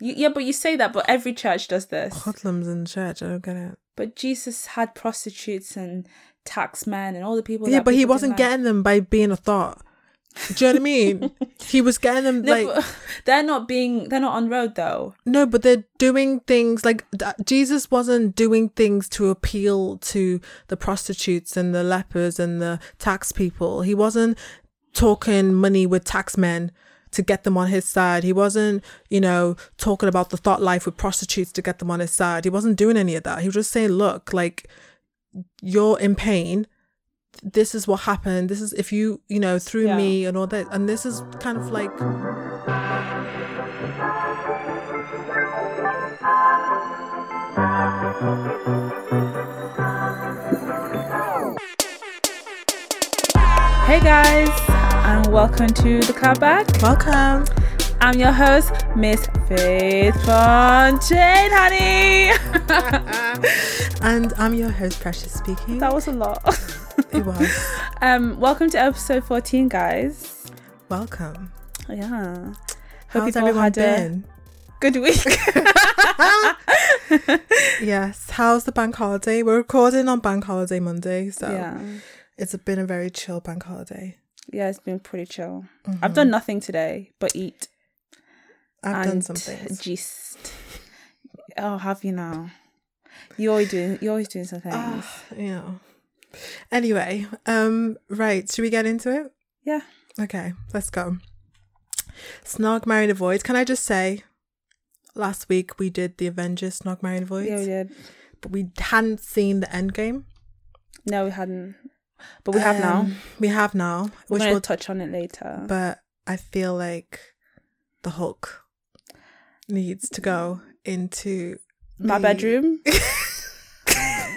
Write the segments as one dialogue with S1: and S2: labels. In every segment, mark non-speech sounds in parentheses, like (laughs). S1: You, yeah, but you say that, but every church does this.
S2: Hoodlums in church. I don't get it.
S1: But Jesus had prostitutes and taxmen and all the people.
S2: yeah,
S1: that
S2: but he
S1: people didn't
S2: wasn't
S1: like.
S2: getting them by being a thought. Do you know what
S1: (laughs)
S2: I mean? he was getting them
S1: No,
S2: like
S1: but (laughs) they're not being. They're not on road though.
S2: No, but they're doing things like th- Jesus wasn't doing things to appeal to the prostitutes and the lepers and the tax people. He wasn't talking money with tax men to get them on his side. He wasn't, you know, talking about the thought life with prostitutes to get them on his side. He wasn't doing any of that. He was just saying, look, like you're in pain. This is what happened. This is if you, you know, through
S1: Yeah.
S2: me and all that. And this is kind of like
S1: Hey guys, and welcome to the Cloud Bag.
S2: welcome.
S1: I'm your host, Miss Faith Fontaine,
S2: (laughs)
S1: honey.
S2: And I'm your host, Precious speaking.
S1: that was a lot. (laughs)
S2: It was.
S1: um, welcome to episode 14, guys.
S2: Welcome.
S1: Yeah. Hope
S2: How's
S1: you've all
S2: everyone
S1: had a
S2: been?
S1: good
S2: (laughs)
S1: week.
S2: Yes. How's the bank holiday? We're recording on bank holiday Monday, so
S1: Yeah.
S2: it's been a very chill bank holiday.
S1: Yeah, it's been pretty chill.
S2: Mm-hmm.
S1: I've done nothing today but eat
S2: I've
S1: and
S2: done some things.
S1: Gist. Oh, have you now? You're always doing you're always doing some things.
S2: Ah, (sighs) yeah. Anyway, um, right, should we get into it?
S1: yeah.
S2: Okay, let's go. Snog Married Avoid. Can I just say last week we did the Avengers Snog Married Avoid,
S1: Yeah, we did.
S2: but we hadn't seen the end game.
S1: No, we hadn't. But we have now.
S2: We have
S1: We're
S2: now, Um, which
S1: gonna
S2: will
S1: touch on it later.
S2: but I feel like the Hulk needs to go into
S1: my
S2: the- (laughs)
S1: bedroom. (laughs)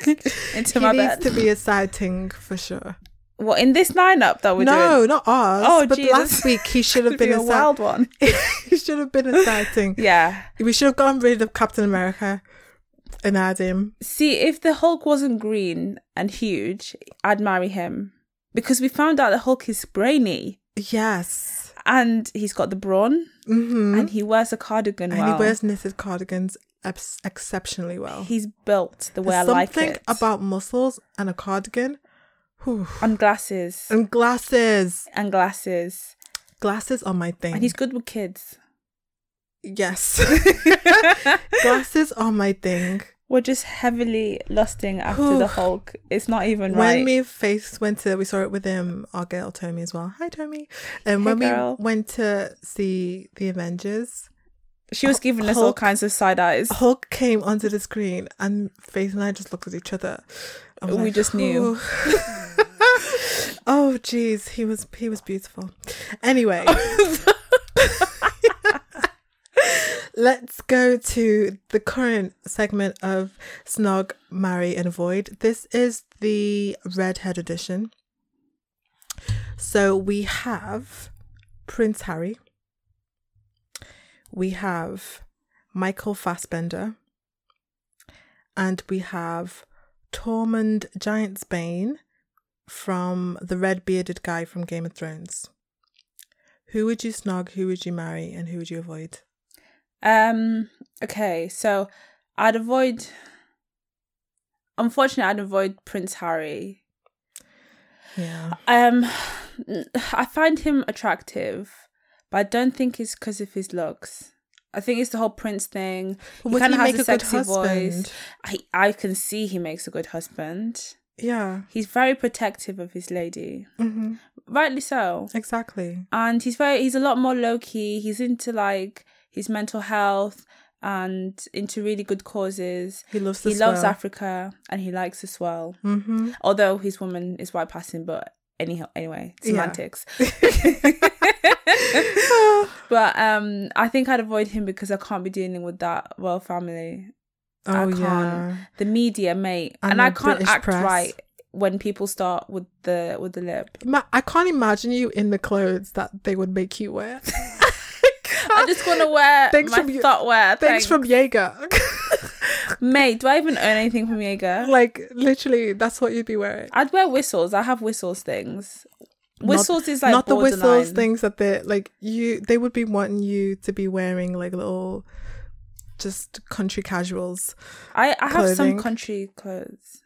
S2: He
S1: Into my
S2: needs
S1: bed.
S2: to be a side ting for sure.
S1: What in this lineup that (laughs) we're
S2: no,
S1: doing?
S2: not ours.
S1: Oh,
S2: but
S1: Jesus.
S2: last week
S1: (laughs)
S2: he should have
S1: Could be
S2: been
S1: a
S2: a side.
S1: wild one.
S2: (laughs) he should have been a side ting.
S1: (laughs) Yeah.
S2: We should have gotten rid of Captain America and add him.
S1: See, if the Hulk wasn't green and huge, I'd marry him because we found out the Hulk is brainy
S2: Yes,
S1: and he's got the brawn
S2: hmm
S1: and he wears a cardigan
S2: and
S1: well.
S2: he wears knitted cardigans ex- exceptionally well.
S1: He's built the way
S2: Oh. There's
S1: I like
S2: something
S1: it.
S2: about muscles and a cardigan, whew,
S1: and glasses
S2: and glasses.
S1: and glasses,
S2: Glasses are my thing.
S1: and he's good with kids.
S2: (laughs) yes.
S1: (laughs)
S2: (laughs) Glasses are my thing.
S1: We're just heavily lusting after the
S2: Oof.
S1: Hulk. It's not even
S2: When
S1: right.
S2: me and Faith went to, we saw it with him, our girl Tommy as well. Hi, Tommy. And when
S1: girl.
S2: we went to see the Avengers,
S1: she was giving us all
S2: Hulk- Oh.
S1: kinds of side eyes.
S2: Hulk came onto the screen, and Faith and I just looked at each other. and we're
S1: We just knew.
S2: "Ooh." oh, jeez, he was he was beautiful.
S1: (laughs)
S2: Anyway, let's go to the current segment of Snog, Marry, and Avoid. This is the redhead edition. So we have Prince Harry. We have Michael Fassbender. And we have Tormund Giantsbane from the red bearded guy from Game of Thrones. Who would you snog, who would you marry, and who would you avoid?
S1: Um. Okay. So, I'd avoid. Unfortunately, I'd avoid Prince Harry.
S2: Yeah.
S1: Um, I find him attractive, but I don't think it's because of his looks. I think it's the whole prince thing.
S2: But
S1: he
S2: would
S1: kind
S2: he
S1: of has
S2: make
S1: a
S2: a good
S1: sexy voice.
S2: husband?
S1: I I can see he makes a good husband.
S2: Yeah.
S1: He's very protective of his lady,
S2: hmm
S1: rightly so.
S2: Exactly.
S1: and he's very he's a lot more low key. He's into like his mental health and into really good causes.
S2: He loves the
S1: He loves
S2: swirl.
S1: Africa and he likes the swell. (laughs)
S2: Mm-hmm.
S1: Although his woman is white passing, but anyhow, anyway,
S2: Yeah.
S1: semantics.
S2: Oh,
S1: but um, I think I'd avoid him because I can't be dealing with that royal family,
S2: Oh,
S1: can't.
S2: yeah.
S1: the media, mate,
S2: And
S1: and, I
S2: the
S1: can't
S2: British
S1: act
S2: press.
S1: right when people start with the with the
S2: (laughs)
S1: lip.
S2: Ma- I can't imagine you in the clothes that they would make you
S1: (laughs)
S2: wear.
S1: I just want to wear
S2: Thanks
S1: my
S2: from you-
S1: thought wear.
S2: Thanks
S1: thing.
S2: from Jaeger. (laughs)
S1: Mate, do I even own anything from Jaeger?
S2: like, literally, that's what you'd be wearing.
S1: I'd wear whistles. I have whistles things. Whistles is like
S2: not the whistles
S1: borderline.
S2: things that they're like you they would be wanting you to be wearing like little just country casuals.
S1: I, I have some
S2: Clothing.
S1: country clothes,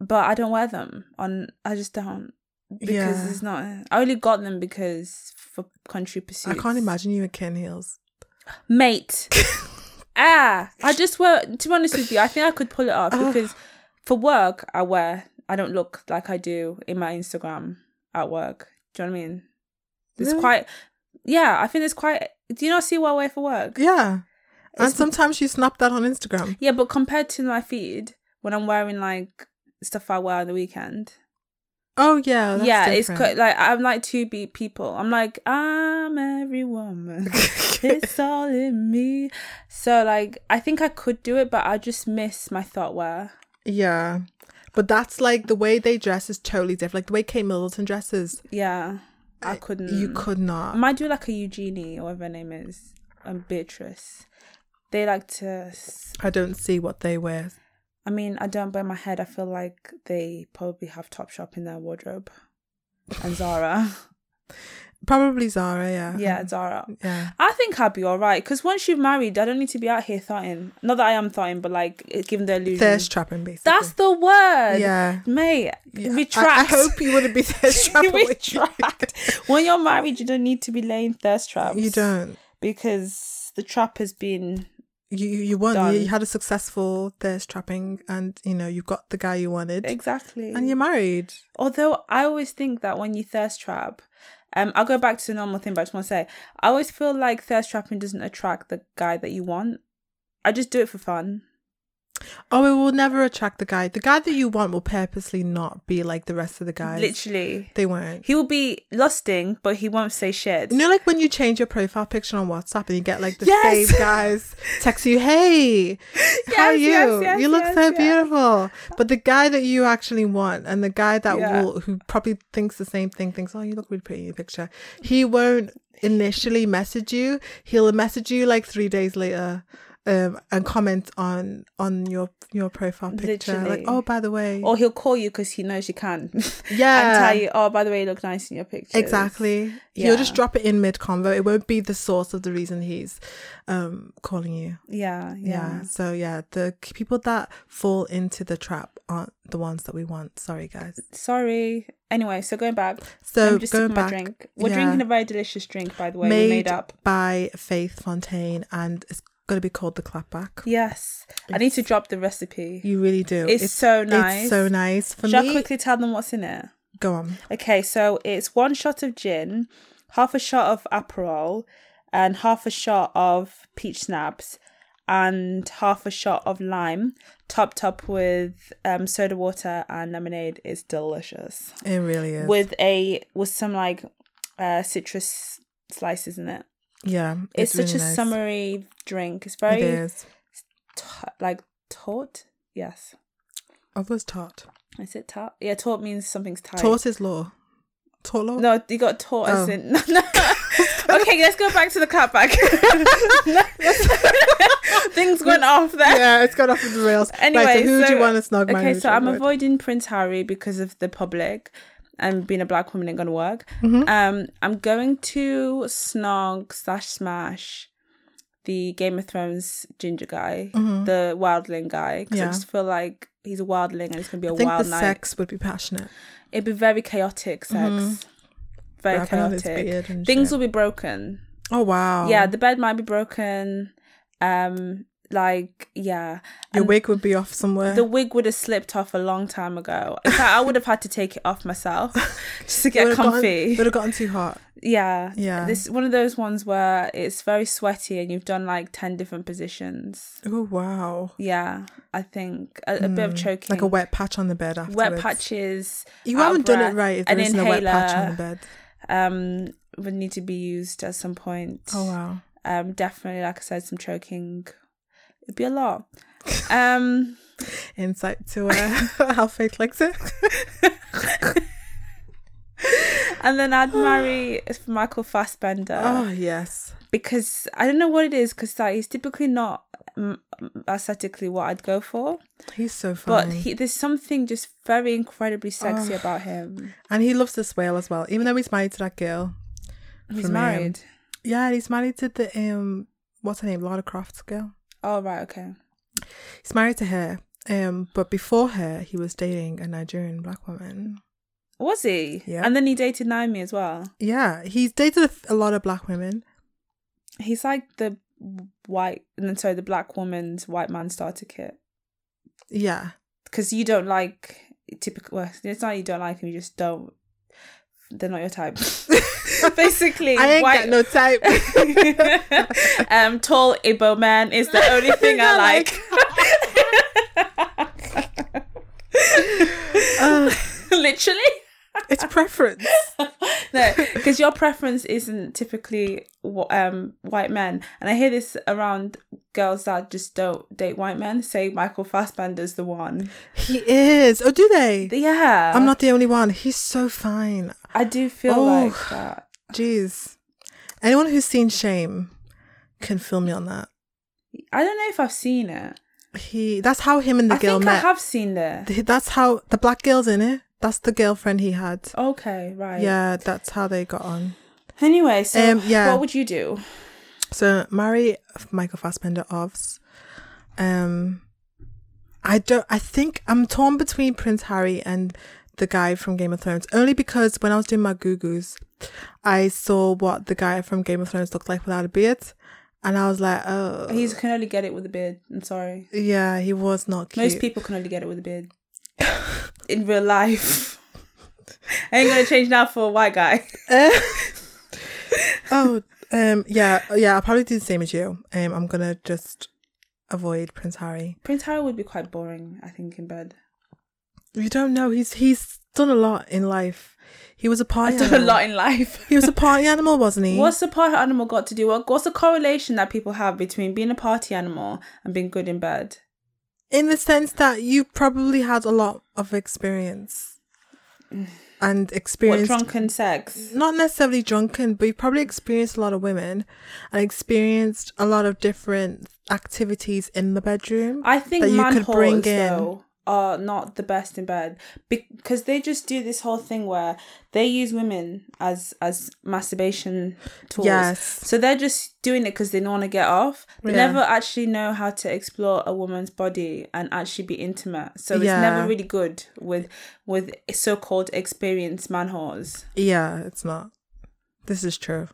S1: but I don't wear them. On I just don't because
S2: yeah.
S1: it's not. I only got them because for country
S2: I
S1: pursuits.
S2: can't imagine you in Ken heels. (laughs)
S1: mate. ah, I just wear. To be honest with you, I think I could pull it off
S2: Ah.
S1: because for work I wear. I don't look like I do in my Instagram at work. Do you know what I mean? It's
S2: Really?
S1: quite. Yeah, I think it's quite. Do you not see what I wear for work?
S2: Yeah. And
S1: It's-
S2: sometimes you snap that on Instagram.
S1: Yeah, but compared to my feed, when I'm wearing like stuff I wear on the weekend,
S2: Oh yeah. That's
S1: yeah, it's quite,
S2: different.
S1: like I'm like two beat people. I'm like I'm every
S2: (laughs)
S1: woman. it's all in me. So like I think I could do it, but I just miss my thought wear.
S2: yeah. But that's like the way they dress is totally different. Like the way Kate Middleton dresses,
S1: Yeah, I couldn't.
S2: you could
S1: I
S2: not.
S1: might do like a Eugenie or whatever her name is, and Beatrice. They like to. s-
S2: I don't see what they wear.
S1: I mean, I don't. By my head, I feel like they probably have Topshop in their wardrobe, and Zara.
S2: Probably Zara, yeah.
S1: yeah, Zara.
S2: Yeah.
S1: I think I'll be all right because once you're married, I don't need to be out here thotting. Not that I am thotting, but like it- giving the illusion.
S2: Thirst trapping basically.
S1: That's the word.
S2: yeah.
S1: Mate,
S2: Yeah. I, I
S1: retract.
S2: hope
S1: (laughs)
S2: you wouldn't be thirst trapping. with you.
S1: retract. when you're married, you don't need to be laying thirst traps.
S2: (laughs) You don't.
S1: Because the trap has been.
S2: You you you won.
S1: Done.
S2: You, you had a successful thirst trapping, and you know you got the guy you wanted,
S1: Exactly.
S2: and you're married.
S1: Although I always think that when you thirst trap, um, I'll go back to the normal thing, but I just want to say, I always feel like thirst trapping doesn't attract the guy that you want. I just do it for fun.
S2: Oh, it will never attract the guy. The guy that you want will purposely not be like the rest of the guys.
S1: Literally.
S2: They won't.
S1: He will be lusting, but he won't say shit.
S2: You know, like when you change your profile picture on WhatsApp and you get like the
S1: Yes! (laughs)
S2: same guys text you, "Hey, how are
S1: Yes,
S2: you?
S1: yes, yes,
S2: you look
S1: yes,
S2: so
S1: yes.
S2: beautiful." But the guy that you actually want and the guy that
S1: Yeah.
S2: will who probably thinks the same thing thinks, "Oh, you look really pretty in your picture." He won't initially message you. He'll message you like three days later. Um, and comment on on your your profile picture like
S1: Literally.
S2: oh by the way
S1: Or he'll call you because he knows you can. (laughs)
S2: Yeah.
S1: and tell you, oh, by the way, you look nice in your picture.
S2: Exactly. He'll just
S1: Yeah.
S2: drop it in mid convo. It won't be the source of the reason he's um calling you.
S1: Yeah,
S2: Yeah.
S1: yeah.
S2: So yeah, the c- people that fall into the trap aren't the ones that we want. Sorry guys.
S1: Sorry. Anyway, so going back.
S2: So
S1: I'm just
S2: going
S1: sipping my
S2: back
S1: drink. We're
S2: yeah.
S1: drinking a very delicious drink, by the way. we made
S2: made
S1: up.
S2: by Faith Fontaine and it's gonna be called the clapback.
S1: Yes. I need to drop the recipe.
S2: You really do.
S1: It's so nice.
S2: It's so nice. For
S1: Shall I
S2: me
S1: quickly tell them what's in it?
S2: go on.
S1: Okay, so it's one shot of gin, half a shot of Aperol, and half a shot of peach snaps, and half a shot of lime, topped up with um, soda water and lemonade. It's delicious
S2: It really is.
S1: with a with some like uh, citrus slices in it.
S2: yeah.
S1: It's, such
S2: really
S1: a
S2: nice.
S1: summery drink. It's
S2: it
S1: very
S2: is.
S1: t- like taut. Yes,
S2: I was taught.
S1: is it taut? Yeah, taut means something's tight.
S2: Taught is law. Taught law?
S1: No, you got taught us
S2: Oh.
S1: in. (laughs) No, no. okay, let's go back to the clapback. (laughs) Things went off there.
S2: (laughs) yeah, it's gone off of the
S1: (laughs)
S2: rails.
S1: Anyway,
S2: right, so who
S1: so-
S2: do you want to snog my
S1: Okay, so I'm
S2: avoiding.
S1: avoiding Prince Harry because of the public and being a black woman ain't gonna work.
S2: Mm-hmm.
S1: Um, I'm going to snog slash smash the Game of Thrones ginger guy, the wildling guy, because I
S2: Mm-hmm. Yeah.
S1: just feel like he's a wildling and it's gonna be a
S2: I think
S1: wild
S2: the
S1: night.
S2: sex would be passionate.
S1: It'd be very chaotic sex. Very
S2: Wrapping on his
S1: chaotic.
S2: beard and
S1: Things
S2: shit.
S1: will be broken.
S2: Oh wow.
S1: yeah the bed might be broken um like yeah
S2: your
S1: And
S2: wig would be off somewhere.
S1: the wig would have slipped off a long time ago in fact i would have had to take it off
S2: (laughs)
S1: myself just to
S2: It
S1: get
S2: would've
S1: comfy
S2: Gotten, would have gotten too hot.
S1: (laughs) yeah
S2: Yeah.
S1: this one of those ones where it's very sweaty and you've done like 10 different positions
S2: Oh wow. Hmm.
S1: yeah i think a, a bit of choking
S2: Like a wet patch on the bed afterwards.
S1: wet patches
S2: You
S1: out of
S2: haven't done
S1: breath,
S2: it right if
S1: an
S2: there isn't a wet patch on the
S1: inhaler,
S2: bed.
S1: um would need to be used at some point
S2: Oh wow.
S1: um definitely like i said some choking it'd be a lot um
S2: (laughs) Insight
S1: (laughs)
S2: to uh, (laughs) how Faith likes it.
S1: And then I'd marry Michael Fassbender
S2: oh yes.
S1: because I don't know what it is because like he's typically not mm, aesthetically what I'd go for,
S2: He's so funny.
S1: but he, there's something just very incredibly sexy about him.
S2: and he loves this whale as well, even though he's married to that girl.
S1: He's
S2: From him.
S1: married.
S2: Yeah, he's married to the um what's her name? Lara Croft's girl.
S1: Oh right, okay.
S2: He's married to her. Um, but before her, he was dating a Nigerian black woman.
S1: Was he?
S2: Yeah.
S1: And then he dated Naomi as well.
S2: Yeah, he's dated a, f- a lot of black women.
S1: He's like the white, no, sorry, the black woman's white man starter kit.
S2: Yeah,
S1: Because you don't like typical. Well, it's not you don't like him. You just don't. They're not your type. (laughs) Basically,
S2: I ain't
S1: white.
S2: got no type.
S1: (laughs) um, tall Igbo man is the only
S2: (laughs)
S1: thing I like.
S2: Uh,
S1: (laughs) Literally.
S2: it's preference.
S1: no, because your preference isn't typically wh- um white men, and I hear this around girls that just don't date white men. Say Michael Fassbender's the one.
S2: He is. Oh, do they?
S1: Yeah,
S2: I'm not the only one. He's so fine.
S1: I do feel
S2: Oh.
S1: like that.
S2: Jeez. Anyone who's seen Shame can feel me on that.
S1: I don't know if I've seen it.
S2: He. That's how him and the
S1: I
S2: girl
S1: think I
S2: met.
S1: have seen it.
S2: Th- That's how the black girl's in it. That's the girlfriend he had.
S1: Okay, right.
S2: Yeah, that's how they got on.
S1: Anyway, so
S2: Um, yeah.
S1: what would you do?
S2: So marry Michael Fassbender offs. Um, I don't. I think I'm torn between Prince Harry and the guy from Game of Thrones, only because when I was doing my goo goos, I saw what the guy from Game of Thrones looked like without a beard, and I was like, oh,
S1: He can only get it with a beard. I'm sorry.
S2: yeah, he was not cute.
S1: Most people can only get it with a beard (laughs) in real life. (laughs) I ain't gonna change now for a white guy. (laughs)
S2: oh, um, yeah, yeah. I probably do the same as you. Um, I'm gonna just avoid Prince Harry.
S1: Prince Harry would be quite boring, I think, in bed.
S2: You don't know. He's he's done a lot in life. He was a party.
S1: I've done (laughs) a
S2: animal.
S1: lot in life. (laughs)
S2: He was a party animal, wasn't he?
S1: What's the party animal got to do? What- What's the correlation that people have between being a party animal and being good in bed?
S2: In the sense that you probably had a lot of experience and
S1: What
S2: experienced,
S1: drunken sex?
S2: not necessarily drunken, but you probably experienced a lot of women and experienced a lot of different activities in the bedroom.
S1: I think
S2: that you
S1: man
S2: could bring in.
S1: though are not the best in bed because they just do this whole thing where they use women as as masturbation tools.
S2: Yes.
S1: So they're just doing it because they want to get off. They
S2: Yeah.
S1: never actually know how to explore a woman's body and actually be intimate. So it's
S2: Yeah.
S1: never really good with with so called experienced man whores.
S2: Yeah, it's not. This is true.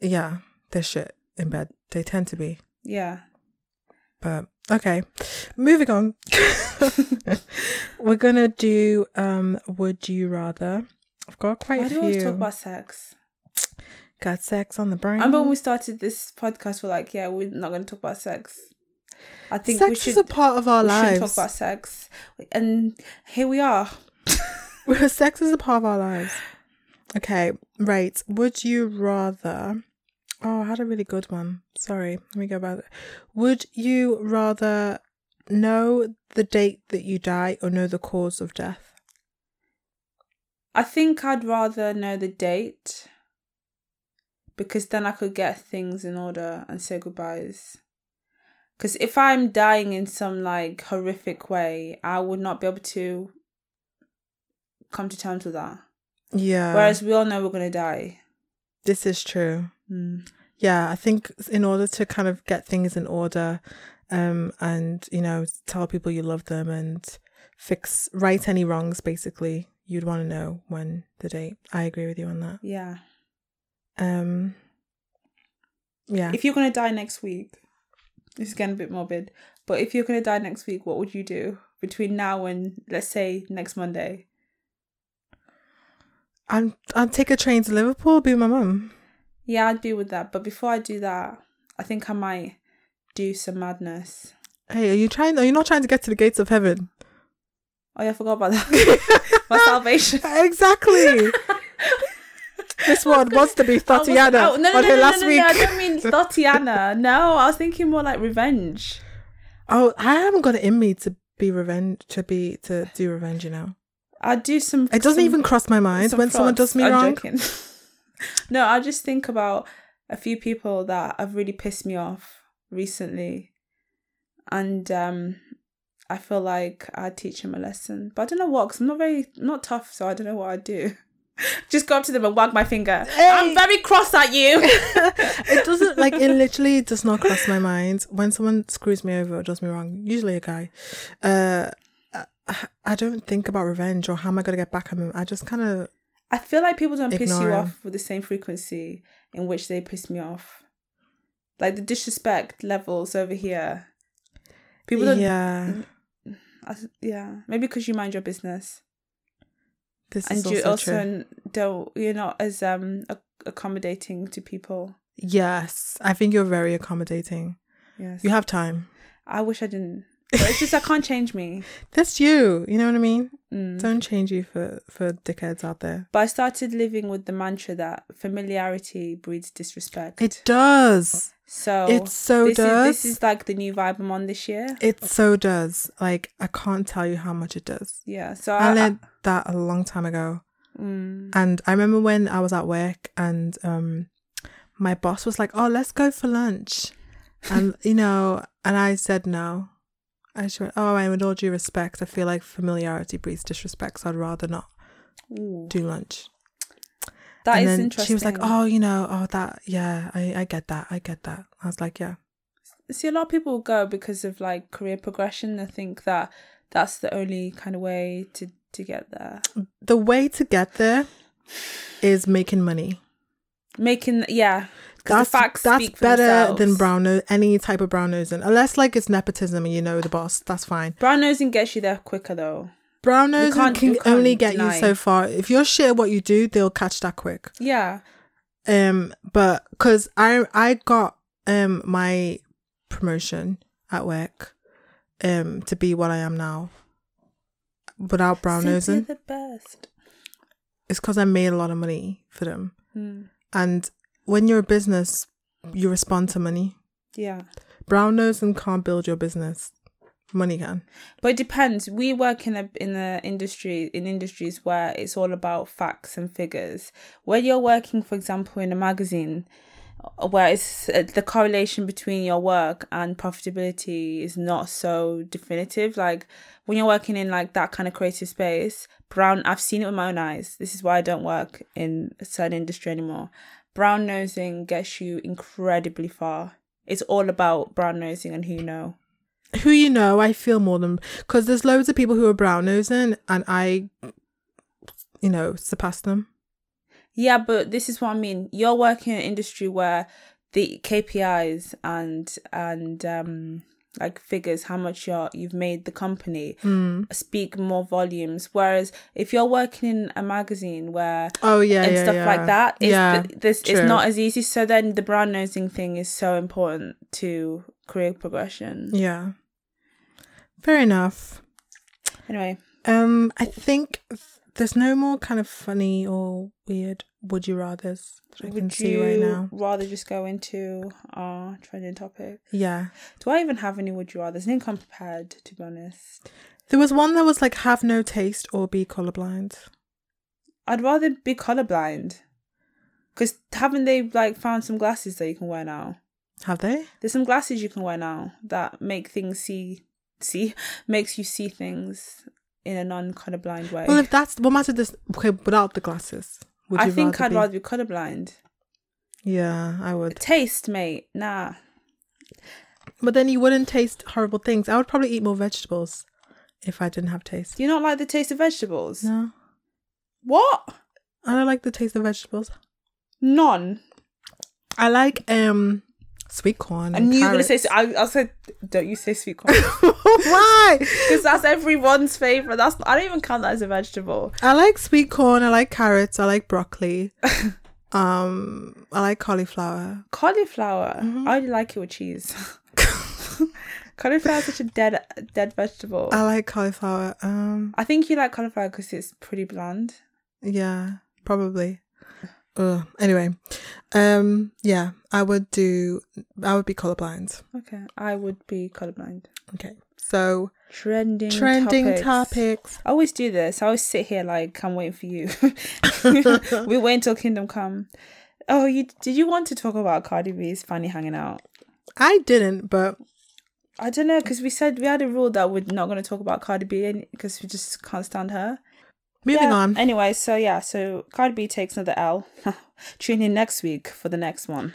S2: Yeah, they're shit in bed. They tend to be.
S1: Yeah.
S2: But okay, moving (laughs) on. We're gonna do um would you rather. I've got quite
S1: Why
S2: a
S1: do we always
S2: few.
S1: talk about sex?
S2: Got sex on the brain.
S1: I remember when we started this podcast, we're like, yeah, we're not going to talk about sex. I think we
S2: sex
S1: should
S2: is a part of our
S1: we
S2: lives.
S1: shouldn't talk about sex. And here we are.
S2: (laughs) sex is a part of our lives. Okay, right. Would you rather? Oh, I had a really good one. Sorry, let me go about it. Would you rather know the date that you die or know the cause of death?
S1: I think I'd rather know the date because then I could get things in order and say goodbyes. Because if I'm dying in some like horrific way, I would not be able to come to terms with that.
S2: Yeah,
S1: Whereas we all know we're going to die.
S2: this is true.
S1: Mm.
S2: Yeah, I think in order to kind of get things in order, um, and you know, tell people you love them and fix right any wrongs, basically, you'd want to know when the date. I agree with you on that.
S1: Yeah.
S2: Um, yeah.
S1: If you're going to die next week, this is getting a bit morbid, but if you're going to die next week, what would you do between now and, let's say, next Monday?
S2: I'm I'd take a train to Liverpool, be with my mum.
S1: Yeah, I'd be with that. But before I do that, I think I might do some madness.
S2: Hey, are you trying? Are you not trying to get to the gates
S1: (laughs)
S2: of heaven?
S1: Oh, yeah, I forgot about
S2: (laughs)
S1: that. My salvation.
S2: exactly. this one wants to
S1: (laughs)
S2: be
S1: I was-
S2: Tatiana
S1: oh, no, no,
S2: on
S1: no,
S2: her
S1: no,
S2: last
S1: no,
S2: week.
S1: No, I don't
S2: (laughs)
S1: mean Tatiana. No, I was thinking more like revenge.
S2: Oh, I haven't got it in me to be revenge to be to do revenge. You know,
S1: I'd do some.
S2: it doesn't
S1: some-
S2: even cross my mind
S1: some
S2: when someone
S1: frauds.
S2: does me
S1: I'm
S2: wrong.
S1: joking. (laughs) no, I just think about a few people that have really pissed me off recently, and um, I feel like I'd teach them a lesson. But I don't know what, because I'm not very not tough, so I don't know what I'd do. (laughs) Just go up to them and wag my finger. I'm very cross at
S2: (laughs)
S1: you.
S2: it doesn't like
S1: (laughs)
S2: it literally does not cross my mind when someone screws me over or does me wrong usually a guy uh I, I don't think about revenge or how am i going to get back at him i just kind of
S1: I feel like people don't piss
S2: Ignore
S1: you
S2: 'em.
S1: off with the same frequency in which they piss me off. Like the disrespect levels over here. People don't. Yeah.
S2: yeah
S1: yeah. Maybe because you mind your business.
S2: this
S1: and
S2: is
S1: you
S2: also,
S1: also
S2: true
S1: n- don't you're not as um ac- accommodating to people
S2: yes i think you're very accommodating
S1: yes
S2: you have time
S1: i wish i didn't but it's just i can't change me
S2: that's you you know what i mean
S1: Mm.
S2: don't change you for for dickheads out there
S1: but i started living with the mantra that familiarity breeds disrespect
S2: it does
S1: so
S2: it so
S1: Oh, this
S2: does
S1: is, this is like the new vibe i'm on this year
S2: it so does like i can't tell you how much it does
S1: yeah so
S2: I
S1: I, I,
S2: learned that a long time ago.
S1: mm,
S2: And I remember when I was at work and um my boss was like, Oh, let's go for lunch. And (laughs) you know, and I said no. And she went, Oh, and with all due respect, I feel like familiarity breeds disrespect, so I'd rather not
S1: ooh,
S2: do lunch.
S1: that
S2: and
S1: is
S2: then
S1: interesting
S2: She was like, Oh, you know, oh that yeah, I, I get that, I get that. I was like, Yeah.
S1: see a lot of people go because of like career progression i think that that's the only kind of way to to get there
S2: The way to get there is making money.
S1: making yeah 'cause
S2: That's
S1: the facts
S2: that's
S1: speak for
S2: better than
S1: themselves.
S2: brown nose, any type of brown nosing, unless like it's nepotism and you know the boss. That's fine.
S1: Brown nosing gets you there quicker though.
S2: Brown nosing
S1: can't-
S2: can
S1: you can't
S2: only get
S1: deny.
S2: you so far. If you're shit at what you do, they'll catch that quick.
S1: Yeah.
S2: Um, but because I I got um my promotion at work, um to be what I am now, without brown
S1: Since
S2: nosing,
S1: You're the best.
S2: it's because I made a lot of money for them.
S1: Mm.
S2: And when you're a business, you respond to money.
S1: Yeah.
S2: Brown nosing can't build your business. Money can.
S1: But it depends. We work in a in a industry in industries where it's all about facts and figures. When you're working, for example, in a magazine, uh, where it's uh, the correlation between your work and profitability is not so definitive. Like when you're working in like that kind of creative space, brown. I've seen it with my own eyes. This is why I don't work in a certain industry anymore. Brown nosing gets you incredibly far. It's all about brown nosing and who you know.
S2: who you know, I feel more than because there's loads of people who are brown nosing, and I, you know, surpass them.
S1: Yeah, but this is what I mean. You're working in an industry where the KPIs and and um like figures how much you're you've made the company
S2: Hmm.
S1: speak more volumes. Whereas if you're working in a magazine where
S2: Oh yeah,
S1: and
S2: yeah,
S1: stuff
S2: yeah.
S1: like that, it's,
S2: yeah,
S1: th- this
S2: true.
S1: it's not as easy. So then the brown nosing thing is so important to career progression.
S2: yeah. Fair enough.
S1: Anyway,
S2: Um, I think th- there's no more kind of funny or weird would you rather's that I can
S1: would
S2: see
S1: you
S2: right now.
S1: rather just go into our trending topic?
S2: Yeah,
S1: Do I even have any would you rather? There's none come prepared, to be honest.
S2: there was one that was like have no taste or be colorblind.
S1: I'd rather be colorblind. Because haven't they like found some glasses that you can wear now?
S2: Have they?
S1: There's some glasses you can wear now that make things see see (laughs) makes you see things in a non colorblind way.
S2: Well, if that's what matter this okay without the glasses. Would
S1: I
S2: you
S1: think
S2: rather
S1: I'd
S2: be-
S1: rather be colorblind.
S2: Yeah, I would.
S1: Taste, mate. Nah.
S2: But then you wouldn't taste horrible things. I would probably eat more vegetables if I didn't have taste.
S1: Do you not like the taste of vegetables?
S2: No,
S1: What?
S2: I don't like the taste of vegetables.
S1: None.
S2: I like um sweet corn.
S1: I knew you were gonna say.
S2: carrots.
S1: I, I said, don't you say sweet corn? (laughs)
S2: (laughs) Why?
S1: Because that's everyone's favorite. That's I don't even count that as a vegetable.
S2: I like sweet corn. I like carrots. I
S1: (laughs)
S2: like broccoli. um, I like cauliflower.
S1: cauliflower. I only like it with cheese. (laughs) cauliflower is such a dead dead vegetable.
S2: I like cauliflower. Um,
S1: I think you like cauliflower because it's pretty bland.
S2: yeah, probably. Ugh. Anyway, um, yeah, I would do. I would be colorblind.
S1: Okay, I would be colorblind.
S2: Okay, so
S1: Trending
S2: trending
S1: topics.
S2: topics.
S1: I always do this. I always sit here like I'm waiting for you. we wait until Kingdom Come. Oh, you did you want to talk about Cardi B's funny hanging out?
S2: I didn't, but
S1: I don't know because we said we had a rule that we're not going to talk about Cardi B because we just can't stand her.
S2: Moving
S1: yeah.
S2: on.
S1: Anyway, so yeah, so Cardi B takes another L. (laughs) Tune in next week for the next
S2: (laughs)
S1: one.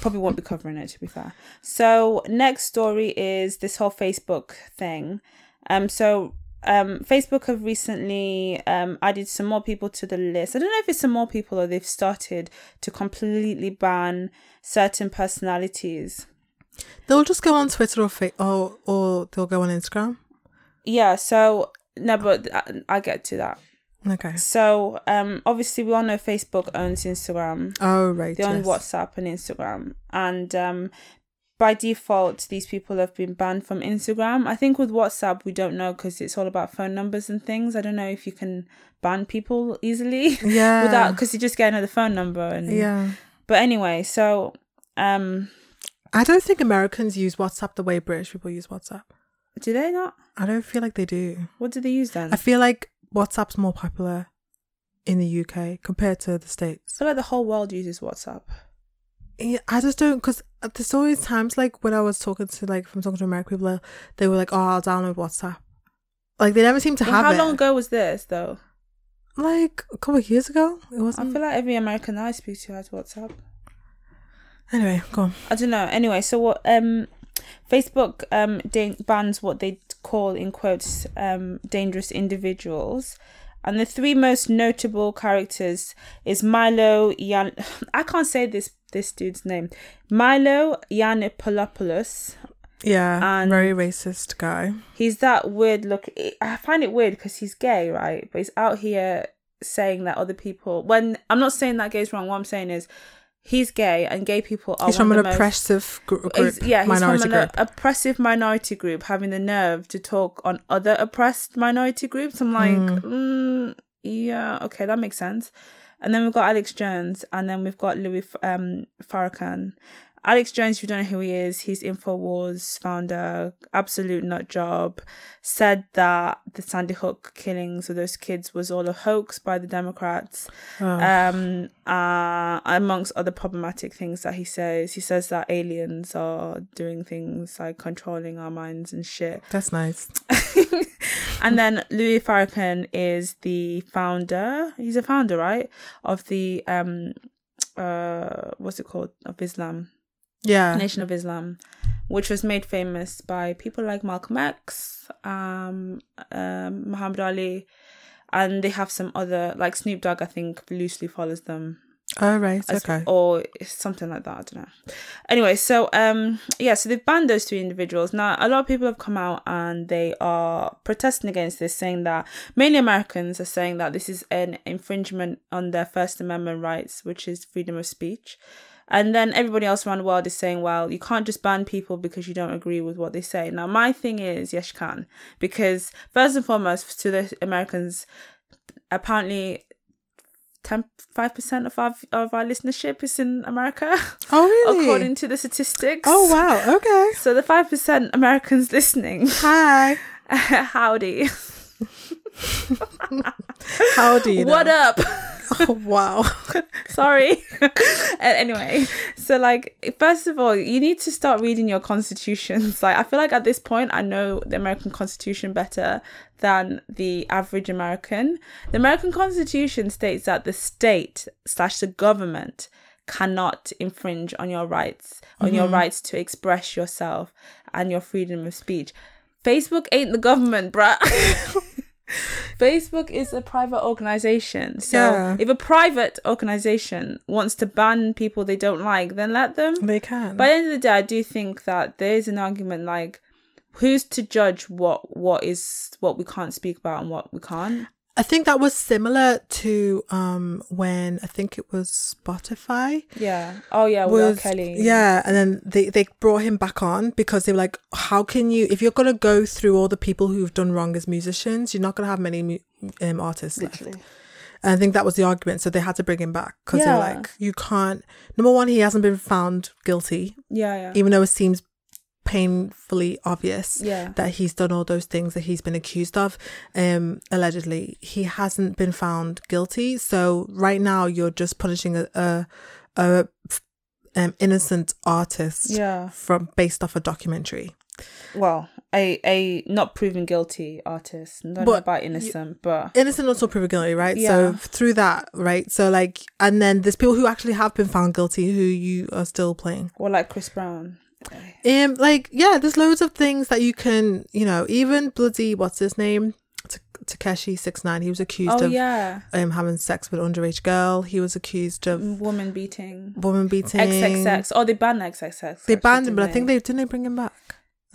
S1: Probably won't be covering it to be fair. So next story is this whole Facebook thing. Um, so um, Facebook have recently um added some more people to the list. I don't know if it's some more people or they've started to completely ban certain personalities.
S2: They'll just go on Twitter or fa- or or they'll go on Instagram.
S1: Yeah. So no, but I, I get to that.
S2: Okay.
S1: So um, obviously we all know Facebook owns Instagram.
S2: Oh right.
S1: They own
S2: yes.
S1: WhatsApp and Instagram, and um, by default, these people have been banned from Instagram. I think with WhatsApp, we don't know because it's all about phone numbers and things. I don't know if you can ban people easily (laughs)
S2: Yeah.
S1: without because you just get another phone number. And,
S2: Yeah.
S1: But anyway, so um,
S2: I don't think Americans use WhatsApp the way British people use WhatsApp.
S1: do they not?
S2: I don't feel like they do.
S1: What do they use then?
S2: I feel like WhatsApp's more popular in the UK compared to the States.
S1: I feel like the whole world uses WhatsApp.
S2: Yeah, I just don't because there's always times like when I was talking to like from talking to American people, they were like, "Oh, I'll download WhatsApp." Like they never seem to
S1: Well,
S2: have
S1: how
S2: it.
S1: long ago was this though?
S2: Like a couple of years ago, it
S1: I
S2: wasn't.
S1: feel like every American I speak to has WhatsApp.
S2: Anyway, go on.
S1: I don't know. Anyway, so what um Facebook um dan- bans what they call in quotes um dangerous individuals. And the three most notable characters is Milo Yan (sighs) I can't say this this dude's name. Milo Yiannopoulos.
S2: Yeah,
S1: And-
S2: very racist guy.
S1: He's that weird look I find it weird because he's gay, right? But he's out here saying that other people when I'm not saying that gay's wrong, what I'm saying is he's gay and gay people are
S2: He's
S1: Oh, one
S2: from
S1: of
S2: an
S1: the most-
S2: oppressive gr- group,
S1: He's- yeah, he's
S2: minority
S1: from an uh,
S2: group.
S1: oppressive minority group having the nerve to talk on other oppressed minority groups. I'm like,
S2: Hmm.
S1: mm, yeah, okay, that makes sense. And then we've got Alex Jones, and then we've got Louis um, Farrakhan. Alex Jones, if you don't know who he is, he's Infowars founder, absolute nut job. Said that the Sandy Hook killings of those kids was all a hoax by the Democrats um uh amongst other problematic things that he says he says that aliens are doing things like controlling our minds and shit (laughs)
S2: That's nice.
S1: and then louis farrakhan is the founder he's a founder right of the um uh what's it called of islam
S2: Yeah.
S1: nation of islam which was made famous by people like malcolm x um, um muhammad ali and they have some other like snoop dogg i think loosely follows them
S2: All Oh, right.
S1: as-
S2: Okay.
S1: or something like that. I don't know. Anyway, so um, yeah, so they've banned those three individuals. Now, a lot of people have come out and they are protesting against this, saying that mainly Americans are saying that this is an infringement on their First Amendment rights, which is freedom of speech. And then everybody else around the world is saying, well, you can't just ban people because you don't agree with what they say. Now, my thing is, yes, you can. Because, first and foremost, to the Americans, apparently 10 5% of our of our listenership is in America
S2: Oh really?
S1: according to the statistics.
S2: oh wow. Okay.
S1: So the 5% Americans listening, (laughs)
S2: Hi.
S1: howdy.
S2: How do you?
S1: (laughs) What
S2: know?
S1: up?
S2: Oh, (laughs) wow.
S1: Sorry. (laughs) A- anyway, so like first of all, you need to start reading your constitutions. Like I feel like at this point I know the American constitution better than the average American. The American constitution states that the state slash the government cannot infringe on your rights, on your rights to express yourself and your freedom of speech. Facebook ain't the government, bruh. (laughs) Facebook is a private organization. So
S2: Yeah.
S1: if a private organization wants to ban people they don't like, then let them.
S2: They can.
S1: By the end of the day, I do think that there is an argument like who's to judge what what is what we can't speak about and what we can't.
S2: I think that was similar to um when I think it was Spotify
S1: Yeah. Oh yeah, Will
S2: was
S1: Kelly.
S2: yeah, and then they they brought him back on because they were like, how can you if you're gonna go through all the people who've done wrong as musicians, you're not gonna have many mu- um, artists left. And I think that was the argument, so they had to bring him back because they were
S1: Yeah.
S2: like, you can't. Number one, he hasn't been found guilty,
S1: Yeah, yeah.
S2: even though it seems painfully obvious
S1: Yeah.
S2: that he's done all those things that he's been accused of um allegedly he hasn't been found guilty so right now you're just punishing a a, a um, innocent artist
S1: Yeah.
S2: from based off a documentary
S1: Well, a a not proven guilty artist, not
S2: But
S1: about innocent, but
S2: innocent until proven guilty, right? So
S1: Yeah.
S2: through that, right? So like, and then there's people who actually have been found guilty who you are still playing.
S1: or like Chris Brown.
S2: Um, like yeah, there's loads of things that you can, you know, even bloody what's his name, Ta- Takeshi Six Nine. He was accused
S1: Oh
S2: of
S1: yeah,
S2: um having sex with an underage girl. He was accused of
S1: woman beating.
S2: woman beating.
S1: XXX. Oh, they banned XXX.
S2: They banned him, but I think they didn't they bring him back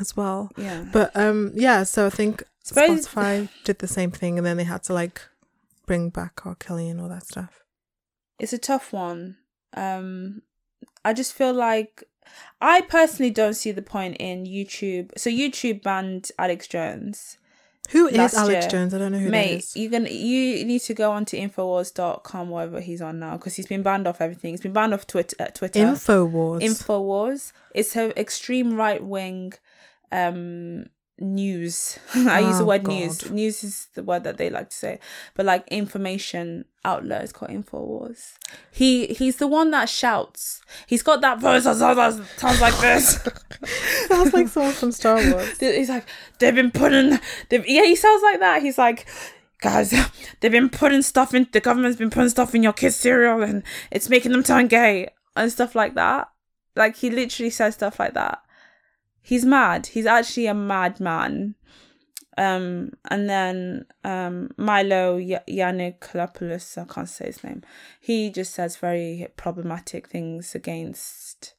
S2: as well.
S1: Yeah.
S2: But um, yeah. So I think
S1: very-
S2: Spotify did the same thing, and then they had to like bring back R. Kelly and all that stuff.
S1: it's a tough one. Um, I just feel like I personally don't see the point in YouTube. So YouTube banned Alex Jones.
S2: Who is
S1: Last
S2: Alex
S1: year.
S2: Jones? I don't know who that
S1: Mate,
S2: is.
S1: you're gonna you need to go onto infowars.com whatever he's on now because he's been banned off everything. He's been banned off Twitter. Uh, Twitter.
S2: Infowars.
S1: (laughs) Infowars. It's her extreme right wing um news. (laughs) I use the
S2: Oh,
S1: word
S2: God.
S1: news. News is the word that they like to say. But like information outlet is called Infowars. He he's the one that shouts. He's got that voice that sounds like- sounds like
S2: (laughs)
S1: this.
S2: Sounds like someone from (laughs) Star Wars.
S1: He's like, they've been putting, they've, yeah, he sounds like that. He's like, guys, they've been putting stuff in, the government's been putting stuff in your kids' cereal and it's making them turn gay and stuff like that. Like, he literally says stuff like that. He's mad. He's actually a madman. Um, and then um, Milo y- Yiannopoulos, I can't say his name. He just says very problematic things against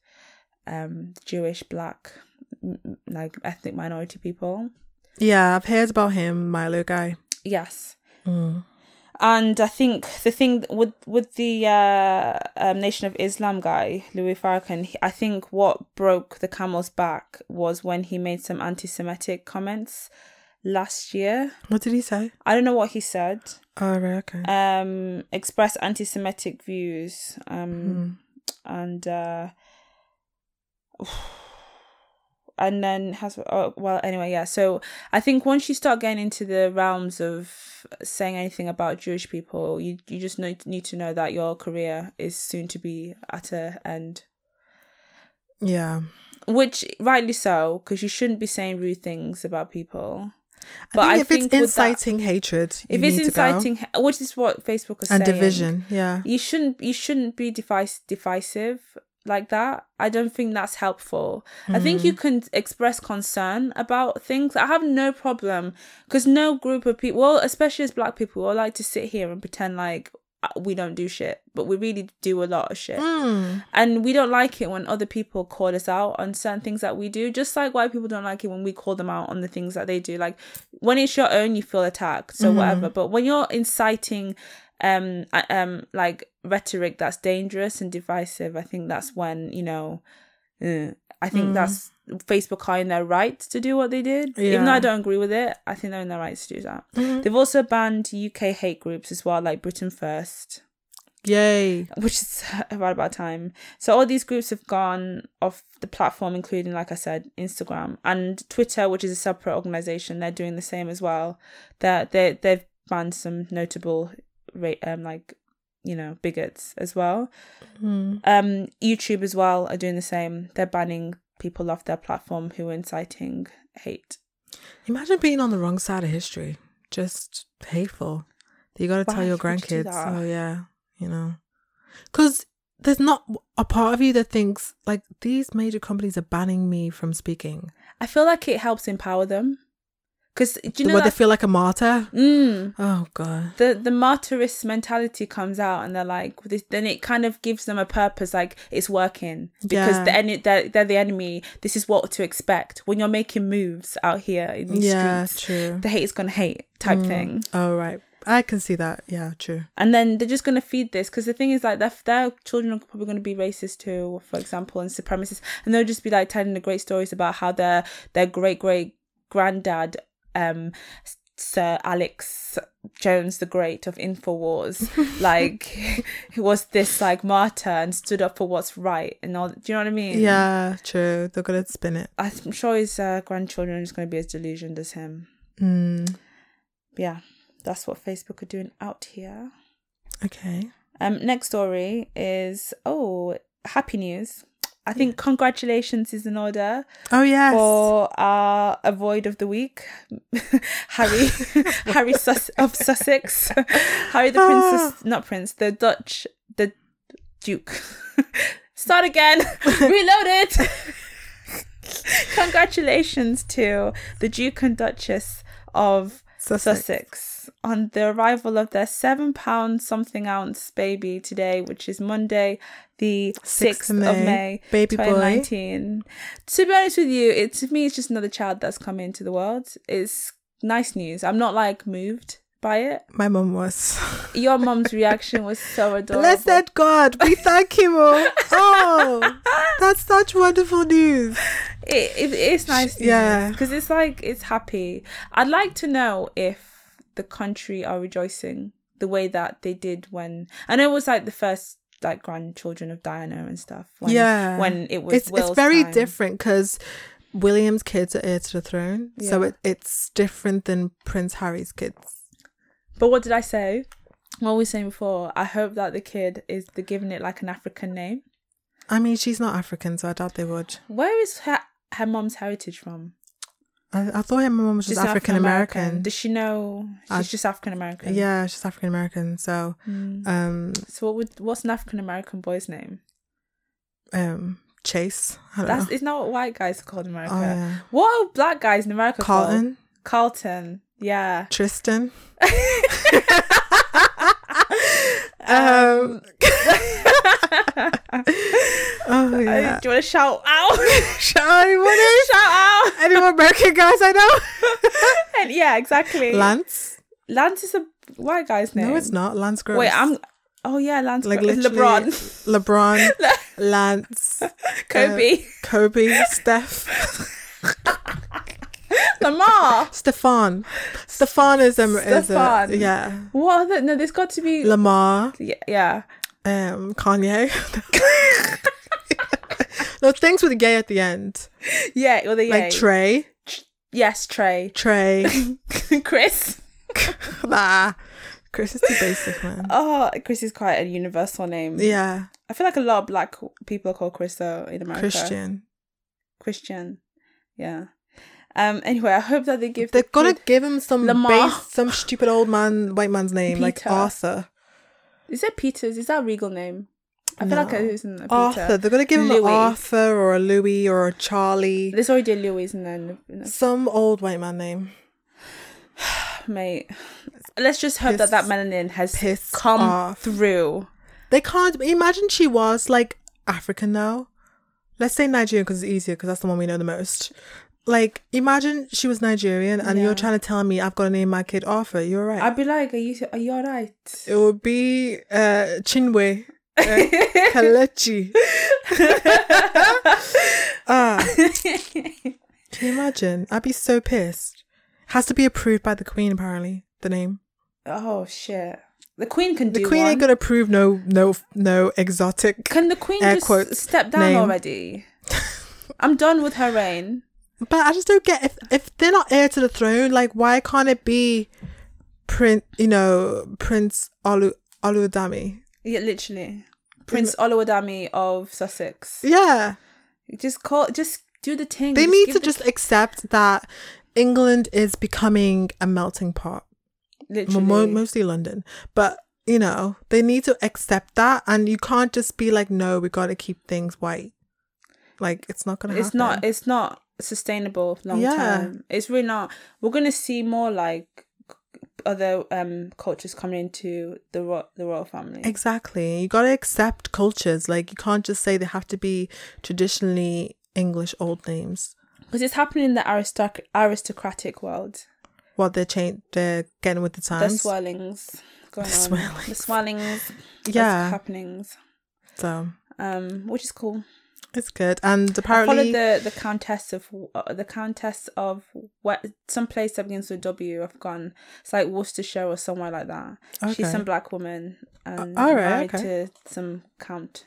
S1: um, Jewish, black, m- m- like ethnic minority people.
S2: Yeah, I've heard about him, Milo guy.
S1: Yes. And I think the thing with with the uh, um, Nation of Islam guy Louis Farrakhan, he- I think what broke the camel's back was when he made some anti-Semitic comments last year.
S2: What did he say?
S1: I don't know what he said.
S2: Oh, right, okay.
S1: Um, expressed anti-Semitic views.
S2: Mm.
S1: Um, and uh, (sighs) and then has oh, well anyway yeah so i think once you start getting into the realms of saying anything about jewish people you you just need, need to know that your career is soon to be at a end
S2: yeah.
S1: which rightly so because you shouldn't be saying rude things about people
S2: But I think if
S1: with
S2: it's
S1: that-
S2: inciting hatred,
S1: if
S2: you
S1: it's
S2: need to go.
S1: inciting which is what facebook is
S2: and
S1: saying
S2: division, yeah.
S1: you shouldn't you shouldn't be device, divisive like that i don't think that's helpful i think you can express concern about things i have no problem because no group of people well especially as black people we like to sit here and pretend like uh, we don't do shit but we really do a lot of shit and we don't like it when other people call us out on certain things that we do just like white people don't like it when we call them out on the things that they do like when it's your own you feel attacked so whatever but when you're inciting um uh, um like rhetoric that's dangerous and divisive i think that's when you know uh, i think that's facebook are in their right to do what they did even though
S2: Yeah.
S1: i don't agree with it i think they're in their rights to do that they've also banned uk hate groups as well like britain first
S2: Yay.
S1: which is (laughs) right about time. So all these groups have gone off the platform, including, like I said, Instagram and Twitter, which is a separate organization. They're doing the same as well. They're, they they've banned some notable, ra- um, like you know, bigots as well. Um, YouTube as well are doing the same. They're banning people off their platform who are inciting hate.
S2: Imagine being on the wrong side of history. Just hateful. You got to
S1: Why
S2: tell your
S1: would you do
S2: grandkids.
S1: that?
S2: Oh, yeah. You know. Because there's not a part of you that thinks, like, these major companies are banning me from speaking.
S1: I feel like it helps empower them. Because do you know
S2: Where
S1: that?
S2: they feel like a martyr.
S1: Mm.
S2: Oh, God.
S1: the the martyrist mentality comes out and they're like this, then it kind of gives them a purpose like it's working because
S2: Yeah.
S1: the en- they're, they're the enemy this is what to expect when you're making moves out here in these
S2: Yeah,
S1: streets
S2: true.
S1: the hate is gonna hate type thing
S2: Oh, right. I can see that. Yeah, true.
S1: and then they're just gonna feed this because the thing is like their, their children are probably gonna be racist too for example and supremacist and they'll just be like telling the great stories about how their their great great granddad um Sir Alex Jones the Great of Infowars, like (laughs) he was this like martyr and stood up for what's right and all. Do you know what I mean?
S2: Yeah, true. They're going to spin it.
S1: I'm sure his uh, grandchildren is going to be as delusioned as him.
S2: Mm.
S1: But yeah, that's what Facebook are doing out here.
S2: Okay.
S1: Um, next story is oh, happy news. I think congratulations is in order
S2: Oh yes.
S1: for our avoid of the week, (laughs) Harry, Harry Sus- of Sussex, Harry the Princess, not Prince, the Dutch, the Duke. (laughs) Start again, reload it. (laughs) Congratulations to the Duke and Duchess of
S2: Sussex.
S1: Sussex on the arrival of their seven pound something ounce baby today, which is Monday, the sixth of May,
S2: Baby boy.
S1: 2019. To be honest with you, it to me it's just another child that's come into the world. It's nice news. I'm not like moved by it.
S2: My mum was.
S1: Your mum's reaction was so (laughs) adorable.
S2: Blessed God, we thank him.
S1: (laughs)
S2: Oh, oh that's such wonderful news.
S1: It, it, it's nice news
S2: yeah.
S1: because it's like it's happy. I'd like to know if the country are rejoicing the way that they did when I know it was like the first like grandchildren of Diana and stuff. When,
S2: yeah,
S1: when it was
S2: it's
S1: Will's
S2: it's very
S1: time.
S2: different because William's kids are heir to the throne, so
S1: Yeah.
S2: it, it's different than Prince Harry's kids.
S1: But what did I say? What we were saying before? I hope that the kid is the giving it like an African name.
S2: I mean, she's not African, so I doubt they would.
S1: Where is her her mom's heritage from?
S2: I, I thought her mum was just African American.
S1: Does she know she's
S2: I-
S1: just African American?
S2: Yeah, she's African American. So,
S1: Mm.
S2: um,
S1: So what would what's an African American boy's name?
S2: um, Chase. I don't
S1: That's
S2: know.
S1: isn't that what white guys are called in America?
S2: Oh yeah,
S1: What are black guys in America called?
S2: Carlton,
S1: Carlton. Yeah. (laughs)
S2: Tristan. um, (laughs) oh
S1: Uh,
S2: yeah.
S1: do you want to shout
S2: (laughs)
S1: out?
S2: Shout anyone
S1: shout out.
S2: Anyone American guys I know?
S1: And yeah, exactly.
S2: (laughs) Lance?
S1: Lance is a white guy's name.
S2: No, it's not. Lance Gross.
S1: Um, Wait, I'm. Oh yeah, Lance.
S2: like
S1: Like
S2: literally
S1: LeBron, (laughs)
S2: LeBron, Lance,
S1: Kobe, (laughs)
S2: Kobe, Steph,
S1: Lamar.
S2: Stefan. Stefan is a, is a
S1: Stefan.
S2: yeah.
S1: What? Other, no, there's got to be.
S2: Lamar,
S1: yeah, yeah. (laughs)
S2: um, Kanye. (laughs) no things with gay at the end.
S1: Yeah, or the
S2: Like
S1: yay.
S2: Trey,
S1: yes, Trey, (laughs)
S2: Trey. (laughs)
S1: Chris.
S2: nah, Chris is too basic, man.
S1: Oh, Chris is quite a universal name.
S2: Yeah,
S1: I feel like a lot of black people are called Chris though in America.
S2: Christian.
S1: Christian. Yeah. Um. Anyway, I hope that they give.
S2: They've
S1: the
S2: got to
S1: kid-
S2: give him some
S1: Lamar.
S2: base, some stupid old man, white man's name, like
S1: Peter.
S2: Arthur.
S1: Is that Peter's? Is that a regal name? I feel like
S2: No.
S1: it isn't a Peter.
S2: Arthur. They're gonna give him an
S1: Louis.
S2: Arthur or a Louis or a Charlie.
S1: There's already a Louis and then
S2: Some old white man name.
S1: (laughs) mate. Let's just hope that that melanin has
S2: pissed
S1: come
S2: off.
S1: through.
S2: They can't imagine she was like African now. Let's say Nigerian because it's easier because that's the one we know the most. Like imagine she was Nigerian and you're
S1: Yeah.
S2: trying to tell me I've got to name my kid Arthur. You're right.
S1: I'd be like, are you are you
S2: (laughs)
S1: alright?
S2: it would be uh, Chinwe.
S1: (laughs)
S2: Uh, Kalechi. Ah, can you imagine? I'd be so pissed. Has to be approved by the Queen, apparently. The name.
S1: oh shit! The Queen can
S2: The
S1: do
S2: Queen
S1: one.
S2: ain't gonna approve no no no exotic.
S1: Can the Queen
S2: air
S1: just
S2: quotes
S1: step down
S2: name. (laughs)
S1: already? I'm done with her reign.
S2: But I just don't get if if they're not heir to the throne, like why can't it be Prince, you know, Prince Alu Aludami?
S1: Yeah, literally. Prince Oluwadami of Sussex.
S2: Yeah,
S1: Just call. Just do the thing.
S2: they
S1: Just
S2: need
S1: give
S2: to
S1: the-
S2: just accept that England is becoming a melting pot, Mo-
S1: literally.
S2: mo- mostly London. But you know, they need to accept that, and you can't just be like, no, we got to keep things white. Like it's not gonna.
S1: it's
S2: happen.
S1: not it's not sustainable long
S2: Yeah.
S1: term it's really not we're gonna see more like other um cultures coming into the ro- the royal family
S2: Exactly. You got to accept cultures. Like, you can't just say they have to be traditionally English old names.
S1: because it's happening in the aristoc- aristocratic world
S2: Well, they're, cha- they're getting with the
S1: the
S2: times.
S1: swirlings going
S2: The
S1: on the
S2: swirlings.
S1: swirlings the
S2: Yeah.
S1: happenings
S2: So,
S1: um which is cool
S2: it's good. And
S1: I followed
S2: apparently,
S1: the the countess of uh, the countess of what some place that begins with W. I've gone. It's like Worcestershire or somewhere like that.
S2: Okay. Uh,
S1: She's some black woman and
S2: all right,
S1: married
S2: okay.
S1: to some count.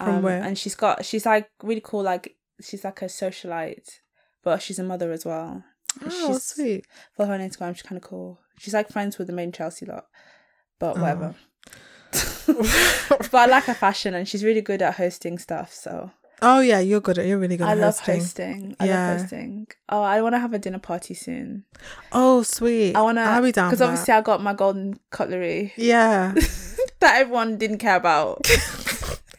S1: Um,
S2: From where?
S1: And she's got she's like really cool. Like she's like a socialite, but she's a mother as well.
S2: oh,
S1: she's- (laughs)
S2: sweet.
S1: Follow her on Instagram. She's kind of cool. She's like friends with the main Chelsea lot, but
S2: Oh.
S1: whatever. but I like her fashion, and she's really good at hosting stuff. So
S2: Oh yeah, you're good at you're really good
S1: I
S2: at
S1: love
S2: hosting.
S1: hosting. I
S2: Yeah.
S1: love hosting. Oh, I want to have a dinner party soon.
S2: Oh sweet.
S1: I want to.
S2: I'll be down
S1: Because
S2: for that.
S1: obviously I got my golden cutlery
S2: Yeah.
S1: that everyone didn't care about.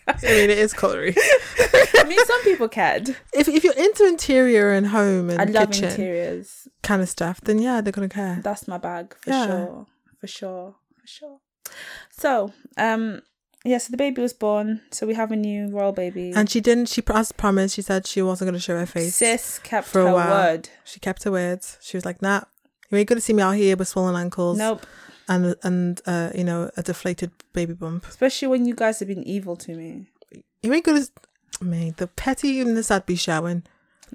S2: I mean it
S1: (laughs)
S2: is cutlery.
S1: I mean, some people
S2: (laughs)
S1: cared.
S2: if if you're into interior and home and
S1: I love
S2: kitchen
S1: interiors.
S2: kind of stuff, then yeah, they're gonna care.
S1: That's my bag for
S2: Yeah.
S1: sure. For sure. For sure. So, um, yeah. So the baby was born. So we have a new royal baby.
S2: And she didn't. She as promised. She said she wasn't gonna show her face.
S1: Sis kept
S2: for a
S1: her
S2: while.
S1: word.
S2: She kept her words. She was like, "Nah, you ain't gonna see me out here with swollen ankles
S1: Nope.
S2: and and uh, you know a deflated baby bump.
S1: Especially when you guys have been evil to me.
S2: You ain't gonna." Mate, the pettiness I'd be showing.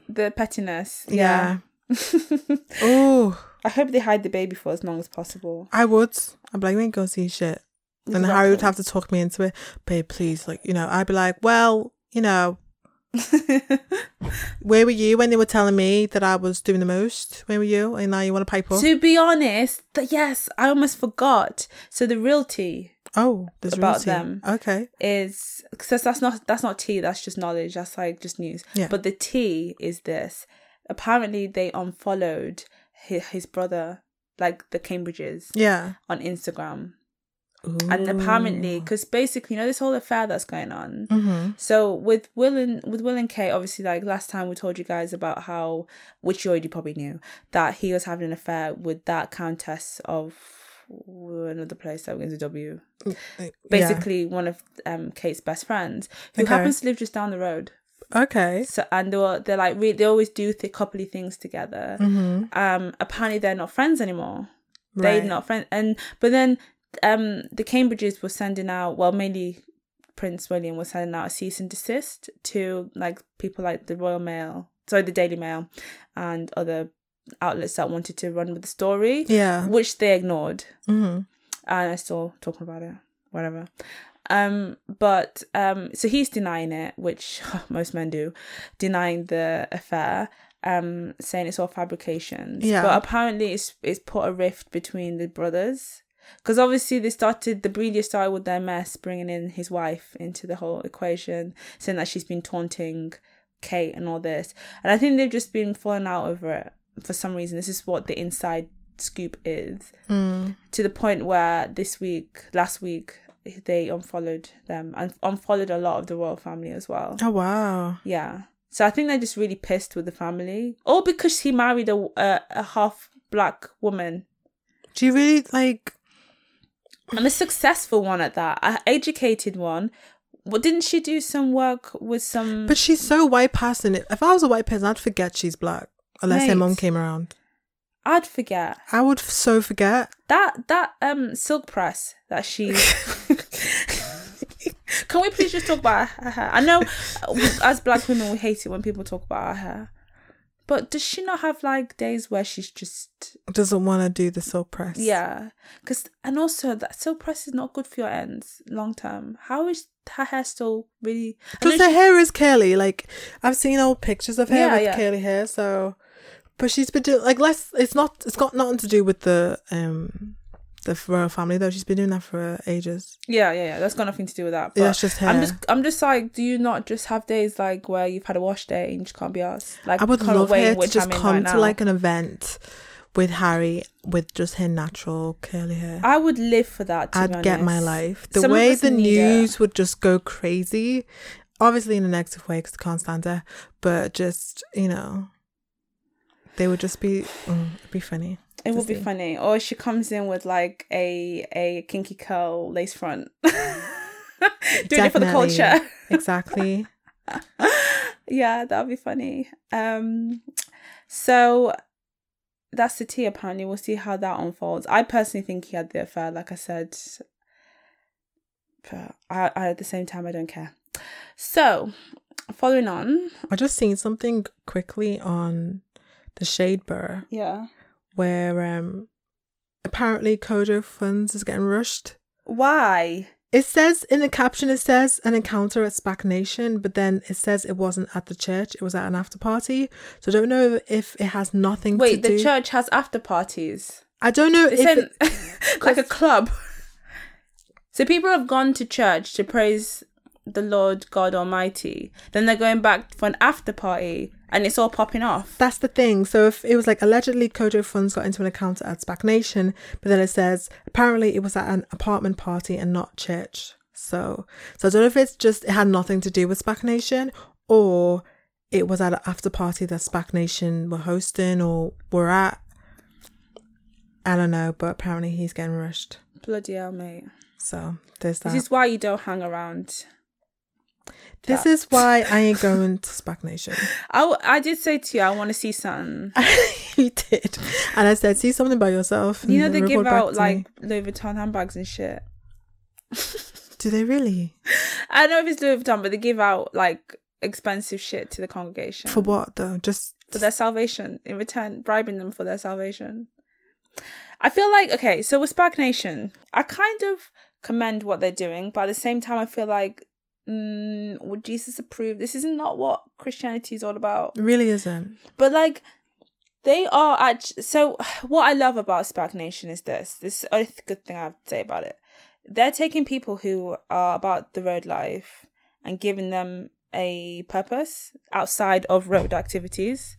S1: The pettiness.
S2: Yeah.
S1: yeah. (laughs)
S2: Oh,
S1: I hope they hide the baby for as long as possible.
S2: I would. I'd be like, we ain't gonna see shit. And Harry would
S1: Exactly.
S2: have to talk me into it. Babe, please. Like, you know, I'd be like, well,
S1: (laughs)
S2: you know, where were you when they were telling me that I was doing the most? Where were you? And now you want to pipe up?
S1: to be honest, th- yes, I almost forgot. So the real tea
S2: oh, there's
S1: about
S2: royalty.
S1: them.
S2: Okay.
S1: is because that's not that's not tea. That's just knowledge. That's like just news.
S2: Yeah.
S1: But the tea is this. Apparently, they unfollowed his, his brother, like the Cambridges,
S2: Yeah.
S1: on Instagram. And apparently, because basically, you know, this whole affair that's going on.
S2: Mm. Mm-hmm.
S1: So with Will and with Will and Kate, obviously, like last time we told you guys about how, which you already probably knew, that he was having an affair with that countess of another place that begins with W.
S2: Uh,
S1: Basically, one of um Kate's best friends who
S2: Okay.
S1: happens to live just down the road.
S2: Okay.
S1: So and they were they're like re- they always do th- coupley things together.
S2: Mm-hmm.
S1: Um, apparently they're not friends anymore
S2: Right.
S1: they're not friends and but then um the cambridges were sending out well mainly prince william was sending out a cease and desist to like people like the royal mail sorry the daily mail and other outlets that wanted to run with the story
S2: Yeah.
S1: which they ignored
S2: Mm-hmm.
S1: and i'm still talking about it whatever um but um so he's denying it which (laughs) most men do denying the affair um saying it's all fabrications
S2: Yeah.
S1: but apparently it's it's put a rift between the brothers because obviously they started the media started with their mess bringing in his wife into the whole equation saying that she's been taunting kate and all this and i think they've just been falling out over it for some reason this is what the inside scoop is
S2: Mm.
S1: to the point where this week, last week, they unfollowed them and unfollowed a lot of the royal family as well.
S2: Oh, wow.
S1: Yeah. So I think they're just really pissed with the family. All because he married a, a, a half black woman
S2: Do you really like.
S1: and a successful one at that, a educated one. What didn't she do some work with some?
S2: But she's so white passing it. If I was a white person, I'd forget she's black. Unless her
S1: Mate.
S2: mom came around.
S1: I'd forget
S2: I would f- so forget.
S1: that that um silk press that
S2: (laughs)
S1: she. (laughs) Can we please just talk about her hair? I know, uh, as black women, we hate it when people talk about our hair, but does she not have like days where she's just
S2: Doesn't want to do the silk press.
S1: yeah? Because and also that silk press is not good for your ends long term. How is her hair still really? I know
S2: Because her hair is curly. Like I've seen old pictures of her
S1: Yeah,
S2: with
S1: yeah.
S2: curly hair. So, but she's been doing like less. It's not. It's got nothing to do with the um the royal family though. She's been doing that for ages.
S1: she- yeah, yeah, yeah. That's got nothing to do with that. But
S2: Yeah, it's just hair.
S1: I'm just, I'm just like, do you not just have days like where you've had a wash day and you just can't be asked? Like,
S2: I would
S1: the kind of
S2: love
S1: way in
S2: her to
S1: which
S2: just
S1: I'm in
S2: come
S1: right
S2: to
S1: now.
S2: like an event with Harry with just her natural curly hair.
S1: I would live for that. To be
S2: I'd get my
S1: honest.
S2: life. The
S1: Some of
S2: way
S1: us
S2: the
S1: need it.
S2: news would just go crazy, obviously in a negative way because I can't stand her, but just, you know, they would just be, mm, it'd be funny.
S1: It
S2: to
S1: would be
S2: see.
S1: funny. Or she comes in with like a a kinky curl lace front. (laughs) Doing it for the
S2: Definitely.
S1: culture. (laughs)
S2: Exactly.
S1: Yeah, that would be funny. Um so that's the tea apparently. We'll see how that unfolds. I personally think he had the affair, like I said. But I, I at the same time I don't care. So following on.
S2: I just seen something quickly on the Shade Burr
S1: Yeah.
S2: where um apparently Kodo Funds is getting rushed.
S1: Why?
S2: It says in the caption, it says an encounter at Spac Nation, but then it says it wasn't at the church, it was at an after party. So I don't know if it has nothing
S1: Wait,
S2: to
S1: the
S2: do.
S1: church has after parties.
S2: I don't know
S1: It's
S2: if
S1: an, (laughs)
S2: it- (laughs)
S1: like a club. So people have gone to church to praise the Lord God Almighty. Then they're going back for an after party and it's all popping off.
S2: That's the thing. So if it was like allegedly Kojo Funds got into an encounter at Spac Nation, but then it says apparently it was at an apartment party and not church. So so I don't know if it's just it had nothing to do with Spac Nation or it was at an after party that Spac Nation were hosting or were at. I don't know, but apparently he's getting rushed.
S1: Bloody hell, mate.
S2: So there's that.
S1: This is why you don't hang around.
S2: This is why I ain't going to Spac
S1: (laughs)
S2: Nation. (laughs)
S1: I, w- I did say to you, I want to see something.
S2: you did. And I said, see something by yourself.
S1: You know,
S2: and
S1: they
S2: report
S1: give
S2: Mm, back
S1: out
S2: to me."
S1: like Louis Vuitton handbags and shit.
S2: Do they really?
S1: I don't know if it's Louis Vuitton, but they give out like expensive shit to the congregation
S2: For what though? Just
S1: for their salvation in return, bribing them for their salvation. I feel like okay, so with Spark Nation, I kind of commend what they're doing, but at the same time, I feel like mm, would Jesus approve? This is not what Christianity is all about.
S2: it really isn't.
S1: But like they are actually so (sighs) what I love about Spark Nation is this. This is the only good thing I have to say about it. They're taking people who are about the road life and giving them a purpose outside of road activities.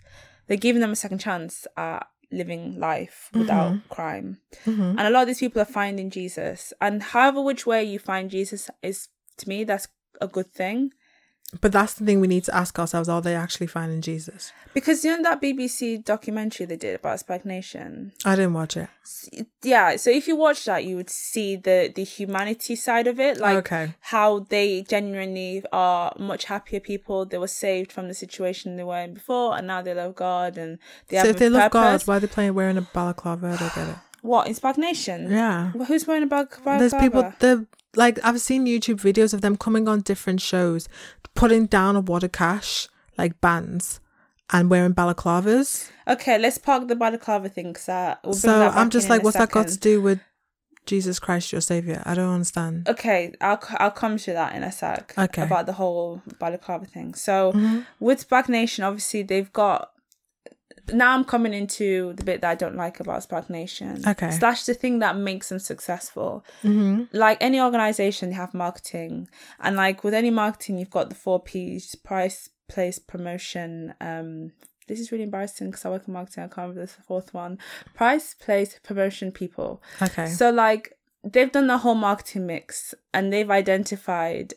S1: They're giving them a second chance at living life without crime.
S2: Mhm.
S1: And a lot of these people are finding Jesus. And however which way you find Jesus is to me that's a good thing.
S2: But that's the thing we need to ask ourselves: Are they actually finding Jesus?
S1: Because you know that BBC documentary they did about Spark Nation?
S2: I didn't watch it.
S1: yeah so if you watch that you would see the the humanity side of it like
S2: Okay.
S1: how they genuinely are much happier people they were saved from the situation they were in before and now they love god and they
S2: so
S1: have
S2: if they
S1: a
S2: love God,
S1: purpose.
S2: why are they playing wearing a balaclava? I don't get it.
S1: what in stagnation
S2: Yeah.
S1: well, who's wearing a bag
S2: There's people that like I've seen YouTube videos of them coming on different shows, putting down a wad of cash like bands, and wearing balaclavas.
S1: okay let's park the balaclava thing because uh, we'll bring
S2: so
S1: that
S2: I'm
S1: back
S2: just
S1: in
S2: like,
S1: in a
S2: what's that got to
S1: second.
S2: do with Jesus Christ, your savior? I don't understand.
S1: okay i'll c- i'll come to that in a sec
S2: Okay. Mm-hmm.
S1: about the whole balaclava thing so with spark nation obviously they've got now i'm coming into the bit that i don't like about spark nation
S2: Okay. Mm-hmm.
S1: slash the thing that makes them successful like any organization they have marketing and like with any marketing you've got the four p's price place promotion um this is really embarrassing because I work in marketing. I can't remember the fourth one. Price, place, promotion, people.
S2: Okay.
S1: So like they've done the whole marketing mix and they've identified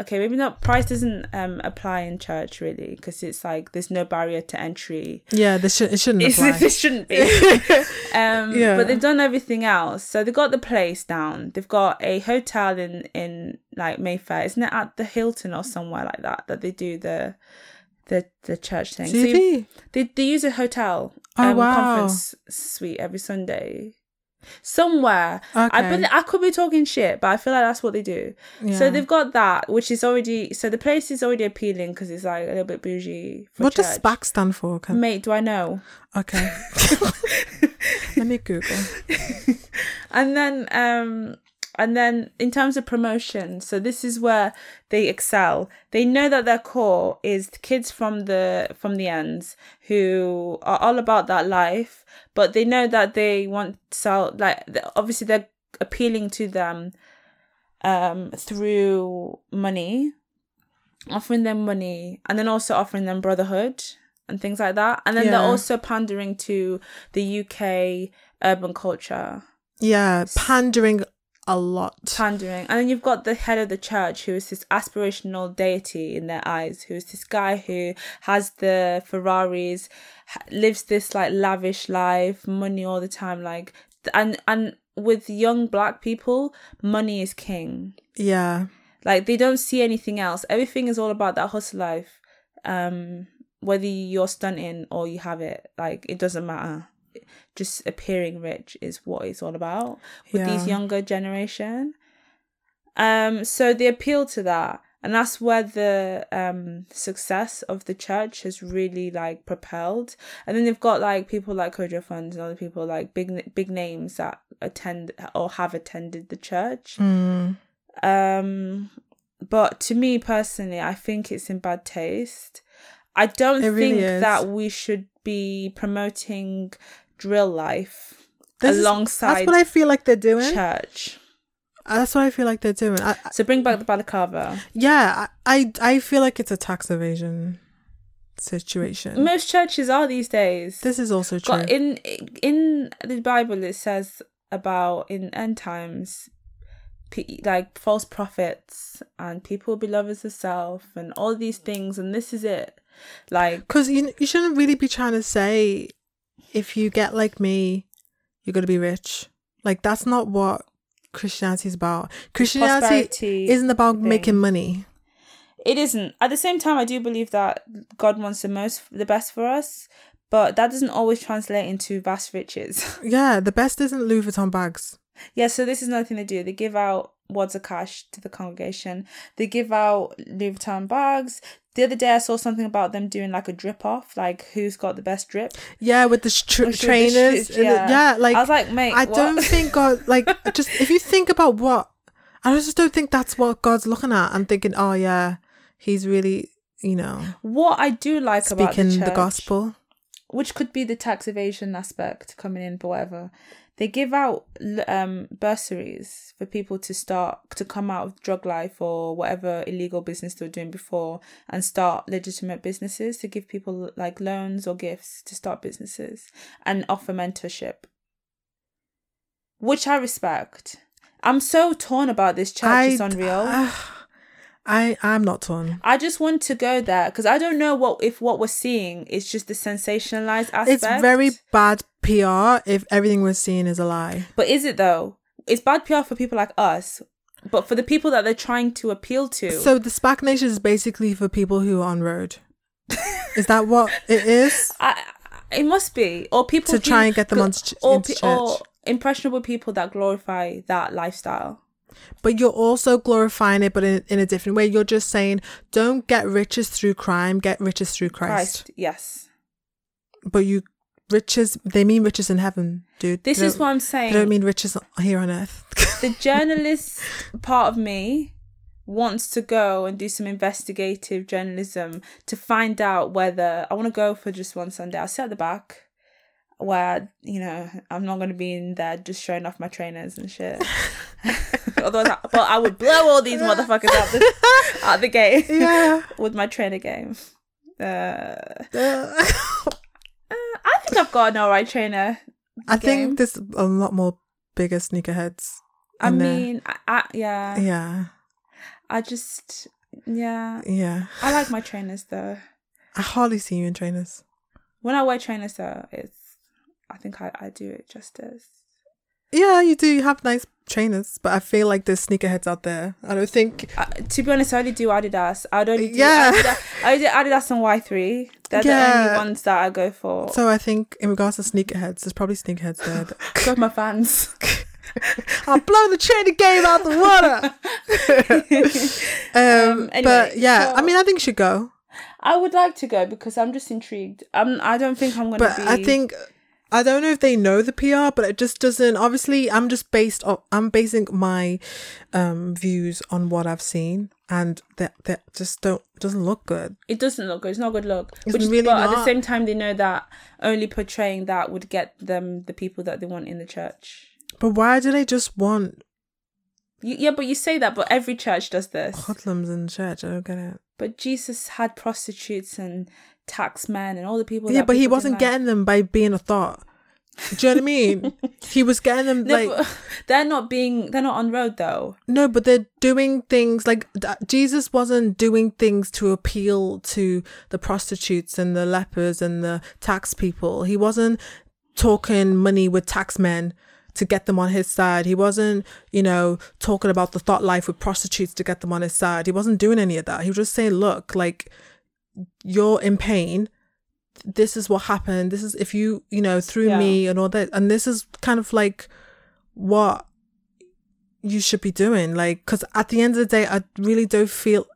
S1: okay, maybe not price doesn't um apply in church really because it's like there's no barrier to entry.
S2: yeah, this, sh- it
S1: (laughs)
S2: shouldn't
S1: It's,
S2: apply.
S1: this shouldn't be. um
S2: Yeah.
S1: but they've done everything else. So they've got the place down. They've got a hotel in in like Mayfair. Isn't it at the Hilton or somewhere like that that they do the the the church (laughs) thing. So you-
S2: TV.
S1: they they use a hotel um,
S2: Oh, wow.
S1: conference suite every Sunday. Somewhere. I
S2: Okay.
S1: but I could be talking shit, but I feel like that's what they do.
S2: Yeah.
S1: So they've got that, which is already so the place is already appealing because it's like a little bit bougie. For
S2: What does
S1: church.
S2: SPAC stand for? Can-
S1: Mate, do I know?
S2: okay. (laughs) Let me Google.
S1: and then um and then in terms of promotion so this is where they excel they know that their core is the kids from the from the ends who are all about that life but they know that they want to sell like th- obviously they're appealing to them um through money offering them money and then also offering them brotherhood and things like that and then
S2: Yeah.
S1: they're also pandering to the UK urban culture
S2: Yeah, pandering a lot.
S1: pandering. And then you've got the head of the church, who is this aspirational deity in their eyes, who is this guy who has the Ferraris, ha- lives this like lavish life, money all the time, like th- and and with young black people, money is king.
S2: Yeah.
S1: Like they don't see anything else. Everything is all about that hustle life. Um, whether you're stunting or you have it, like it doesn't matter. Just appearing rich is what it's all about with these
S2: Yeah.
S1: younger generation. Um, so they appeal to that, and that's where the um success of the church has really like propelled. And then they've got like people like Kojo Funds and other people like big big names that attend or have attended the church
S2: Mm.
S1: um but to me personally i think it's in bad taste i don't
S2: It really
S1: think
S2: is.
S1: that we should be promoting drill life
S2: This is-
S1: alongside
S2: that's what I feel like they're doing.
S1: church
S2: Uh, That's what I feel like they're doing. I, I-
S1: So bring back the balaclava.
S2: yeah, I, I I feel like it's a tax evasion situation.
S1: Most churches are these days.
S2: This is also true.
S1: God, in in the Bible, it says about in end times, pe- like false prophets and people will be lovers of self and all these things, and this is it. Like
S2: Because you, you shouldn't really be trying to say, if you get like me, you're going to be rich. Like, that's not what Christianity is about. Christianity
S1: prosperity
S2: isn't about
S1: thing.
S2: making money.
S1: It isn't. At the same time, I do believe that God wants the most, the best for us, but that doesn't always translate into vast riches. (laughs)
S2: Yeah, the best isn't Louis Vuitton bags.
S1: yeah. So this is another thing they do. They give out wads of cash to the congregation. They give out Louis Vuitton bags. The other day, I saw something about them doing like a drip off, like who's got the best drip.
S2: Yeah, with the
S1: Or
S2: stri-
S1: should they
S2: trainers.
S1: shoot-
S2: and the- yeah. like,
S1: I was like, mate,
S2: I
S1: what?
S2: don't
S1: (laughs)
S2: think God, like, just if you think about what, I just don't think that's what God's looking at and thinking, oh, yeah, he's really, you know,
S1: what I do like about
S2: speaking the,
S1: church-
S2: gospel.
S1: which could be the tax evasion aspect coming in, but whatever. They give out l- um, bursaries for people to start to come out of drug life or whatever illegal business they were doing before and start legitimate businesses to give people like loans or gifts to start businesses and offer mentorship, which I respect. I'm so torn about this church. it's unreal.
S2: (sighs) I, I'm not torn.
S1: I just want to go there because I don't know what if what we're seeing is just the sensationalized aspect.
S2: It's very bad PR if everything we're seeing is a lie.
S1: But is it though? It's bad PR for people like us, but for the people that they're trying to appeal to.
S2: So the SPAC Nation is basically for people who are on road. is that what it is?
S1: I, it must be, or people
S2: To
S1: who-
S2: try and get them
S1: go-
S2: onto ch-
S1: or,
S2: into
S1: pe- or
S2: church.
S1: impressionable people that glorify that lifestyle.
S2: But you're also glorifying it, but in, in a different way. You're just saying, don't get riches through crime, get riches through Christ.
S1: Christ, yes.
S2: But you, riches, they mean riches in heaven, dude.
S1: This
S2: They
S1: is
S2: don't-
S1: what I'm
S2: They
S1: saying.
S2: don't mean riches here on earth. (laughs)
S1: the journalist part of me wants to go and do some investigative journalism to find out whether I want to go for just one Sunday. I'll sit at the back where, you know, I'm not going to be in there just showing off my trainers and shit. Otherwise, I, but I would blow all these motherfuckers out the, out the gate
S2: yeah.
S1: (laughs) with my trainer game. Uh,
S2: Uh,
S1: I think I've got an alright trainer.
S2: I
S1: Game.
S2: think there's a lot more bigger sneakerheads.
S1: I
S2: in there.
S1: mean, I, I, yeah,
S2: yeah,
S1: I just, yeah.
S2: yeah.
S1: I like my trainers though.
S2: I hardly see you in trainers.
S1: when I wear trainers though, it's I think I, I do it justice.
S2: Yeah, you do. You have nice trainers, but I feel like there's sneakerheads out there. I don't think.
S1: Uh, to be honest, I only do Adidas. I don't.
S2: Yeah.
S1: Yeah. Adidas, I do Adidas and Y three. They're the
S2: Yeah.
S1: only ones that I go for. (laughs)
S2: So I think in regards to sneakerheads, there's probably sneakerheads there. that-
S1: God, my fans.
S2: I'll blow the trainer game out the water. um,
S1: (laughs) Um, (laughs) anyway,
S2: but yeah, I
S1: so-
S2: mean, I think you should go.
S1: I would like to go because I'm just intrigued. I'm. I don't think I'm gonna.
S2: But
S1: be,
S2: I think I don't know if they know the PR, but it just doesn't. Obviously, I'm just based off. I'm basing my um views on what I've seen, and that that just don't doesn't look good.
S1: it doesn't look good. It's not a good look.
S2: It's
S1: Which is-
S2: really
S1: but at the
S2: not.
S1: same time, they know that only portraying that would get them the people that they want in the church.
S2: But why do they just want
S1: You, yeah, but you say that, but every church does this.
S2: hoodlums in church? I don't get it.
S1: But Jesus had prostitutes and tax men and all the people.
S2: yeah,
S1: that
S2: but he
S1: people
S2: wasn't
S1: didn't like.
S2: getting them by being a thought. Do you know what I
S1: (laughs)
S2: mean? He was getting them like
S1: No, but (laughs) they're not being. They're not on road though.
S2: no, but they're doing things like th- Jesus wasn't doing things to appeal to the prostitutes and the lepers and the tax people. He wasn't talking money with tax men to get them on his side. He wasn't, you know, talking about the thought life with prostitutes to get them on his side. He wasn't doing any of that. He was just saying, look, like you're in pain. This is what happened. This is if you, you know, through
S1: Yeah.
S2: me and all that. And this is kind of like what you should be doing. Like, because at the end of the day, I really don't feel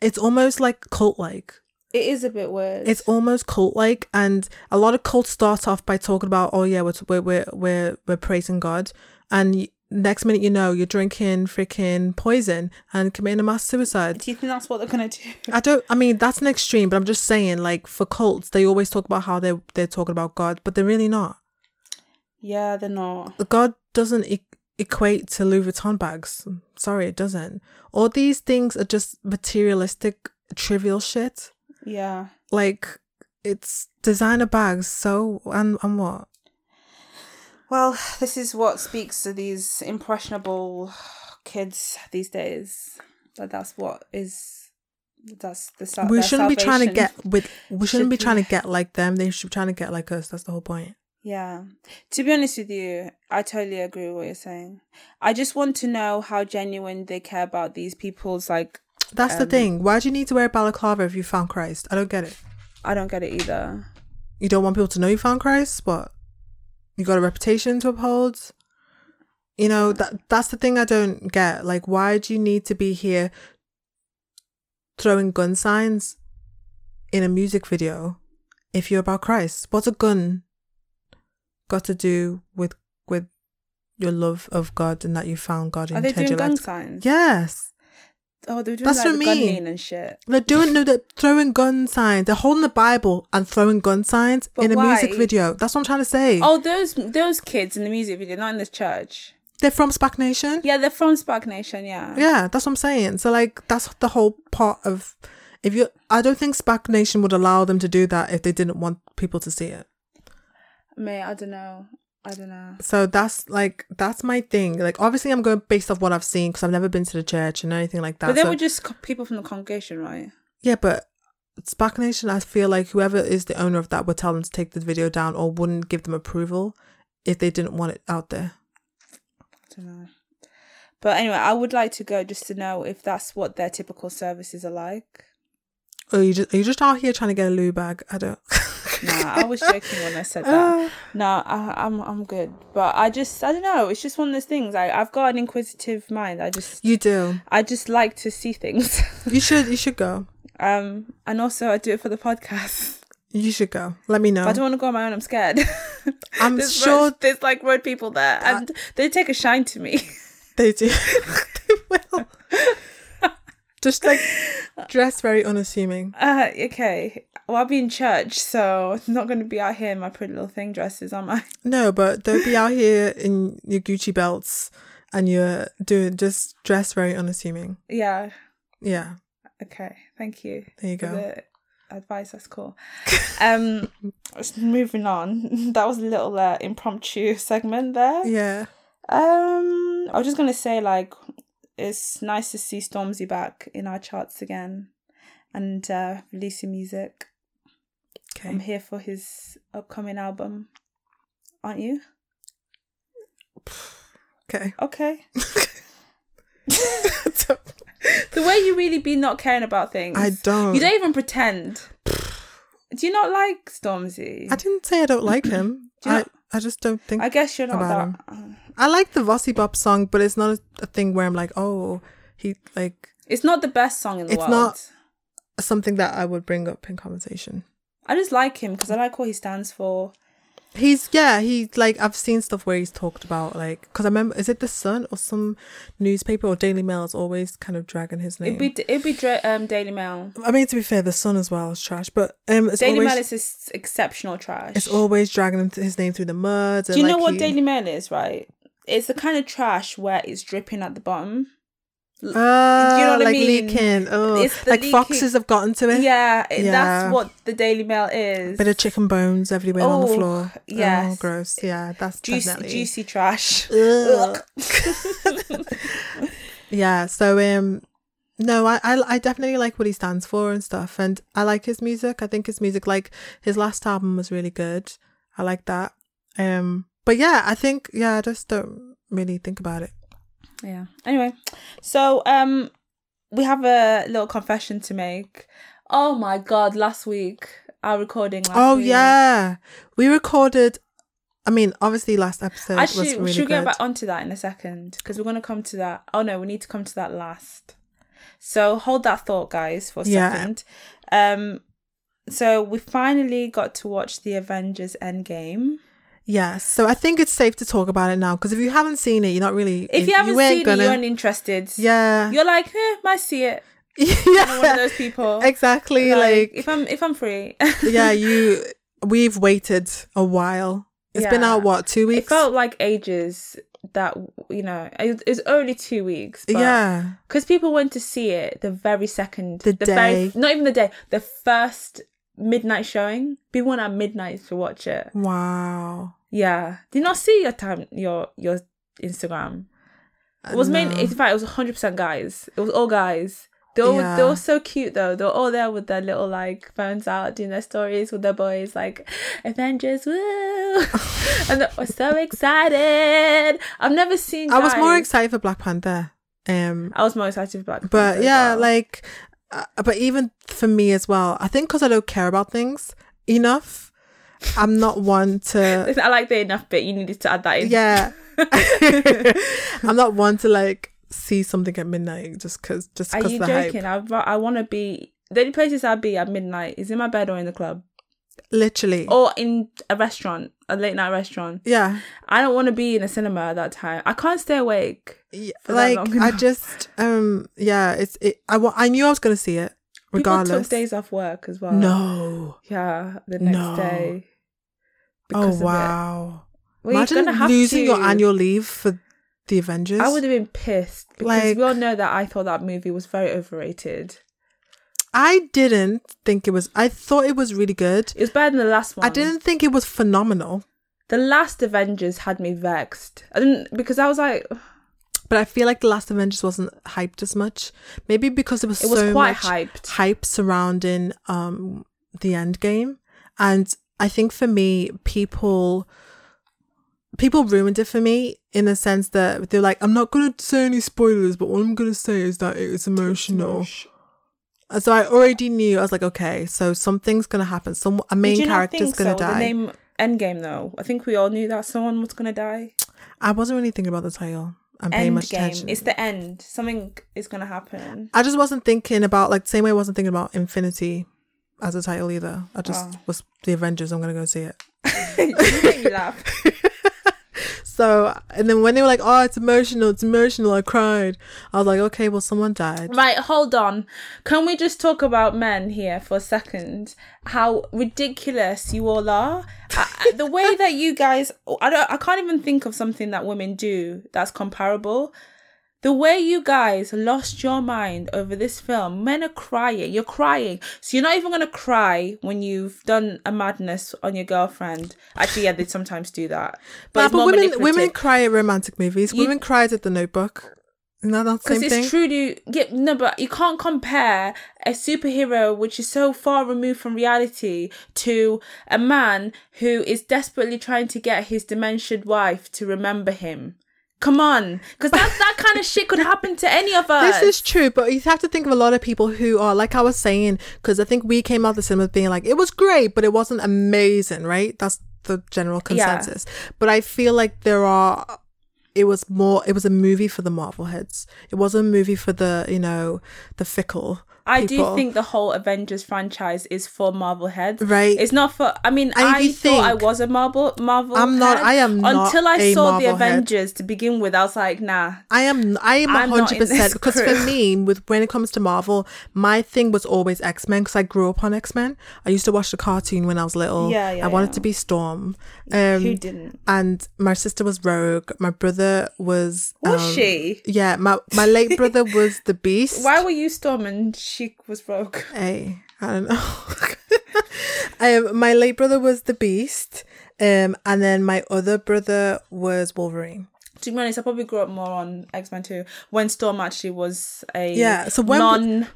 S2: it's almost like cult like.
S1: It is a bit weird.
S2: It's almost cult like, and a lot of cults start off by talking about, oh yeah, we're we're we're we're, we're praising God, and y- next minute you know you're drinking freaking poison and committing a mass suicide.
S1: Do you think that's what they're gonna (laughs) do?
S2: I don't. I mean, that's an extreme, but I'm just saying, like for cults, they always talk about how they they're talking about God, but they're really not.
S1: Yeah, they're not.
S2: God doesn't e- equate to Louis Vuitton bags. Sorry, it doesn't. All these things are just materialistic, trivial shit.
S1: Yeah.
S2: Like it's designer bags. So and and what?
S1: Well, this is what speaks to these impressionable kids these days. That that's what is that's the sal-
S2: we
S1: uh, their
S2: shouldn't be trying to
S1: salvation.
S2: get with. We shouldn't
S1: Should
S2: be
S1: be-
S2: trying to get like them. They should be trying to get like us. That's the whole point.
S1: Yeah. To be honest with you, I totally agree with what you're saying. I just want to know how genuine they care about these people's like
S2: That's the
S1: Um,
S2: thing. Why do you need to wear a balaclava if you found Christ? I don't get it.
S1: I don't get it either.
S2: You don't want people to know you found Christ, but you got a reputation to uphold. You know that that's the thing I don't get. Like, why do you need to be here throwing gun signs in a music video if you're about Christ? What's a gun got to do with with your love of God and that you found God and
S1: Are they
S2: turned
S1: doing
S2: your life
S1: gun
S2: to-
S1: signs?
S2: Yes.
S1: Oh, they're doing
S2: That's
S1: like
S2: what I
S1: the gun
S2: mean.
S1: mean and shit.
S2: They're doing no, they're throwing gun signs. They're holding the Bible and throwing gun signs
S1: But
S2: in a music
S1: why?
S2: video. That's what I'm trying to say.
S1: Oh, those those kids in the music video, not in the church.
S2: They're from Spac Nation.
S1: Yeah, they're from Spark Nation. Yeah.
S2: Yeah, that's what I'm saying. So like that's the whole part of if you I don't think Spac Nation would allow them to do that if they didn't want people to see it.
S1: Mate, I don't know. I don't know.
S2: So that's like that's my thing. Like obviously I'm going based off what I've seen because I've never been to the church and anything like that.
S1: but they
S2: So-
S1: were just co- people from the congregation, right?
S2: Yeah, but Spac Nation, I feel like whoever is the owner of that would tell them to take the video down or wouldn't give them approval if they didn't want it out there.
S1: I don't know. But anyway, I would like to go just to know if that's what their typical services are like.
S2: Or you just are you just out here trying to get a loo bag? I don't. (laughs)
S1: Nah, I was joking when I said
S2: Ah.
S1: that. No, I, I'm I'm good. But I just I don't know. It's just one of those things. I I've got an inquisitive mind. I just
S2: You do.
S1: I just like to see things. (laughs)
S2: You should. You should go.
S1: um, and also I do it for the podcast. (laughs)
S2: You should go. Let me know.
S1: But I don't want to go on my own. I'm scared.
S2: Oh. I'm
S1: (laughs) there's
S2: sure
S1: road- there's like road people there, and they take a shine to me. (laughs)
S2: they do. (laughs) they will. just like dress very unassuming.
S1: Uh, okay. Well, I'll be in church, so I'm not going to be out here in my pretty little thing dresses, am I? (laughs)
S2: No, but don't be out here in your Gucci belts and you're doing just dress very unassuming.
S1: Yeah.
S2: Yeah,
S1: Okay. Thank you.
S2: there you go.
S1: for the advice. That's cool. Um, (laughs) just moving on. (laughs) That was a little uh, impromptu segment there.
S2: Yeah.
S1: Um, I was just gonna say like, it's nice to see Stormzy back in our charts again, and uh, releasing music. I'm
S2: Okay.
S1: here for his upcoming album. Aren't you?
S2: Okay.
S1: Okay. (laughs) The way you really be not caring about things.
S2: I don't.
S1: You don't even pretend. Do you not like Stormzy?
S2: (laughs) I didn't say I don't like him.
S1: Do you
S2: I,
S1: not-
S2: I just don't think
S1: I guess you're not
S2: about
S1: that. Uh,
S2: I like the Vossi Bop song, but it's not a thing where I'm like, oh, he like
S1: It's not the best song in the
S2: It's
S1: world.
S2: not. something that I would bring up in conversation.
S1: I just like him because I like what he stands for.
S2: He's yeah, he like I've seen stuff where he's talked about like because I remember is it the Sun or some newspaper or Daily Mail is always kind of dragging his name.
S1: It'd be it'd be Dra- um, Daily Mail.
S2: I mean to be fair, the Sun as well is trash, but um, it's
S1: Daily
S2: always
S1: Mail is s- exceptional trash.
S2: it's always dragging him his name through the mud. And,
S1: Do you know
S2: like,
S1: what
S2: he-
S1: Daily Mail is? Right, it's the kind of trash where it's dripping at the bottom.
S2: Oh,
S1: what I
S2: like
S1: mean?
S2: leaking. Oh,
S1: It's the
S2: like
S1: leaking-
S2: foxes have gotten to it.
S1: Yeah, it-
S2: Eh? Yeah.
S1: that's what the Daily Mail is.
S2: Bit of chicken bones everywhere on the
S1: Oh,
S2: floor. Oh,
S1: yes.
S2: gross. Yeah, that's
S1: juicy,
S2: definitely.
S1: juicy trash.
S2: Ugh.
S1: Ugh.
S2: yeah. So um, no, I, I I definitely like what he stands for and stuff, and I like his music. I think his music, like his last album, was really good. I like that. Um, but yeah, I think yeah, I just don't really think about it.
S1: Yeah. Anyway, so um, we have a little confession to make. Oh my god! Last week, our recording. Last
S2: oh
S1: week.
S2: yeah, we recorded. I mean, obviously, last episode
S1: Actually,
S2: was
S1: we
S2: really
S1: should get
S2: good.
S1: back onto that in a second because we're going to come to that. Oh no, we need to come to that last. So hold that thought, guys, for a
S2: Yeah.
S1: second. Um, so we finally got to watch the Avengers Endgame.
S2: Yes, so I think it's safe to talk about it now because if you haven't seen it, you're not really.
S1: If you haven't
S2: ain't
S1: seen it, you're uninterested.
S2: yeah,
S1: you're like, eh, might see it.
S2: (laughs) yeah,
S1: I'm one of those people.
S2: (laughs)
S1: (laughs)
S2: exactly.
S1: Like,
S2: Like,
S1: if I'm if I'm free, (laughs)
S2: yeah, you. We've waited a while. It's been
S1: Yeah.
S2: out what two
S1: it
S2: weeks?
S1: felt like ages. that you know it, it's only two weeks. but-
S2: yeah.
S1: because people went to see it the very second,
S2: The
S1: very-
S2: day.
S1: not even the day, the first midnight showing. People went at midnight to watch it.
S2: Wow.
S1: Yeah, did not see your time, your your Instagram.
S2: Uh,
S1: It was main. In fact, it was hundred percent guys. It was all guys. They all
S2: Yeah.
S1: they were so cute though. They were all there with their little like phones out, doing their stories with their boys, like Avengers, woo! (laughs) and they were so excited. I've never seen.
S2: I was more
S1: guys-
S2: excited for Black Panther. Um,
S1: I was more excited for Black. Panther
S2: but
S1: as
S2: yeah,
S1: well.
S2: like, uh, but even for me as well, I think because I don't care about things enough, I'm not one
S1: (laughs)
S2: to.
S1: I like the enough bit. You needed to add that in. (laughs)
S2: yeah, I'm not one to like see something at midnight just because just
S1: Are
S2: because
S1: you
S2: the
S1: joking?
S2: hype.
S1: I I want to be. The only places I'll be at midnight is in my bed or in the club
S2: Literally,
S1: or in a restaurant, a late night restaurant.
S2: yeah.
S1: I don't want to be in a cinema at that time. I can't stay awake.
S2: Yeah,
S1: for that
S2: like
S1: long
S2: I
S1: enough.
S2: just um yeah it's it I wa- I knew I was gonna see it
S1: People
S2: regardless
S1: took days off work as well.
S2: no Oh,
S1: Yeah, the next
S2: No.
S1: day.
S2: oh
S1: because of it.
S2: wow
S1: Well, you're
S2: imagine
S1: gonna have
S2: losing
S1: to.
S2: your annual leave for the Avengers
S1: I would have been pissed because
S2: Like-
S1: we all know that I thought that movie was very overrated.
S2: I didn't think it was I thought it was really good
S1: It was better than the last one.
S2: I didn't think it was phenomenal
S1: The last Avengers had me vexed. I didn't because I was like,
S2: but I feel like the last Avengers wasn't hyped as much maybe because it was
S1: it was
S2: so
S1: quite
S2: much
S1: hyped.
S2: hype surrounding um the end game and i think for me people people ruined it for me in the sense that they're like i'm not going to say any spoilers but all i'm going to say is that it was emotional so i already knew i was like okay so something's going to happen some a
S1: Did
S2: main
S1: you not
S2: character's
S1: think
S2: going to
S1: so?
S2: die
S1: The name Endgame, though. I think we all knew that someone was going to die.
S2: i wasn't really thinking about the title i'm paying much
S1: Endgame.
S2: attention
S1: It's the end. Something is going to
S2: (laughs)
S1: happen. (laughs)
S2: i just wasn't thinking about like the same way i wasn't thinking about infinity as a title either i just
S1: Oh.
S2: was the avengers i'm going to go see it
S1: You made me laugh.
S2: So, and then when they were like, oh, it's emotional, it's emotional, I cried. I was like, okay, well, someone died.
S1: Right, hold on. Can we just talk about men here for a second? How ridiculous you all are. I, I- the
S2: (laughs)
S1: way that you guys, I don't, I can't even think of something that women do that's comparable. The way you guys lost your mind over this film, men are crying. You're crying, so you're not even gonna cry when you've done a madness on your girlfriend. Actually, yeah, they sometimes do that, but,
S2: Nah,
S1: it's more
S2: women,
S1: manipulative.
S2: women cry at romantic movies.
S1: You-
S2: women cried at The Notebook. Isn't that not the
S1: Because
S2: same
S1: it's
S2: thing?
S1: truly yeah, no, but you can't compare a superhero which is so far removed from reality to a man who is desperately trying to get his dementia wife to remember him. Come on, because that that kind of shit could happen to any of us.
S2: This is true, but you have to think of a lot of people who are, like I was saying, because I think we came out the cinema being like, it was great, but it wasn't amazing, right? That's the general
S1: Yeah.
S2: consensus. But I feel like there are, it was more, it was a movie for the Marvel heads. It wasn't a movie for the, you know, the fickle.
S1: I
S2: people.
S1: do think the whole Avengers franchise is for Marvel heads.
S2: Right.
S1: It's not for. I mean,
S2: And if
S1: I
S2: you
S1: thought I
S2: think-
S1: was a Marvel Marvel.
S2: I'm not-
S1: head
S2: I am not
S1: Until I
S2: a
S1: saw the
S2: Marvel head.
S1: Avengers to begin with, I was like, nah.
S2: I am I
S1: I'm
S2: am
S1: not in
S2: hundred
S1: this
S2: percent because for
S1: crew.
S2: me, with when it comes to Marvel, my thing was always X Men because I grew up on X Men. I used to watch the cartoon when I was little.
S1: Yeah, yeah,
S2: I wanted
S1: yeah.
S2: to be Storm. Um,
S1: Who didn't?
S2: And my sister was Rogue. My brother was
S1: Was
S2: um,
S1: she?
S2: Yeah, my my late brother was the Beast.
S1: Why were you Storm and she was Rogue?
S2: Hey, I don't know. (laughs) um, my late brother was the Beast, um, and then my other brother was Wolverine.
S1: (laughs) To be honest, I probably grew up more on X Men Two when Storm actually was a
S2: Yeah, so when-
S1: non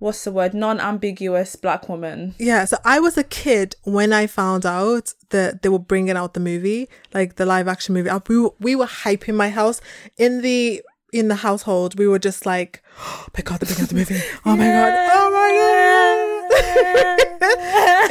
S1: what's the word non ambiguous black woman.
S2: Yeah, so I was a kid when I found out that they were bringing out the movie, like the live action movie. I- We were, we were hyping my house in the in the household. We were just like, (gasps) oh my god, they're bringing out the movie! Oh my god! Oh my god!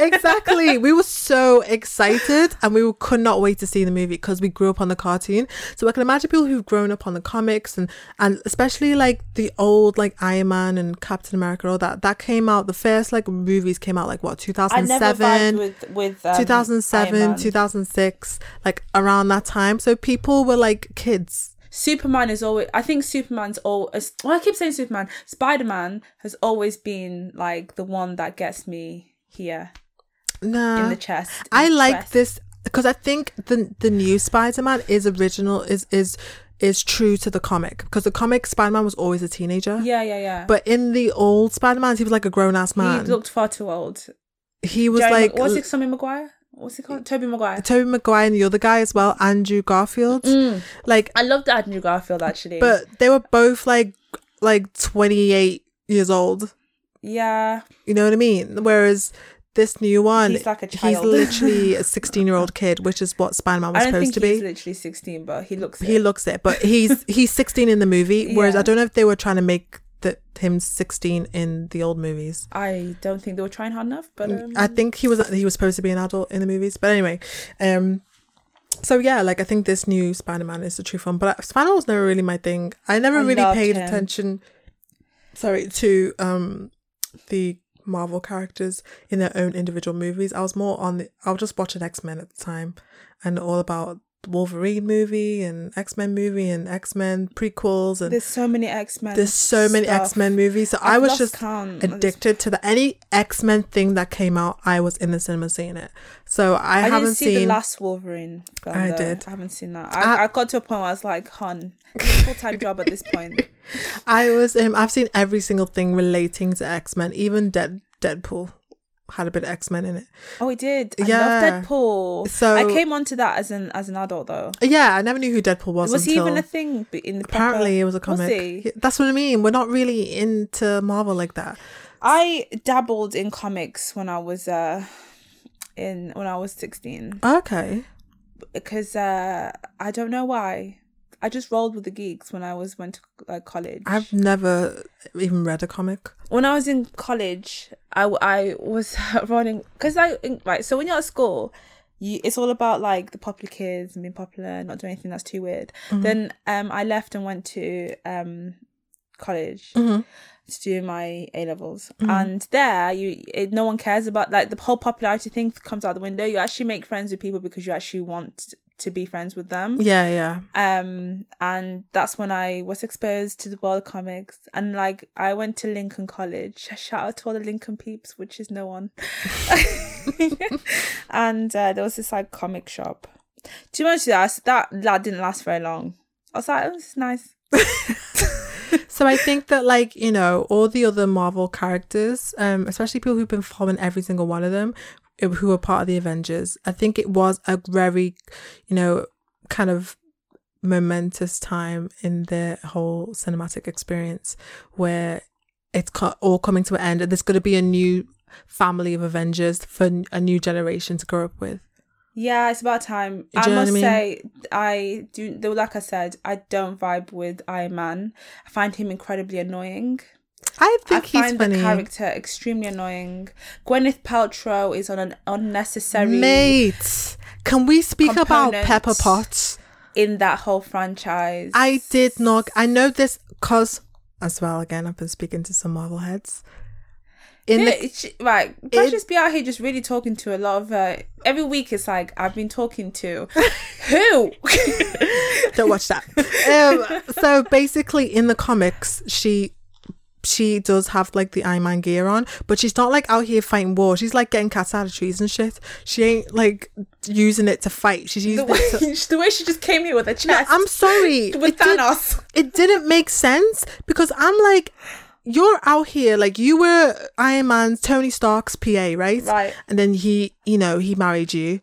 S1: (laughs)
S2: exactly. We were so excited, and we were- could not wait to see the movie because we grew up on the cartoon. So I can imagine people who've grown up on the comics and and especially like the old like Iron Man and Captain America, all that that came out. The first like movies came out like what two
S1: I
S2: thousand
S1: never vibed
S2: seven.
S1: with with um, 2007,
S2: 2007 2006 like around that time so people were like kids
S1: Superman is always. I think Superman's all. Well, I keep saying Superman. Spider Man has always been like the one that gets me here
S2: nah
S1: in the chest.
S2: Uh, i
S1: in the
S2: like
S1: chest.
S2: this because i think the the new spider-man is original is is is true to the comic because the comic Spider Man was always a teenager.
S1: Yeah, yeah, yeah.
S2: But in the old Spider Man, he was like a grown ass man.
S1: he
S2: He,
S1: looked far too old.
S2: was
S1: Jerry Ma-
S2: like
S1: what's it? Tommy Maguire. What's it called? Toby Maguire.
S2: Toby Maguire and the other guy as well, Andrew Garfield.
S1: Mm.
S2: Like,
S1: I loved Andrew Garfield actually.
S2: but they were both like like twenty eight years old.
S1: yeah,
S2: You know what I mean? Whereas this new one,
S1: He's like a
S2: He's
S1: child.
S2: literally
S1: (laughs)
S2: a 16 year old kid, which is what Spider Man was
S1: I don't think
S2: supposed to
S1: he's
S2: be.
S1: literally sixteen, but he looks.
S2: He
S1: it.
S2: looks it,
S1: (laughs)
S2: but he's he's 16 in the movie. Whereas
S1: Yeah.
S2: I don't know if they were trying to make the, him 16 in the old movies.
S1: I don't think they were trying hard enough, but um,
S2: I think he was he was supposed to be an adult in the movies, but anyway, um, so yeah, like I think this new Spider Man is the true one, but Spider Man was never really my thing. I never
S1: I
S2: really
S1: loved
S2: paid
S1: him.
S2: attention. Sorry to um, the Marvel characters in their own individual movies. I was more on the. I was just watching X Men at the time, and all about the Wolverine movie and X Men movie and X Men prequels and.
S1: there's so many X Men.
S2: there's so many X Men movies, so i
S1: I've
S2: was
S1: lost
S2: just
S1: count at this
S2: addicted to the any X Men thing that came out. I was in the cinema seeing it, so I,
S1: I,
S2: haven't
S1: didn't see
S2: seen.
S1: the last Wolverine. Film,
S2: I
S1: though.
S2: did. Ah.
S1: I haven't seen that. I, I, got to a point where I was like, "Hun, full time job at this
S2: (laughs)
S1: point."
S2: I was. Um, I've seen every single thing relating to X Men, even Dead Deadpool had a bit of X Men in it.
S1: Oh, he did. I
S2: Yeah.
S1: love Deadpool.
S2: So-
S1: I came onto that as an as an adult though.
S2: Yeah, I never knew who Deadpool was.
S1: Was, he
S2: until
S1: even a thing b- in the proper-
S2: apparently it was a
S1: Was
S2: comic.
S1: he?
S2: Yeah, That's what I mean. We're not really into Marvel like that.
S1: I dabbled in comics when I was uh in when I was sixteen
S2: Okay.
S1: because uh I don't know why. I just rolled with the geeks when I was went to uh, college.
S2: I've never even read a comic.
S1: when I was in college, I, w- I was (laughs) running because I right. So when you're at school, you it's all about like the popular kids and being popular, not doing anything that's too weird. Then um, I left and went to um college to do my A levels, and there you it, no one cares about like the whole popularity thing comes out the window. You actually make friends with people because you actually want to be friends with them
S2: Yeah, yeah.
S1: um and that's when i was exposed to the world of comics and like i went to lincoln college (laughs) shout out to all the lincoln peeps which is no
S2: (laughs)
S1: one (laughs) and uh, there was this like comic shop too much that that that didn't last very long i was like oh, this is nice
S2: So I think that like, you know, all the other Marvel characters, um, especially people who've been following every single one of them, eh, who were part of the Avengers, I think it was a very, you know, kind of momentous time in their whole cinematic experience where it's co- all coming to an end and there's going to be a new family of Avengers for n- a new generation to grow up with.
S1: yeah it's about time
S2: Do you
S1: i
S2: know what
S1: must
S2: I mean?
S1: say i do though like i said i don't vibe with iron man i find him incredibly annoying
S2: I think
S1: I
S2: he's
S1: find
S2: funny.
S1: the character extremely annoying. Gwyneth Paltrow is on an unnecessary
S2: Mate, can we speak about
S1: Components.
S2: Pepper Potts?
S1: in that whole franchise.
S2: I did not. I know this because, as well, again, I've been speaking to some Marvel heads. In
S1: Yeah,
S2: the,
S1: it's, right, let's
S2: it-
S1: just be out here just really talking to a lot of. Uh, every week it's like I've been talking
S2: (laughs)
S1: to who?
S2: don't
S1: (laughs)
S2: watch that. um, so basically, in the comics, she she does have like the Iron Man gear on, but she's not like out here fighting war. She's like getting cats out of trees and shit. She ain't like using it to fight. She's
S1: the,
S2: using
S1: way, (laughs)
S2: it to.
S1: the way she just came here with a chest
S2: I'm sorry.
S1: (laughs) with
S2: It did-
S1: Thanos.
S2: it didn't make sense because I'm like, you're out here, like you were Iron Man's Tony Stark's PA, right?
S1: Right.
S2: And then he, you know, he married you.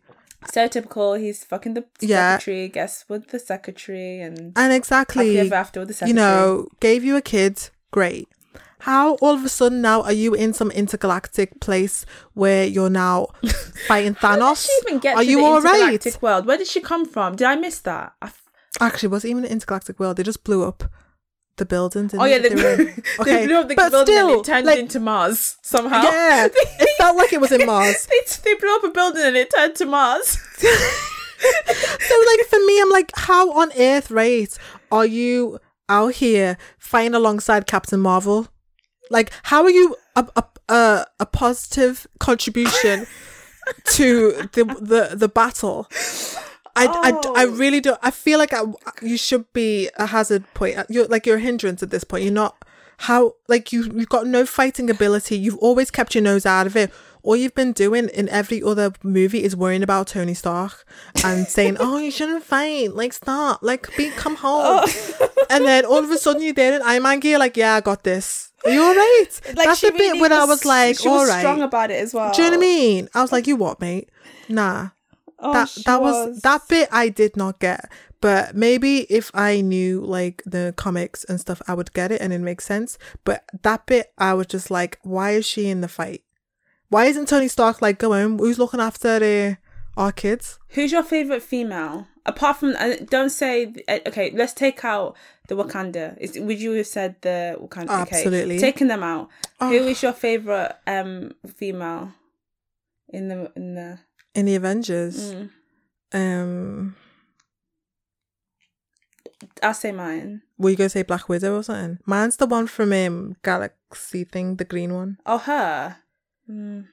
S1: So typical. He's fucking the
S2: Yeah.
S1: secretary. Guess with the secretary and
S2: And exactly,
S1: happy ever after with the
S2: you
S1: secretary.
S2: know, gave you a kid. Great. How all of a sudden now are you in some intergalactic place where
S1: (laughs)
S2: you're now fighting Thanos?
S1: How did she even get
S2: are
S1: to
S2: you
S1: the
S2: all right?
S1: intergalactic world? Where did she come from? Did I miss that? I f-
S2: Actually, it wasn't even an intergalactic world. They just blew up the building. Didn't
S1: oh yeah,
S2: they?
S1: they,
S2: They were in-
S1: they blew (laughs) up the
S2: but
S1: building and
S2: still,
S1: it turned
S2: like,
S1: into Mars somehow. (laughs)
S2: Yeah, it felt like it was in Mars.
S1: they, they blew up a building and it turned to
S2: (laughs)
S1: Mars.
S2: So like for me, I'm like, how on earth, right, are you out here fighting alongside Captain Marvel? Like, how are you a a a, a positive contribution to the the the battle? I, I, I
S1: Oh.
S2: really don't. I feel like I, you should be a hazard point. You're like you're a hindrance at this point. You're not how like you you've got no fighting ability. You've always kept your nose out of it. all you've been doing in every other movie is worrying about Tony Stark
S1: (laughs)
S2: and saying, "Oh, you shouldn't fight. Like, stop. Like, be come
S1: Oh.
S2: home." and then all of a sudden you're there in Iron Man gear, like, "Yeah, I got this. Are you all right?"
S1: Like
S2: That's
S1: she
S2: the bit
S1: really
S2: when I was like,
S1: she
S2: "All
S1: was
S2: right."
S1: strong about it as well.
S2: Do you know what I mean? I was like, "You what, mate? Nah."
S1: Oh,
S2: that
S1: she
S2: that was, that bit I did not get. But maybe if I knew like the comics and stuff, I would get it and it makes sense. But that bit, I was just like, why is she in the fight? Why isn't Tony Stark like going? Who's looking after the our kids?
S1: Who's your favorite female apart from? Uh, don't say. Uh, okay, let's take out the Wakanda. Is, would you have said the Wakanda? Okay,
S2: Absolutely.
S1: Taking them out. Who
S2: Oh.
S1: is your favorite um female in the in the?
S2: In the Avengers,
S1: Mm.
S2: um,
S1: I'll say mine.
S2: were you gonna say Black Widow or something? Mine's the one from um Galaxy thing, the green one.
S1: Oh, her. Mm.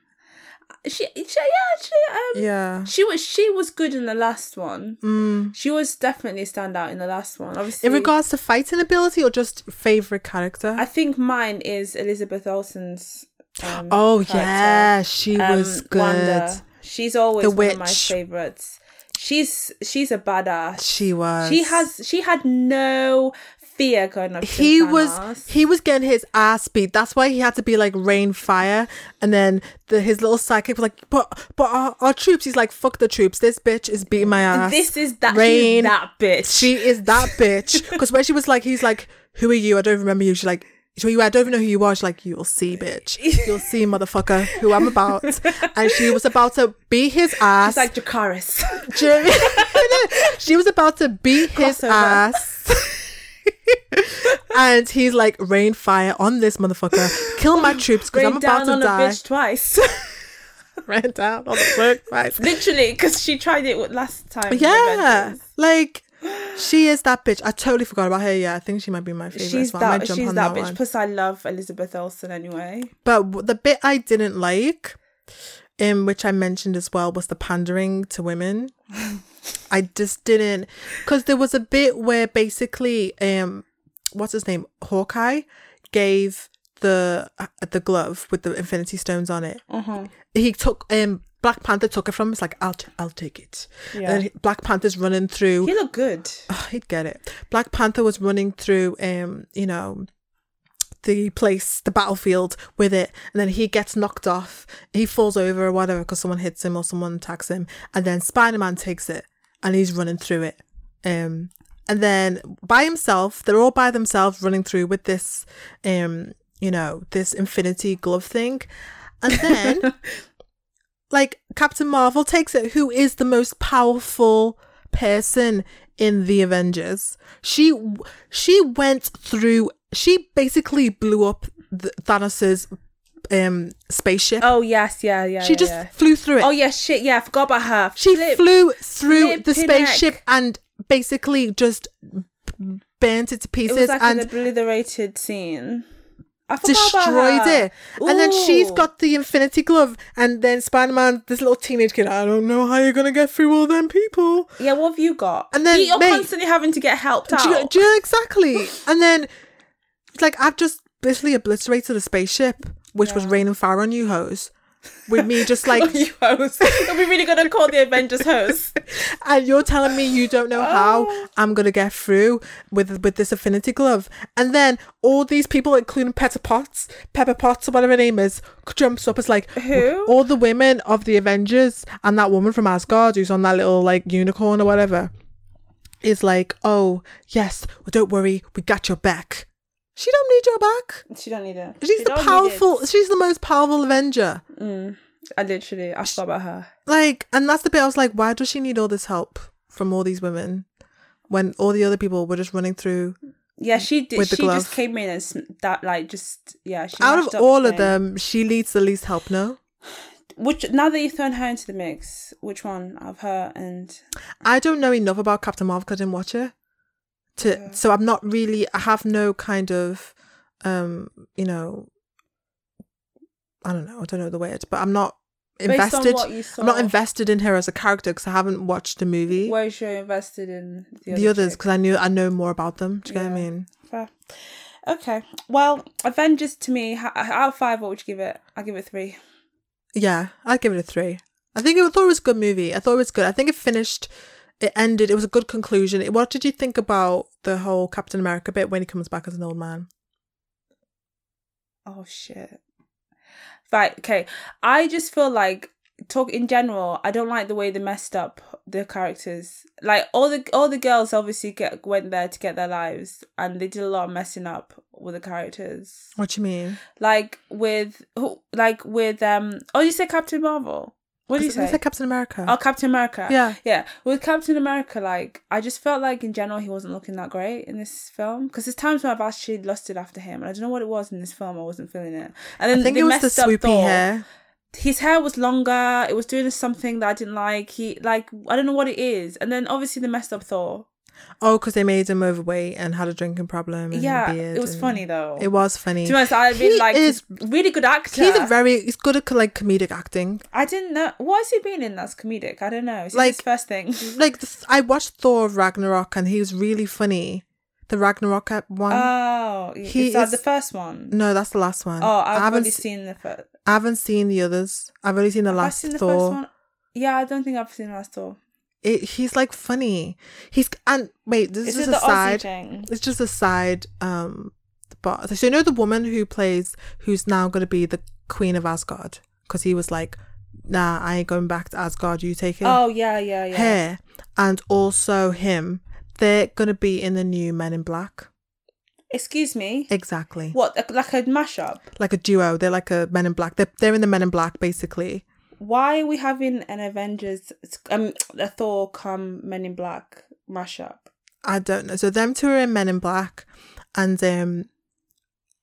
S1: She, she, yeah, she, um,
S2: Yeah.
S1: she was, she was good in the last one.
S2: Mm.
S1: She was definitely stand out in the last one. Obviously,
S2: In regards to fighting ability or just favorite character?
S1: I think mine is Elizabeth Olsen's. Um,
S2: oh
S1: character.
S2: yeah, she
S1: Um,
S2: was good.
S1: Wanda. She's always
S2: The
S1: one of my
S2: witch.
S1: favorites. She's she's a badass.
S2: She was.
S1: She has she had no fear going up. to
S2: He was
S1: Thanos.
S2: he was getting his ass beat. That's why he had to be like rain fire, and then the, his little sidekick was like, "But but our, our troops." He's like, "Fuck the troops! This bitch is beating my ass."
S1: This is that she's
S2: Rain.
S1: that bitch.
S2: she
S1: (laughs)
S2: is that bitch. Because when she was like, he's like, "Who are you? I don't remember you." She's like, "Who are you? I don't even know who you are." She's like, "You'll see, bitch. You'll see, motherfucker, who I'm
S1: (laughs)
S2: about." And she was about to beat his ass.
S1: She's like Dracarys.
S2: Do you know what I mean? she was about to beat his
S1: Crossover.
S2: ass.
S1: (laughs)
S2: and he's like, rain fire on this motherfucker. Kill
S1: (laughs)
S2: my troops
S1: (laughs)
S2: because
S1: Rain
S2: I'm about
S1: down
S2: to
S1: on a
S2: die.
S1: bitch twice.
S2: (laughs)
S1: (laughs)
S2: Rain down on the work twice.
S1: Literally, because she tried it with- last time. with
S2: Yeah.
S1: Avengers.
S2: Like, she is that bitch. I totally forgot about her. Yeah, I think she might be my favorite.
S1: She's
S2: so I might
S1: that.
S2: jump
S1: She's
S2: on
S1: that
S2: that,
S1: bitch.
S2: one.
S1: Plus, I love Elizabeth Olsen anyway.
S2: But w- the bit I didn't like, in which I mentioned as well, was the pandering to women. I just didn't because there was a bit where basically, um, what's his name, Hawkeye, gave the uh, the glove with the Infinity Stones on it.
S1: Uh-huh.
S2: He took um. Black Panther took it from him. It's like I'll, t- I'll take it.
S1: Yeah.
S2: And then Black Panther's running through
S1: He looked good.
S2: oh, he'd get it. Black Panther was running through, um, you know, the place, the battlefield with it, and then he gets knocked off. He falls over or whatever because someone hits him or someone attacks him, and then Spider Man takes it and he's running through it. Um, and then by himself, they're all by themselves running through with this, um, you know, this infinity glove thing, and then
S1: (laughs)
S2: like Captain Marvel takes it, who is the most powerful person in the Avengers. She she went through. She basically blew up the, Thanos's um spaceship.
S1: Oh yes, yeah, yeah.
S2: she
S1: yeah,
S2: just
S1: yeah.
S2: flew through it.
S1: Oh yeah, shit. Yeah, I forgot about her.
S2: she
S1: Flip.
S2: flew through the
S1: flipping heck.
S2: spaceship and basically just burnt it to
S1: It
S2: pieces
S1: was like
S2: and
S1: an obliterated scene. I forgot about
S2: destroyed
S1: her.
S2: it. And then she's
S1: Ooh.
S2: got the Infinity Glove, and then Spider Man, this little teenage kid, I don't know how you're gonna get through all them people.
S1: Yeah, what have you got?
S2: And then,
S1: you're
S2: mate-
S1: constantly having to get helped out.
S2: Do you, do you know exactly? And then, it's like I've just basically obliterated a spaceship, which was raining fire on you, hoes. With me,
S1: (laughs)
S2: just like,
S1: Are Oh, you hoes? Are we really gonna call the Avengers
S2: (laughs)
S1: hoes?
S2: and you're telling me you don't know
S1: Oh.
S2: how I'm gonna get through with with this affinity glove, and then all these people, including Pepper Potts, Pepper Potts or whatever her name is, jumps up. It's like
S1: Who?
S2: all the women of the Avengers and that woman from Asgard who's on that little like unicorn or whatever is like, oh yes, well, don't worry, we got your back. She don't need your back.
S1: She don't need it.
S2: She's
S1: She
S2: the
S1: don't need
S2: powerful. She's the most powerful Avenger.
S1: it. Mm, I literally, I forgot about her.
S2: Like, and that's the bit I was like, why does she need all this help from all these women when all the other people were just running through?
S1: Yeah, she did.
S2: With the
S1: She
S2: glove.
S1: just came in and sm- that, like, just yeah. She
S2: Out
S1: mashed
S2: of
S1: up
S2: all of
S1: thing.
S2: them, she needs the least help. No,
S1: which now that you've thrown her into the mix, which one of her and
S2: I don't know enough about Captain Marvel 'cause I didn't watch it. To so I'm not really I have no kind of um, you know I don't know, I don't know the word, but I'm not
S1: Based on
S2: invested
S1: what you saw,
S2: I'm not invested in her as a character because I haven't watched the movie.
S1: Where is you invested in the,
S2: the others
S1: chick?
S2: because I knew I know more about them. Do you get what I
S1: Yeah.
S2: mean?
S1: Fair. Okay. Well, Avengers to me, h- out of five, what would you give it? I'll give it three.
S2: Yeah, I'd give it a three. I think it, I thought it was a good movie. I thought it was good. I think it finished. It ended. It was a good conclusion. It- What did you think about the whole Captain America bit when he comes back as an old man?
S1: Oh shit. Right, okay. I just feel like talk in general, I don't like the way they messed up the characters. Like all the all the girls obviously get went there to get their lives and they did a lot of messing up with the characters.
S2: What do you mean?
S1: Like with who like with um oh you said Captain Marvel. What did you
S2: Is it- is
S1: say?
S2: it Captain America.
S1: Oh Captain America.
S2: Yeah.
S1: Yeah. With Captain America, like I just felt like in general he wasn't looking that great in this film because there's times when I've actually lusted after him, and I don't know what it was in this film. I wasn't feeling it. And then
S2: I think
S1: they
S2: it was the
S1: messed up
S2: swoopy
S1: Thor.
S2: hair.
S1: His hair was longer. It was doing something that I didn't like. He like I don't know what it is. And then obviously the messed up Thor.
S2: Oh, because they made him overweight and had a drinking problem. And
S1: yeah,
S2: a beard
S1: it was
S2: and-
S1: funny though.
S2: It was funny.
S1: to be honest, I really
S2: He
S1: like
S2: is-
S1: really good actor.
S2: He's a very he's good at like comedic acting.
S1: I didn't know what has he been in that's comedic. I don't know. Is like
S2: Like-
S1: his first thing?
S2: Like this, I watched Thor Ragnarok and he was really funny. The Ragnarok ep- one.
S1: Oh,
S2: He
S1: is that
S2: is-
S1: the first one?
S2: no, that's the last one.
S1: Oh, I've
S2: I haven't
S1: only
S2: se-
S1: seen the first.
S2: I haven't seen the others. I've only seen the
S1: Have I
S2: last
S1: seen the
S2: Thor.
S1: first one? Yeah, I don't think I've seen the last Thor.
S2: It, he's like funny. He's and wait,
S1: Is
S2: this is,
S1: it
S2: just
S1: the
S2: a
S1: Aussie
S2: side.
S1: thing?
S2: It's just a side. Um, but so you know the woman who plays who's now going to be the queen of Asgard because he was like, "Nah, I ain't going back to Asgard. You take it."
S1: Oh yeah, yeah, yeah.
S2: Her and also him. They're going to be in the new Men in Black.
S1: Excuse me.
S2: Exactly.
S1: What a- like a mashup?
S2: Like a duo. They're like a Men in Black. They're, they're in the Men in Black, basically.
S1: Why are we having an Avengers um a Thor come Men in Black mashup?
S2: I don't know. So them two are in Men in Black, and um,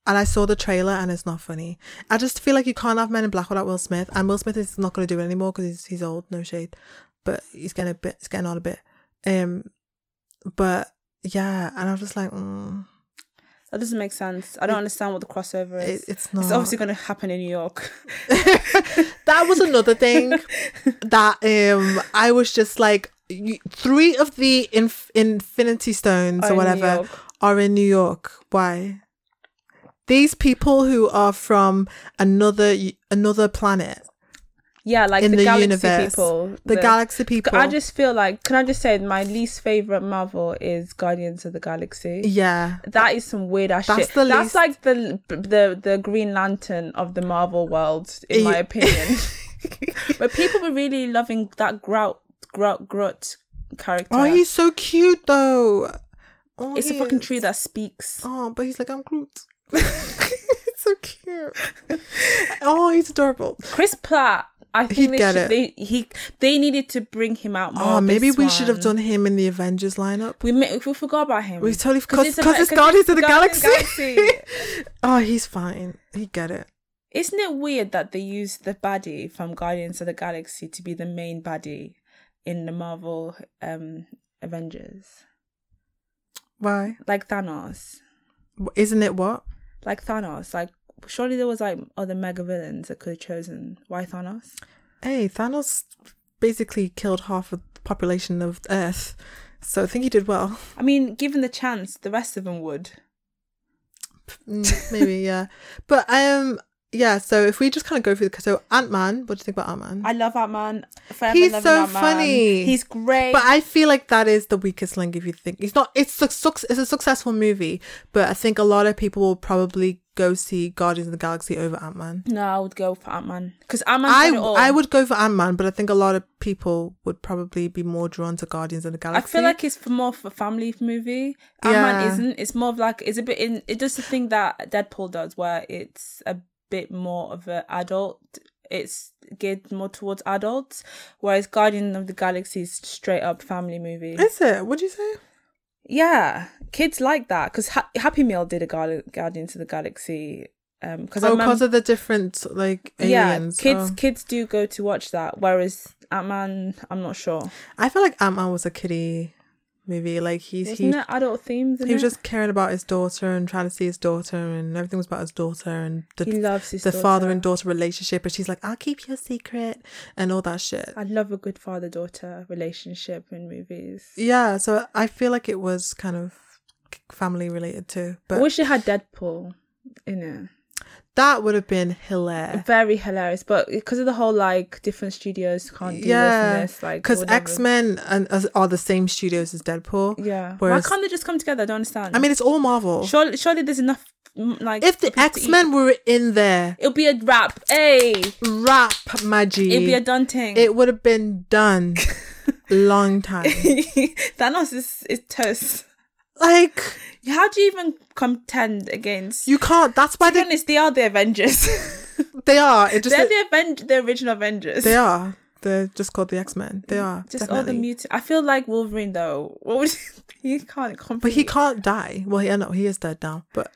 S2: and I saw the trailer, and it's not funny. I just feel like you can't have Men in Black without Will Smith, and Will Smith is not going to do it anymore because he's he's old, no shade, but he's getting a bit, he's getting on a bit. Um, but yeah, and I'm just like, mm,
S1: That doesn't make sense. I don't understand what the crossover
S2: it,
S1: is.
S2: it's not.
S1: it's obviously going to happen in New York. (laughs)
S2: that was another thing that um I was just like you, three of the inf- infinity stones
S1: Are in
S2: or
S1: New
S2: whatever
S1: York.
S2: are in New York. Why? These people who are from another another planet,
S1: Yeah, like
S2: In
S1: the,
S2: the
S1: galaxy
S2: universe.
S1: people.
S2: the, galaxy people.
S1: I just feel like can I just say my least favorite Marvel is Guardians of the Galaxy.
S2: yeah,
S1: That is some weird ass
S2: That's
S1: shit.
S2: the
S1: That's
S2: least-
S1: like the the the Green Lantern of the Marvel world, in my
S2: Yeah. (laughs)
S1: opinion. but people were really loving that Grout Grout Grut character.
S2: oh, he's so cute though. Oh,
S1: it's a
S2: he
S1: fucking
S2: is.
S1: tree that speaks.
S2: Oh, but he's like I'm Groot.
S1: (laughs)
S2: (laughs) it's so cute. oh, he's adorable.
S1: Chris Platt. I think
S2: He'd
S1: they
S2: get
S1: should,
S2: it.
S1: they he they needed to bring him out more.
S2: Oh,
S1: this
S2: maybe we should have
S1: one.
S2: done him in the Avengers lineup.
S1: We ma- we forgot about him.
S2: We totally because
S1: a-
S2: because it's Guardians of the
S1: Guardians
S2: Galaxy.
S1: of the
S2: (laughs)
S1: Galaxy.
S2: oh, he's fine. He get it.
S1: Isn't it weird that they used the baddie from Guardians of the Galaxy to be the main baddie in the Marvel um Avengers?
S2: Why?
S1: Like Thanos.
S2: W- Isn't it what?
S1: Like Thanos. Like surely there was like other mega villains that could have chosen. Why Thanos?
S2: Hey, Thanos basically killed half of the population of Earth, so I think he did well. (laughs)
S1: I mean, given the chance, the rest of them would.
S2: Mm, maybe yeah, but um yeah. So if we just kind of go through the so Ant Man, what do you think about Ant Man?
S1: I love Ant Man.
S2: He's so funny.
S1: He's great.
S2: But I feel like that is the weakest link if you think it's not. It's a suc- it's a successful movie, but I think a lot of people will probably go see Guardians of the Galaxy over Ant Man.
S1: no, I would go for Ant Man because Ant Man.
S2: I,
S1: it all.
S2: I would go for Ant Man, but I think a lot of people would probably be more drawn to Guardians of the
S1: I
S2: Galaxy.
S1: feel like it's for more of a family movie. Ant Man
S2: Yeah.
S1: isn't. It's more of like it's a bit in. It does the thing that Deadpool does, where it's a bit more of an adult. It's geared more towards adults, whereas Guardian of the Galaxy is straight up family movie.
S2: is it? What'd you say?
S1: yeah, kids like that because ha- Happy Meal did a Guardian Guardians of the Galaxy. Um, because I
S2: Oh,
S1: remember
S2: because of the different like
S1: Yeah,
S2: aliens.
S1: kids
S2: Oh.
S1: kids do go to watch that. Whereas Ant Man, I'm not sure.
S2: I feel like Ant Man was a kiddie movie. Like he's
S1: Isn't
S2: he
S1: it adult themes? in
S2: he was
S1: it?
S2: just caring about his daughter and trying to see his daughter, and everything was about his daughter and
S1: he
S2: the
S1: loves his
S2: the father
S1: daughter.
S2: and daughter relationship. And she's like, "I'll keep your secret," and all that shit.
S1: I love a good father daughter relationship in movies.
S2: Yeah, so I feel like it was kind of family related too. But
S1: I wish it had Deadpool in it.
S2: That would have been hilarious.
S1: Very hilarious, but because of the whole like different studios can't do this
S2: Yeah,
S1: and this, like
S2: Because
S1: whatever.
S2: X Men and as- are the same studios as Deadpool.
S1: Yeah,
S2: Whereas-
S1: why can't they just come together? I don't understand.
S2: I mean, it's all Marvel.
S1: surely, surely there's enough mm, like
S2: If the
S1: people to eat.
S2: X Men were in there,
S1: it'll be a wrap. Hey,
S2: rap magic,
S1: it'll be a done thing.
S2: it would have been done long time.
S1: (laughs) Thanos is is toast.
S2: Like
S1: How do you even contend against?
S2: you can't. That's why
S1: to be
S2: they,
S1: honest, they are the
S2: (laughs)
S1: Avengers.
S2: they are. It just
S1: They're the Aven- the original Avengers.
S2: they are. They're just called the X Men. They are
S1: Just all the
S2: definitely.
S1: mutant. I feel like Wolverine though. What would (laughs) he can't compete.
S2: but he can't die. Well, yeah, no, he is dead now.
S1: (laughs)
S2: (laughs) But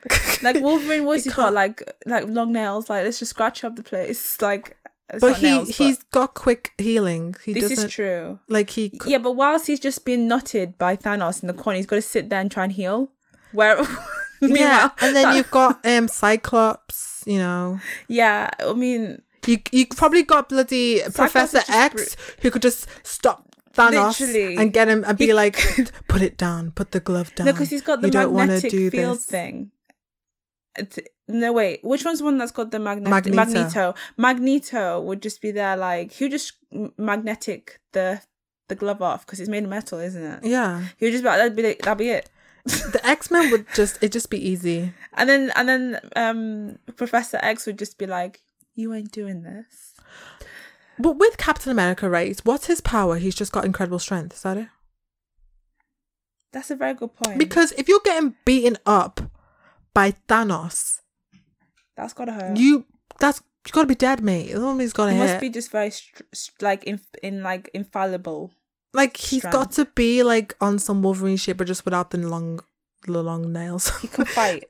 S1: like Wolverine. What's
S2: He
S1: he, got? Like like long nails. Like let's just scratch up the place. (laughs) Like it's
S2: but
S1: not
S2: he
S1: nails, but
S2: he's got quick healing. He
S1: this
S2: doesn't
S1: is true.
S2: like he.
S1: (laughs)
S2: c-
S1: Yeah, but whilst he's just being knotted by Thanos in the corner, he's got to sit there and try and heal. Where (laughs)
S2: Yeah,
S1: meanwhile- (laughs)
S2: and then you've got um Cyclops. You know,
S1: yeah. I mean,
S2: you you probably got bloody Professor
S1: is just
S2: X who could just stop. Thanos
S1: Literally.
S2: and get him and be
S1: He- (laughs)
S2: like, put it down, put the glove down.
S1: no, because he's got the
S2: You don't wanna
S1: magnetic
S2: do
S1: field
S2: this."
S1: thing. It's, no wait, which one's the one that's got the magnetic
S2: Magneto.
S1: Magneto? Magneto would just be there, like he would just m- magnetic the the glove off because it's made of metal, isn't it?
S2: Yeah,
S1: He would just be like, that'd be the, that'd be it.
S2: the X Men would just it would just be easy.
S1: And then and then um Professor X would just be like, you ain't doing this.
S2: But with Captain America, right? What's his power? He's just got incredible strength. Is that it?
S1: That's a very good point.
S2: Because if you're getting beaten up by Thanos,
S1: that's gotta hurt.
S2: you that's you gotta be dead, mate. Somebody's gotta
S1: He
S2: hit.
S1: must be just very str- str- like in, in like infallible.
S2: like he's
S1: strong.
S2: got to be like on some Wolverine shit, but just without the long, the long nails. (laughs)
S1: He can fight.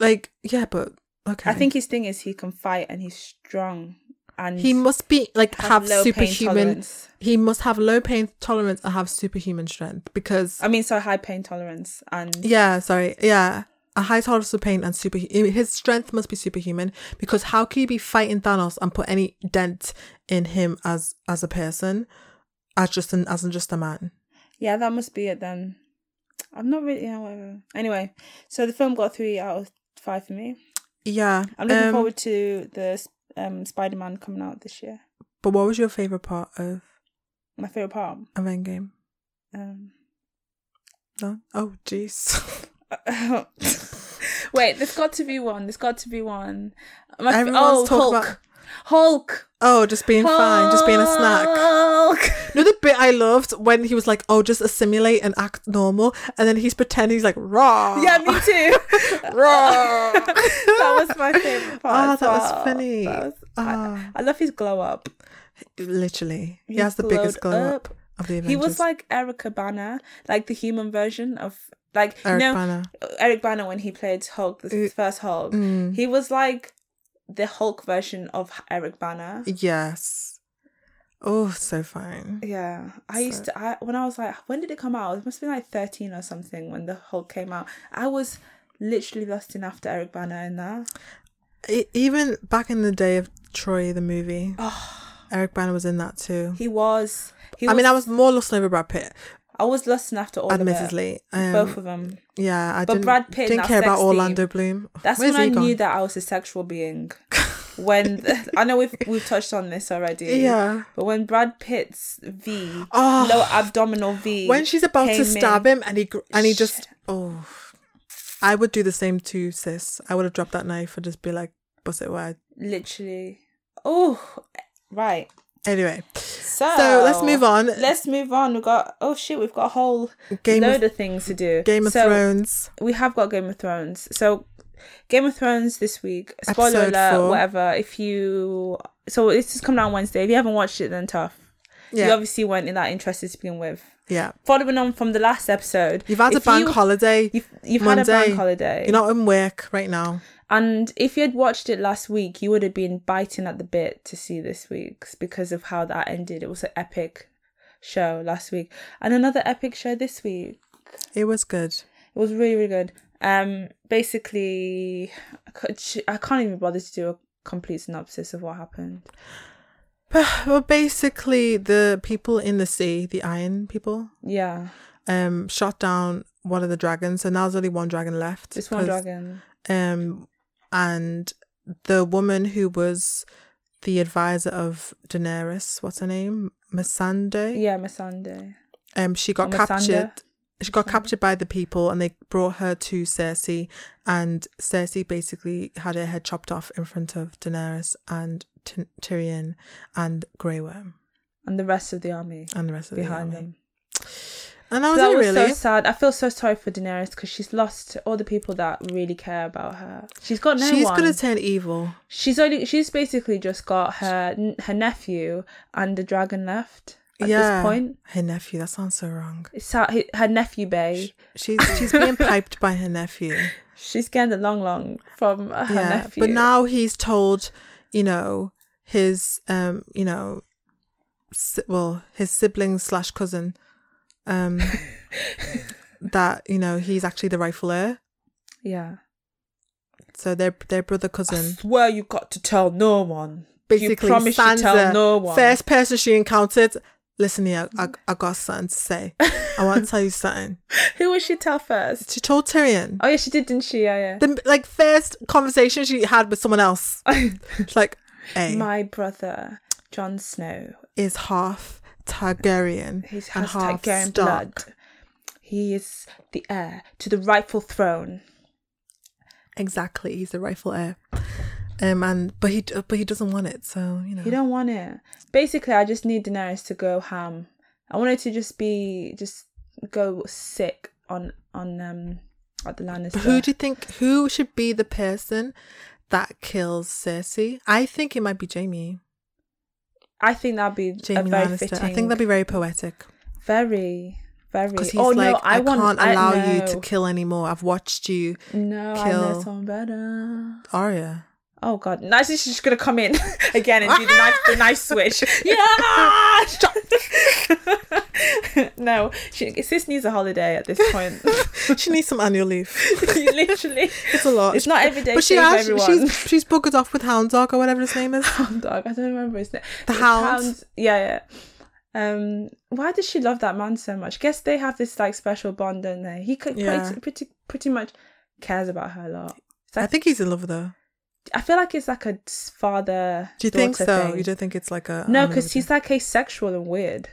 S2: like yeah, but okay. (laughs)
S1: I think his thing is he can fight and he's strong and
S2: he must be like have,
S1: low pain
S2: superhuman.
S1: tolerance.
S2: He must have low pain tolerance and have superhuman strength because
S1: I mean, so high pain tolerance and
S2: Yeah, sorry. Yeah. A high tolerance of pain and super his strength must be superhuman because how can you be fighting Thanos and put any dent in him as as a person, as just an as in just a man?
S1: yeah, that must be it then. I'm not really yeah, whatever. Anyway, so the film got three out of five for me.
S2: Yeah.
S1: I'm looking
S2: um,
S1: forward to the um Spider Man coming out this year.
S2: But what was your favorite part of
S1: My favorite part.
S2: of Endgame?
S1: Um, (laughs)
S2: No. Oh, jeez.
S1: wait, there's got to be one. There's got to be one. My f- (laughs)
S2: Everyone's
S1: oh,
S2: talking
S1: Hulk.
S2: about
S1: Hulk.
S2: oh, just being fine, just being a snack.
S1: snack.
S2: You know the bit I loved when he was like, "Oh, just assimilate and act normal," and then he's pretending he's like raw.
S1: Yeah,
S2: (laughs)
S1: me too. (laughs)
S2: raw.
S1: that was my favorite part.
S2: Ah,
S1: as
S2: that was
S1: well.
S2: funny.
S1: That was-
S2: Ah.
S1: I, I love his glow up.
S2: Literally, he,
S1: He
S2: has the biggest
S1: glowed
S2: glow up. of the Avengers.
S1: He was like Eric Bana, like the human version of like
S2: Eric
S1: you know
S2: Bana.
S1: Eric Bana when he played Hulk, the
S2: Mm.
S1: first Hulk.
S2: Mm.
S1: He was like the Hulk version of Eric Bana.
S2: Yes. Oh, so fine.
S1: Yeah, I used to. I when I was like, when did it come out? It must have been like thirteen or something when the Hulk came out. I was literally lusting after Eric Bana in that.
S2: E- even back in the day of Troy the movie, Eric Bana was in that too.
S1: He was. Ah. He
S2: I
S1: was,
S2: mean, I was more lost over Brad Pitt,
S1: I was lusting after all of it.
S2: admittedly. Um,
S1: Both of them.
S2: yeah, I
S1: but
S2: didn't,
S1: Brad Pitt and
S2: didn't
S1: that
S2: care about
S1: sex
S2: Orlando Bloom.
S1: That's
S2: Where's
S1: when I
S2: he gone?
S1: knew that I was a sexual being. When
S2: (laughs)
S1: I know we've we've touched on this already.
S2: Yeah.
S1: But when Brad Pitt's V,
S2: Oh.
S1: low abdominal V,
S2: When she's about to
S1: came
S2: stab
S1: in,
S2: him and he gr- and he just oh, I would do the same too, sis. I would have dropped that knife and just be like, "Bust it wide."
S1: literally. Oh, right.
S2: Anyway,
S1: So,
S2: So, let's move on.
S1: Oh. Let's move on. We've got oh shit, we've got a whole
S2: Game of
S1: load of things to do.
S2: Game of
S1: so,
S2: Thrones.
S1: we have got Game of Thrones. So Game of Thrones this week. Spoiler
S2: Episode
S1: alert,
S2: four.
S1: whatever. If you so this is coming out on Wednesday. If you haven't watched it, then tough. You
S2: Yeah.
S1: obviously weren't in that interested to begin with.
S2: Yeah.
S1: Following on from the last episode,
S2: You've had a
S1: if
S2: bank
S1: you-
S2: holiday.
S1: You've, you've had a
S2: Monday.
S1: bank holiday,
S2: You're not in work right now.
S1: and if you had watched it last week, you would have been biting at the bit to see this week's because of how that ended. It was an epic show last week, and another epic show this week.
S2: It was good.
S1: It was really, really good. Um, basically, I c- I can't even bother to do a complete synopsis of what happened.
S2: Well, basically, the people in the sea, the Iron people,
S1: Yeah,
S2: um, shot down one of the dragons. So now there's only one dragon left.
S1: just one
S2: 'cause,
S1: dragon.
S2: Um, and the woman who was the advisor of Daenerys, what's her name? Missandei.
S1: Yeah, Missandei.
S2: Um, she got
S1: Or Missandei.
S2: captured. She got captured by the people, and they brought her to Cersei. And Cersei basically had her head chopped off in front of Daenerys and T- Tyrion and Grey Worm
S1: and the rest of the army
S2: and the rest of
S1: behind
S2: the army.
S1: them.
S2: And that was
S1: that
S2: it,
S1: was
S2: really.
S1: so sad. I feel so sorry for Daenerys because she's lost all the people that really care about her. She's got no
S2: She's
S1: one.
S2: gonna turn evil.
S1: she's only she's basically just got her her nephew and the dragon left at
S2: yeah.
S1: this point.
S2: her nephew. That sounds so wrong.
S1: It's her, her nephew Bay.
S2: She's she's being piped by her nephew.
S1: She's getting the long long from her nephew.
S2: But now he's told, you know, his um, you know, si- well, his sibling slash cousin,
S1: (laughs)
S2: um, that you know he's actually the rightful heir.
S1: yeah.
S2: So their their brother cousin,
S1: Swear you got to tell no one.
S2: basically,
S1: you promise
S2: Sansa,
S1: you tell no one. Mm.
S2: first person she encountered. Listen here, I, I got something
S1: (laughs)
S2: to say. I want to tell you something.
S1: Who would she tell first?
S2: She
S1: (laughs)
S2: told Tyrion.
S1: Oh yeah, she did, didn't she? Yeah,
S2: The like first conversation she had with someone else.
S1: (laughs) yeah.
S2: It's like, hey,
S1: My brother, Jon Snow,
S2: is half Targaryen
S1: He's
S2: and
S1: has
S2: half
S1: Targaryen
S2: Stark.
S1: blood. He is the heir to the rightful throne.
S2: Exactly, he's the rightful heir. Um, and but he but he doesn't want it, so you know.
S1: You don't want it. Basically, I just need Daenerys to go ham. I wanted to just be just go sick on on um at the Lannister.
S2: But who do you think who should be the person that kills Cersei? I think it might be Jamie.
S1: I think that'd be a
S2: Jamie
S1: very
S2: Lannister.
S1: fitting.
S2: I think that'd be very poetic
S1: very very.
S2: because he's
S1: oh
S2: like,
S1: no, I,
S2: I,
S1: want,
S2: can't allow you to
S1: no.
S2: kill anymore. I've watched you,
S1: No, I know
S2: kill-
S1: someone better.
S2: Arya.
S1: (laughs)
S2: (laughs)
S1: Oh god, now she's just gonna come in (laughs) again and do the knife, the
S2: (laughs)
S1: knife switch. Yeah, (laughs) no, she, sis needs a holiday at this
S2: (laughs)
S1: point. (laughs)
S2: she needs some annual leave.
S1: Literally,
S2: It's a lot.
S1: it's not every day.
S2: but she
S1: thing for
S2: has,
S1: everyone.
S2: she's
S1: (laughs)
S2: she's buggered off with Hound Dog or whatever his name is.
S1: Hound dog. I don't remember his name.
S2: The
S1: It's
S2: hound.
S1: Yeah, yeah. Um, why does she love that man so much? Guess they have this like special bond, don't they? He could
S2: Yeah.
S1: pretty, pretty pretty much cares about her a lot.
S2: I think he's in love with her.
S1: I feel like it's like a father.
S2: Do you think so?
S1: Thing.
S2: You don't think it's like a um,
S1: No,
S2: I'm
S1: because he's like asexual and weird.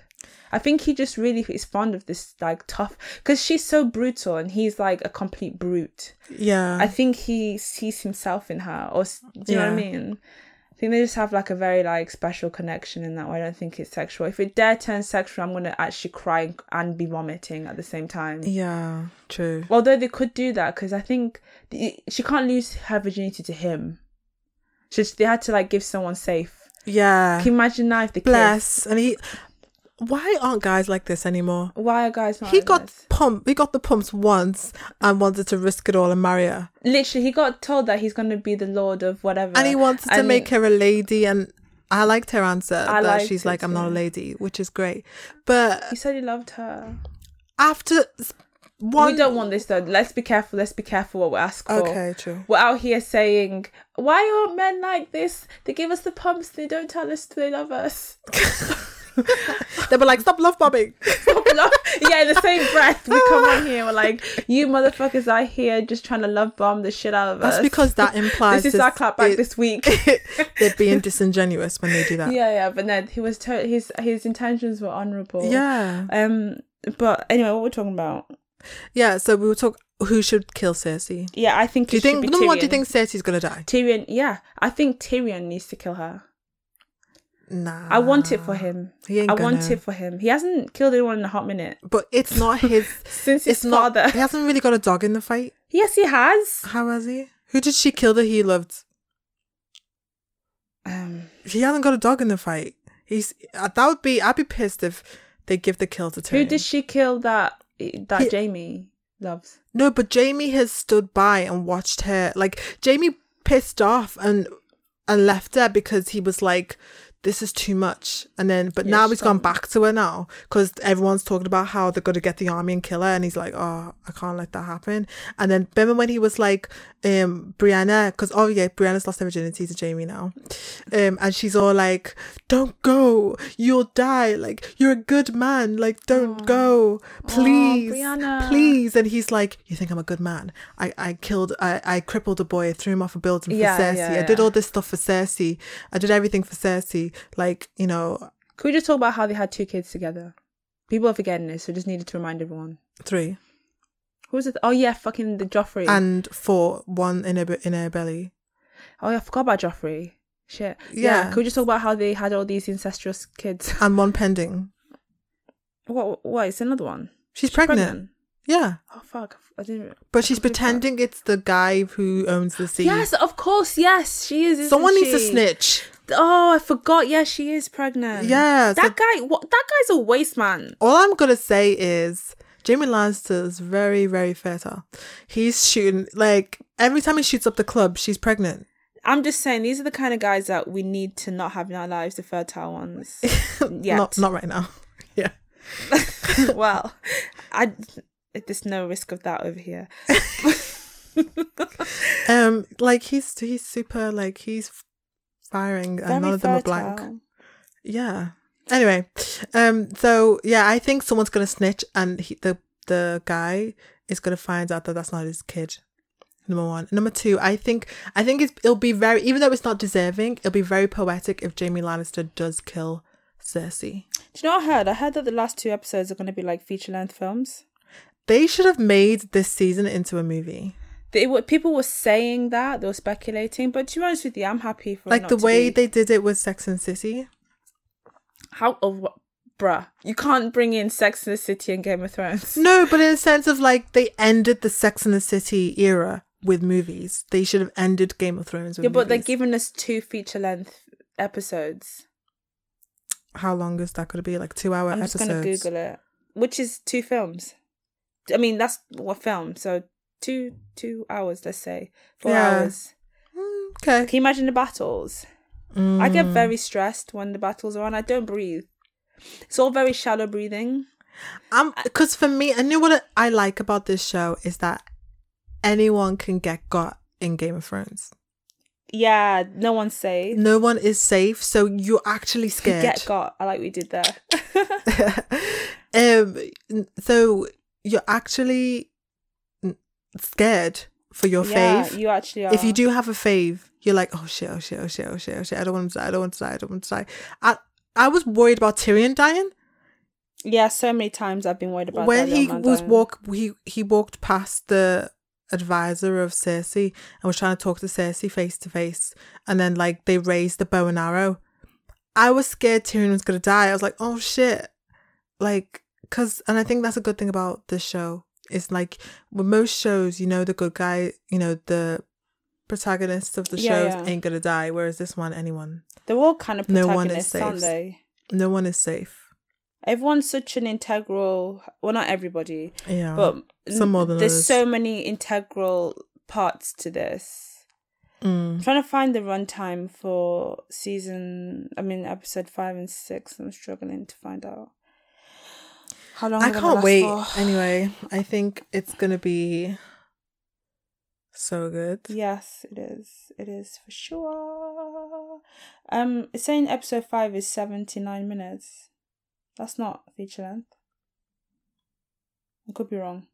S1: I think he just really is fond of this like tough. Because she's so brutal and he's like a complete brute.
S2: gonna- yeah.
S1: I think he sees himself in her, or s- do you know what I
S2: Yeah.
S1: mean? I think they just have like a very like special connection in that way. I don't think it's sexual. If it dare turn sexual, I'm gonna actually cry and- and be vomiting at the same time.
S2: yeah, true.
S1: Although they could do that because I think the, she can't lose her virginity to him. So they had to like give someone safe.
S2: Yeah.
S1: Can you imagine now if the kids
S2: Uh. Bless and he. Why aren't guys like this anymore?
S1: Why are guys not?
S2: He
S1: like
S2: got
S1: this?
S2: pump. He got the pumps once and wanted to risk it all and marry her,
S1: literally. He got told that he's gonna be the lord of whatever,
S2: and he wanted to
S1: And
S2: make her a lady. And I liked her answer
S1: I
S2: that
S1: liked
S2: she's
S1: it
S2: like, "I'm not a
S1: too.
S2: lady," which is great. But
S1: He said he loved her.
S2: after s- one,
S1: we don't want this though. Let's be careful. Let's be careful what we ask for.
S2: okay,
S1: (laughs)
S2: true. (laughs)
S1: We're out here saying, why aren't men like this? They give us the pumps. They don't tell us they love us. (laughs)
S2: they were like, "Stop love bombing."
S1: yeah, in the same breath, we come on here. We're like, you motherfuckers are here just trying to love bomb the shit out of us.
S2: That's because that
S1: (laughs)
S2: implies
S1: this is our
S2: this-
S1: clap back
S2: it-
S1: this week.
S2: (laughs) they're being disingenuous when they do that.
S1: yeah, yeah. But no, he was to- his his intentions were honourable.
S2: yeah.
S1: Um, but anyway, what we're talking about?
S2: Yeah, so we were talk who should kill Cersei.
S1: Yeah, I think.
S2: Do you
S1: it should
S2: think
S1: be
S2: number one, do you
S1: Tyrion.
S2: think Cersei's gonna die?
S1: Tyrion? Yeah, I think Tyrion needs to kill her.
S2: Nah.
S1: I want it for him.
S2: Ah, He ain't
S1: I
S2: gonna.
S1: want it for him. He hasn't killed anyone in a hot minute
S2: But it's not his
S1: (laughs) since his
S2: it's not
S1: father.
S2: he hasn't really got a dog in the fight.
S1: yes, he has.
S2: How has he? Who did she kill that he loved?
S1: Um,
S2: He hasn't got a dog in the fight. He's uh, that would be I'd be pissed if they give the kill to Tyrion.
S1: who did she kill that that
S2: He-
S1: Jamie loves?
S2: No, but Jamie has stood by and watched her. Like Jamie pissed off and and left her because he was like, "This is too much." And then, but
S1: Yeah,
S2: now
S1: she
S2: he's gone
S1: can't-
S2: back to her now because everyone's talking about how they're going to get the army and kill her, and he's like, "Oh, I can't let that happen." And then remember when he was like, um, "Brianna," because oh yeah, Brianna's lost her virginity to Jamie now, um, and she's all like, "Don't don't go. You'll die. Like, you're a good man. Like, don't go. Please.
S1: Brianna.
S2: please. And he's like, You think I'm a good man? I, I killed, I, I crippled a boy, threw him off a building for
S1: Yeah,
S2: Cersei.
S1: yeah,
S2: I did
S1: yeah.
S2: all this stuff for Cersei. I did everything for Cersei. Like, you know,
S1: Could we just talk about how they had two kids together? People are forgetting this, so just needed to remind everyone.
S2: three.
S1: Who was it? Oh yeah, fucking the Joffrey.
S2: And four, one in her, b- in her belly.
S1: oh yeah, I forgot about Joffrey. Shit.
S2: Yeah.
S1: yeah. Could we just talk about how they had all these incestuous kids? (laughs)
S2: And one pending.
S1: What? What? It's another one.
S2: She's, pregnant. Yeah.
S1: Oh fuck! I didn't.
S2: But she's
S1: I didn't-
S2: pretending it's the guy who owns the sea.
S1: Yes, of course. Yes, she is. isn't
S2: Someone needs to
S1: she?
S2: snitch.
S1: Oh, I forgot. Yeah, she is pregnant.
S2: Yeah, so-
S1: That guy. What? That guy's a waste man.
S2: All I'm gonna say is Jamie Lannister's very, very fertile. He's shooting like every time he shoots up the club, she's pregnant. (laughs)
S1: I'm just saying these are the kind of guys that we need to not have in our lives. The fertile
S2: (laughs)
S1: ones. (laughs) Yet.
S2: Not not right now. yeah.
S1: well, I. There's no risk of that over here.
S2: Um like he's he's super like he's firing and none of them are blank.
S1: fertile.
S2: Yeah. Anyway, um so yeah, I think someone's gonna snitch and he, the the guy is gonna find out that that's not his kid. Number one. Number two, I think I think it's, it'll be very even though it's not deserving, it'll be very poetic if Jamie Lannister does kill Cersei.
S1: Do you know what I heard? I heard that the last two episodes are going to be like feature length films.
S2: They should have made this season into a movie.
S1: They were, people were saying that they were speculating, but to be honest with you, I'm happy for it
S2: like
S1: not
S2: the
S1: to
S2: way
S1: be.
S2: they did it with Sex and City.
S1: how oh, wh- bruh you can't bring in Sex in the City and Game of Thrones.
S2: No, but in the sense of like they ended the Sex and the City era with movies. They should have ended Game of Thrones
S1: (laughs)
S2: with
S1: Yeah, but they're
S2: movies.
S1: giving us two feature length episodes.
S2: how long is that going to be? Like two hour
S1: I'm just
S2: episodes.
S1: gonna Google it, which is two films. I mean, that's what film. So two two hours, let's say four
S2: Yeah.
S1: hours.
S2: Mm, okay.
S1: Can you imagine the battles? I get
S2: Mm.
S1: very stressed when the battles are on. I don't breathe. It's all very shallow breathing.
S2: Um, because for me, I knew what I like about this show is that anyone can get got in Game of Thrones.
S1: Yeah, no one's safe.
S2: No one is safe, so you're actually
S1: You
S2: scared.
S1: Get got. I like what you did there.
S2: um, n- so you're actually n- scared for your
S1: yeah,
S2: fave.
S1: you actually are.
S2: if you do have a fave, you're like, oh shit, oh shit, oh shit, oh shit, oh shit. I don't want him to die. I don't want him to die. I don't want him to die. I I was worried about Tyrion dying
S1: Yeah, so many times I've been worried about
S2: when
S1: that
S2: he
S1: young man
S2: was
S1: dying.
S2: walk he he walked past the advisor of Cersei and was trying to talk to Cersei face to face, and then like they raised the bow and arrow. I was scared Tyrion was gonna die. I was like, oh shit, like because and I think that's a good thing about this show. It's like with most shows, you know, the good guy, you know, the protagonist of the
S1: Yeah,
S2: shows
S1: yeah.
S2: ain't gonna die. Whereas this one, anyone,
S1: They're all kind of
S2: No one
S1: protagonists,
S2: is
S1: aren't
S2: safe.
S1: they?
S2: no one is safe.
S1: Everyone's such an integral. Well, not everybody,
S2: Yeah,
S1: but
S2: some more than
S1: there's
S2: others.
S1: so many integral parts to this.
S2: Mm.
S1: I'm trying to find the runtime for season. I mean, episode five and six. I'm struggling to find out how long.
S2: I
S1: they're gonna
S2: can't
S1: last
S2: wait.
S1: for.
S2: Anyway, I think it's gonna be so good.
S1: Yes, it is. It is for sure. Um, it's saying episode five is seventy nine minutes. That's not feature length. I could be wrong.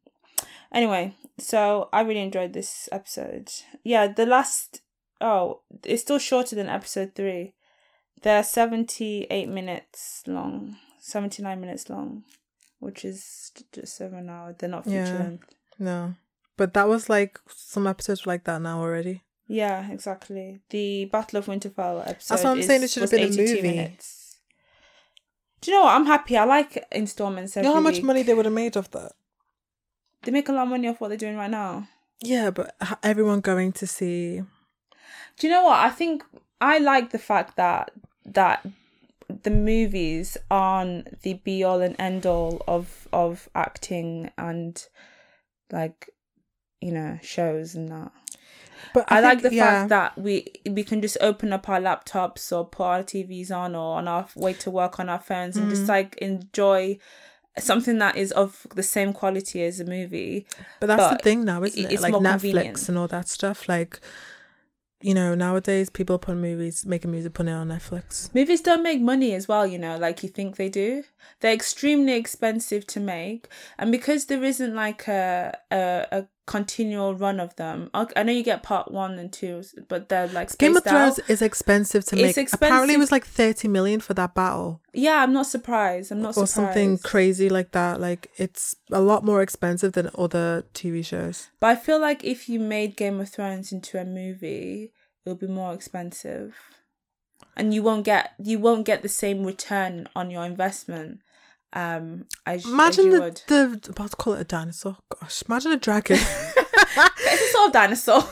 S1: Anyway, so I really enjoyed this episode. Yeah, the last. Oh, it's still shorter than episode three. They're seventy eight minutes long. Seventy nine minutes long, which is j- just over an hour. They're not feature
S2: Yeah.
S1: length.
S2: No, but that was like some episodes were like that now already.
S1: Yeah, exactly. The Battle of Winterfell episode.
S2: what I'm
S1: is,
S2: saying, it should have
S1: was
S2: been a
S1: 82
S2: movie.
S1: Minutes. Do you know what? I'm happy. I like installments.
S2: You
S1: Every
S2: know how much
S1: week.
S2: money they would have made off that?
S1: They make a lot of money off what they're doing right now.
S2: Yeah, but h- everyone going to see.
S1: Do you know what? I think I like the fact that that the movies aren't the be all and end all of of acting and like you know shows and that.
S2: But
S1: I, like the
S2: think- yeah.
S1: fact that we we can just open up our laptops or put our TVs on or on our way to work on our phones and
S2: Mm.
S1: just like enjoy something that is of the same quality as a movie.
S2: But that's
S1: but
S2: the thing now, isn't
S1: i-
S2: it?
S1: it's
S2: like
S1: more
S2: Netflix
S1: convenient.
S2: and all that stuff. Like you know, nowadays people put movies, making music, putting it on Netflix.
S1: Movies don't make money as well, you know, like you think they do. They're extremely expensive to make, and because there isn't like a a, a continual run of them. I I know you get part one and two, but they're like
S2: Game of
S1: spaced out.
S2: Thrones is expensive to
S1: It's
S2: make. Apparently, it
S1: expensive.
S2: was like thirty million for that battle
S1: Yeah, I'm not surprised. I'm not
S2: or
S1: surprised.
S2: something crazy like that. Like it's a lot more expensive than other TV shows.
S1: But I feel like if you made Game of Thrones into a movie, it'll be more expensive. And you won't get you won't get the same return on your investment um as, as
S2: Imagine
S1: you
S2: the,
S1: would.
S2: the about to call it a dinosaur. Gosh, imagine a
S1: (laughs)
S2: dragon.
S1: It's a sort of
S2: (laughs)
S1: dinosaur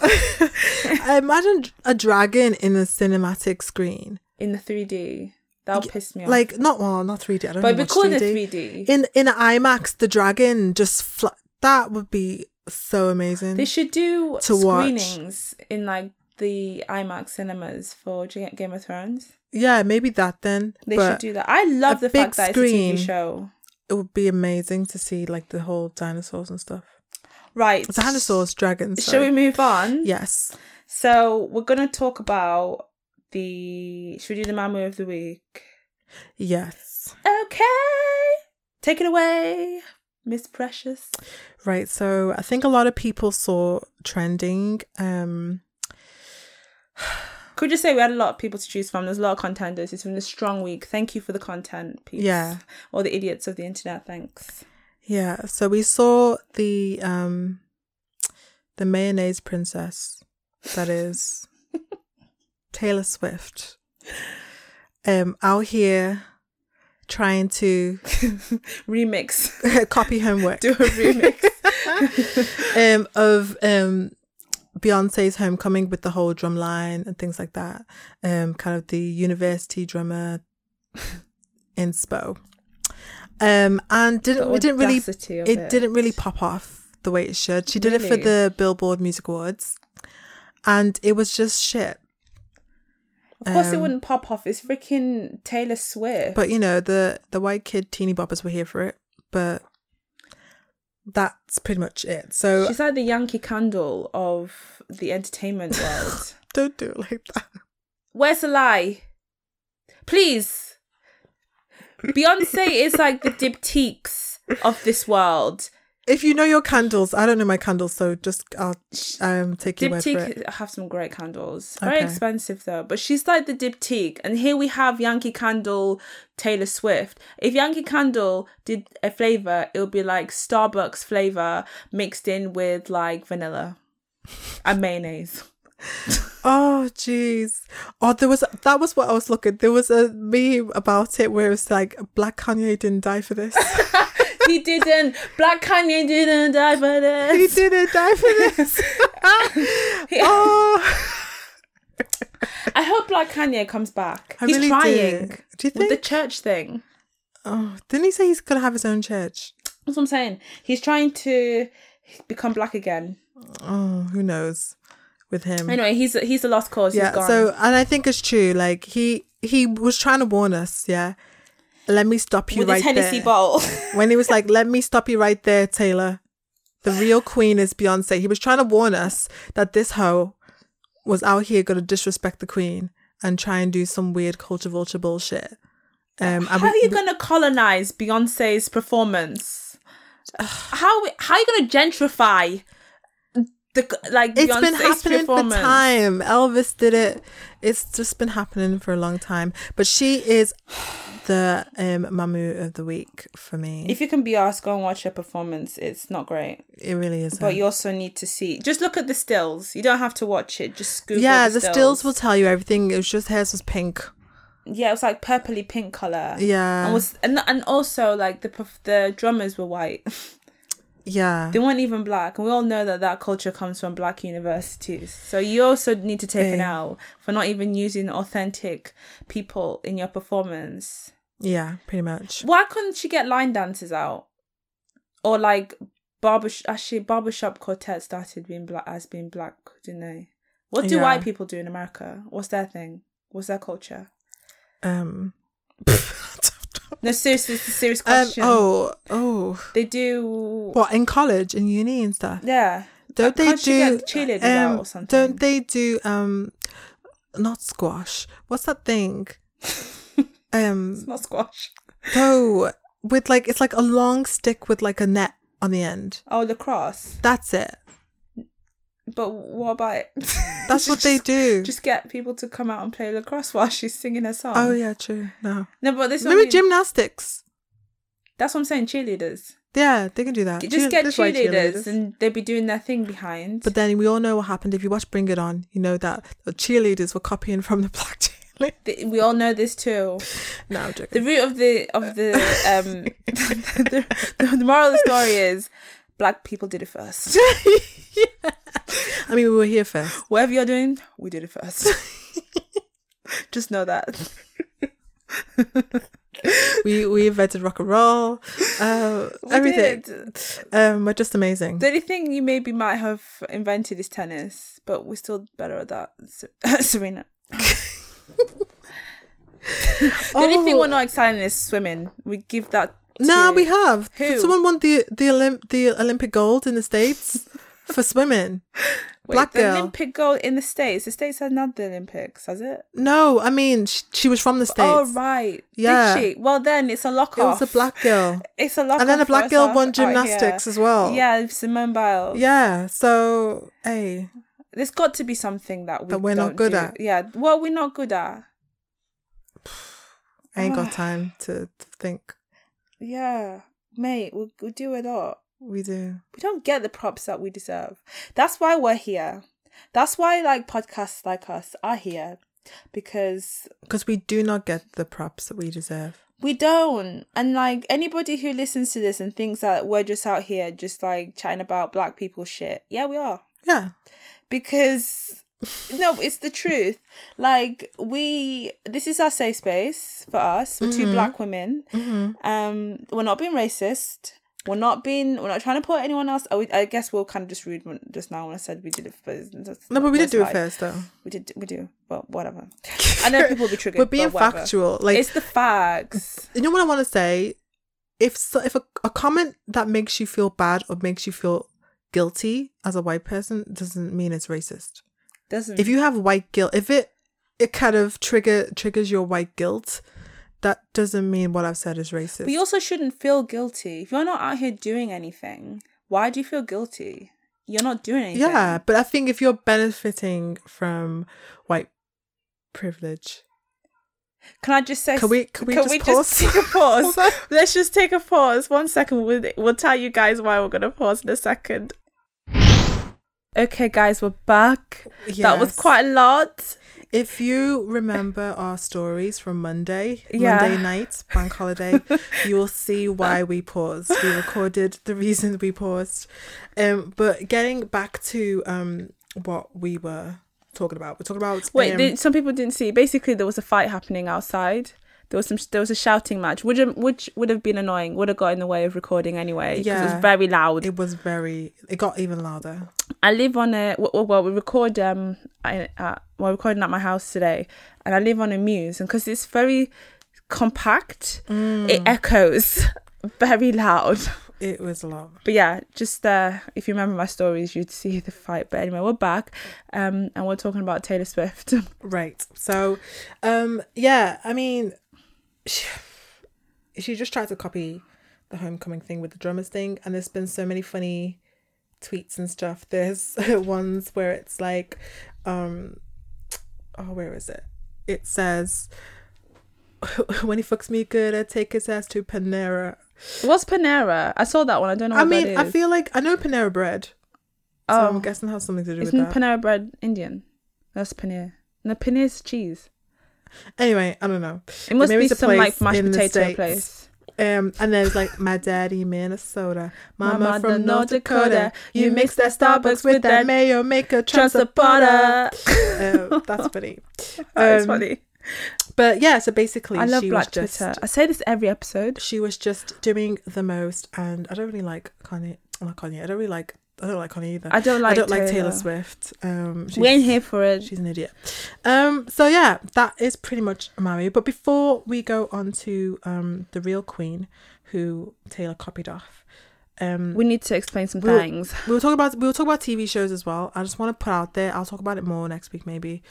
S1: (laughs)
S2: imagine a dragon in a cinematic screen.
S1: in the 3D. That'll piss me off.
S2: Like not well, not three D. I don't
S1: but
S2: know
S1: we
S2: much
S1: call it
S2: 3D.
S1: 3D.
S2: in in IMAX, the dragon just fl- that would be so amazing.
S1: They should do
S2: To watch.
S1: screenings in like the IMAX cinemas for G- Game of Thrones.
S2: yeah, maybe that then.
S1: They should
S2: but
S1: do that. I love the
S2: a big
S1: fact that
S2: screen.
S1: it's a TV show.
S2: it would be amazing to see like the whole dinosaurs and stuff.
S1: Right.
S2: Dinosaurs, dragons.
S1: Shall we
S2: sorry.
S1: move on?
S2: Yes.
S1: So we're gonna talk about the should we do the Mamu of the week?
S2: Yes.
S1: Okay. Take it away, Miss Precious.
S2: Right. So I think a lot of people saw trending. Um
S1: Could just say we had a lot of people to choose from. There's a lot of contenders. It's been a strong week. Thank you for the content piece.
S2: Yeah.
S1: All the idiots of the internet, thanks.
S2: yeah, so we saw the um the mayonnaise princess that is Taylor Swift um out here trying to
S1: Remix.
S2: (laughs) copy homework
S1: do a remix.
S2: (laughs)
S1: (laughs)
S2: um, of um, Beyonce's homecoming with the whole drum line and things like that. Um, kind of the university drummer inspo. Um, and didn't we didn't really
S1: Audacity of
S2: it, didn't really pop off the way it should. She did it for
S1: Really?
S2: the Billboard Music Awards, and it was just shit.
S1: Of course, it
S2: um,
S1: wouldn't pop off. It's freaking Taylor Swift.
S2: But you know the the white kid teeny boppers were here for it, but that's pretty much it. So
S1: She's like the Yankee Candle of the entertainment
S2: (laughs)
S1: world.
S2: don't do it like that.
S1: Where's the lie? Please. Beyonce is like the diptychs of this world.
S2: If you know your candles, I don't know my candles, so just I'll um take your word for it.
S1: Diptyque have some great candles. Very
S2: Okay.
S1: expensive though. But she's like the diptyque. And here we have Yankee Candle, Taylor Swift. If Yankee Candle did a flavour, it would be like Starbucks flavour mixed in with like vanilla and
S2: (laughs)
S1: mayonnaise.
S2: Oh jeez. Oh, there was that was what I was looking. There was a meme about it where it was like Black Kanye didn't die
S1: (laughs)
S2: for this.
S1: he didn't. Black Kanye didn't die for
S2: he
S1: this.
S2: didn't die for
S1: (laughs)
S2: this. (laughs) oh,
S1: I hope Black Kanye comes back.
S2: I
S1: He's
S2: really do.
S1: trying.
S2: Do you
S1: With the
S2: think?
S1: church thing.
S2: Oh, didn't he say he's gonna have his own church?
S1: That's what I'm saying. He's trying to become black again.
S2: Oh, who knows with him.
S1: Anyway, he's he's a lost cause. he's
S2: yeah
S1: gone.
S2: so and i think it's true like he he was trying to warn us yeah let me stop you
S1: with
S2: right
S1: his Hennessy
S2: there (laughs)
S1: bottle.
S2: when he was like let me stop you right there taylor the real queen is beyonce he was trying to warn us that this hoe was out here gonna disrespect the queen and try and do some weird culture vulture bullshit um and
S1: how
S2: we-
S1: are you gonna colonize Beyonce's performance? how how are you gonna gentrify the like
S2: It's
S1: Beyonce's
S2: been happening for
S1: performance?
S2: time. Elvis did it. It's just been happening for a long time. But she is the um, Mamu of the week for me.
S1: If you can be asked, go and watch her performance. It's not great,
S2: It really is.
S1: but you also need to see. Just look at the stills. You don't have to watch it. Just Google
S2: Yeah, the stills will tell you everything. It was just hers was pink.
S1: yeah, it was like purpley pink color.
S2: Yeah.
S1: and was and, and also like the perf- the drummers were white.
S2: Uh-huh. Yeah.
S1: They weren't even black, and we all know that that culture comes from black universities. So you also need to take an
S2: Yeah.
S1: L for not even using authentic people in your performance.
S2: Yeah, pretty much.
S1: Why couldn't she get line dancers out, or like barber? Actually, barbershop quartet started being black as being black, didn't they? What do
S2: Yeah.
S1: white people do in America? What's their thing? What's their culture?
S2: Um,
S1: No, seriously, it's a serious
S2: um
S1: question.
S2: oh, oh.
S1: They do.
S2: What in college in uni and stuff?
S1: Yeah.
S2: Don't they
S1: Can't you
S2: do
S1: get cheerleaders
S2: um,
S1: out or something?
S2: Don't they do um not squash? What's
S1: (laughs)
S2: that thing? um
S1: It's not squash.
S2: no with like it's like a long stick with like a net on the end.
S1: Oh, lacrosse.
S2: That's it.
S1: But what about it? (laughs)
S2: That's what they
S1: Just-
S2: do.
S1: Just get people to come out and play lacrosse while she's singing her song.
S2: oh yeah, true. No.
S1: No, but this
S2: Maybe
S1: one.
S2: gymnastics.
S1: That's what I'm saying. Cheerleaders.
S2: Yeah, they can do that.
S1: Just
S2: Cheer-
S1: get
S2: that's why
S1: cheerleaders, and they'd be doing their thing behind.
S2: But then we all know what happened. If you watch Bring It On, you know that the cheerleaders were copying from the (laughs) black cheerleaders.
S1: Th- we all know this too.
S2: No,
S1: The
S2: I'm joking.
S1: root of the of the
S2: (laughs)
S1: um (laughs) the, the, the moral of the story is black people did it
S2: (laughs)
S1: first.
S2: I mean, we were here first.
S1: Whatever you're doing, we did it
S2: (laughs)
S1: first. Just know that.
S2: We we invented rock and roll, uh,
S1: (laughs) We
S2: everything.
S1: did.
S2: Um, we're just amazing.
S1: The only thing you maybe might have invented is tennis, but we're still better at that, Se- (laughs) Serena. The only thing
S2: Oh.
S1: we're not exciting is swimming. We give that.
S2: No,
S1: to-
S2: we have.
S1: Who?
S2: Someone won the the Olymp- the Olympic gold in the states for swimming.
S1: Wait,
S2: black
S1: the
S2: girl.
S1: Olympic gold in the states. The states has not the Olympics, has it?
S2: No, I mean she, she was from the states.
S1: Oh right,
S2: Yeah.
S1: Did she? Well, then it's a lock
S2: it was
S1: off.
S2: a black girl,
S1: It's a lock.
S2: and then a
S1: off
S2: black
S1: for us
S2: girl
S1: out-
S2: won
S1: out here.
S2: gymnastics as well.
S1: Yeah, Simone Biles.
S2: yeah. So hey,
S1: There's got to be something that we
S2: That we're not
S1: don't
S2: good
S1: do.
S2: at.
S1: Yeah, what we're not good at.
S2: I ain't
S1: Ah.
S2: got time to think.
S1: Yeah, mate, we we do a lot.
S2: We do.
S1: We don't get the props that we deserve. That's why we're here. That's why like podcasts like us are here because
S2: because we do not get the props that we deserve.
S1: We don't. And like anybody who listens to this and thinks that we're just out here just like chatting about black people shit. Yeah, we are.
S2: Yeah,
S1: Because no, it's the truth. Like we this is our safe space for us. We're
S2: Mm-hmm.
S1: two black women. Um we're not being racist. We're not being we're not trying to put anyone else I, I guess we'll kind of just rude when, just now when I said we did it first. That's-
S2: no, but we did
S1: that's
S2: do it
S1: fine.
S2: first though.
S1: We did we do. Well, whatever. (laughs) I know people will be triggered.
S2: We're being
S1: but whatever.
S2: factual. Like
S1: it's the facts.
S2: you know what I want to say. If so, if a, a comment that makes you feel bad or makes you feel guilty as a white person doesn't mean it's racist.
S1: Doesn't
S2: If you have white guilt, if it it kind of trigger triggers your white guilt, that doesn't mean what I've said is racist.
S1: But you also shouldn't feel guilty. If you're not out here doing anything, why do you feel guilty? You're not doing anything.
S2: yeah, but I think if you're benefiting from white privilege,
S1: Can I just say?
S2: Can we- can we just pause?
S1: take a pause?
S2: (laughs)
S1: (laughs)
S2: Hold on.
S1: Let's just take a pause. One second. We'll, we'll tell you guys why we're gonna pause in a second. Okay, guys, we're back. That was
S2: Yes.
S1: quite a lot.
S2: If you remember our stories from Monday,
S1: Yeah.
S2: Monday night, bank holiday, you will see why we paused. We recorded the reason we paused. Um, but getting back to um what we were talking about, we're talking about
S1: Wait,
S2: um,
S1: did, some people didn't see. Basically, there was a fight happening outside. There was some. There was a shouting match, which which would have been annoying. Would have got in the way of recording anyway. 'cause it
S2: Yeah.
S1: was very loud.
S2: it was very. It got even louder.
S1: I live on a w- w- well. We record um. I uh, we're recording at my house today, and I live on a muse, and because it's very compact,
S2: Mm.
S1: it echoes (laughs) very loud.
S2: It was a lot.
S1: But yeah, just uh, if you remember my stories, you'd see the fight. But anyway, we're back, um, and we're talking about Taylor Swift. (laughs)
S2: Right. So, um, yeah. I mean, she, she just tried to copy the homecoming thing with the drummers thing, and there's been so many funny tweets and stuff. There's (laughs) ones where it's like, um, oh, where is it? It says, (laughs) "When he fucks me good, I take his ass to Panera."
S1: What's Panera? I saw that one. I don't know. What
S2: I mean,
S1: that
S2: I
S1: is.
S2: feel like I know Panera bread. So
S1: oh,
S2: I'm guessing it has something to do
S1: isn't
S2: with that.
S1: Panera bread Indian? That's paneer. No, paneer's cheese.
S2: anyway, I don't know.
S1: It must
S2: Maybe
S1: be
S2: it's a
S1: some like
S2: place
S1: mashed
S2: in the
S1: potato
S2: States.
S1: place.
S2: Um, and there's like (laughs) my daddy Minnesota, mama,
S1: Mama
S2: from North Dakota. You mix that Starbucks with that mayo, make a transporter.
S1: Transporter.
S2: (laughs) Uh,
S1: (laughs)
S2: that's funny.
S1: That's
S2: Um,
S1: funny.
S2: But yeah, so basically,
S1: I love
S2: she
S1: Black
S2: was just
S1: Twitter. I say this every episode.
S2: she was just doing the most, and I don't really like Kanye. Not Kanye. I don't really like. I don't like Kanye either.
S1: I don't like.
S2: I don't
S1: Taylor.
S2: like Taylor Swift. Um,
S1: We ain't
S2: she's-
S1: here for it.
S2: She's an idiot. Um, so yeah, that is pretty much Mario. But before we go on to um the real queen, who Taylor copied off, um
S1: We need to explain some
S2: We'll-
S1: things.
S2: we will talk about we will talk about TV shows as well. I just want to put out there. I'll talk about it more next week, maybe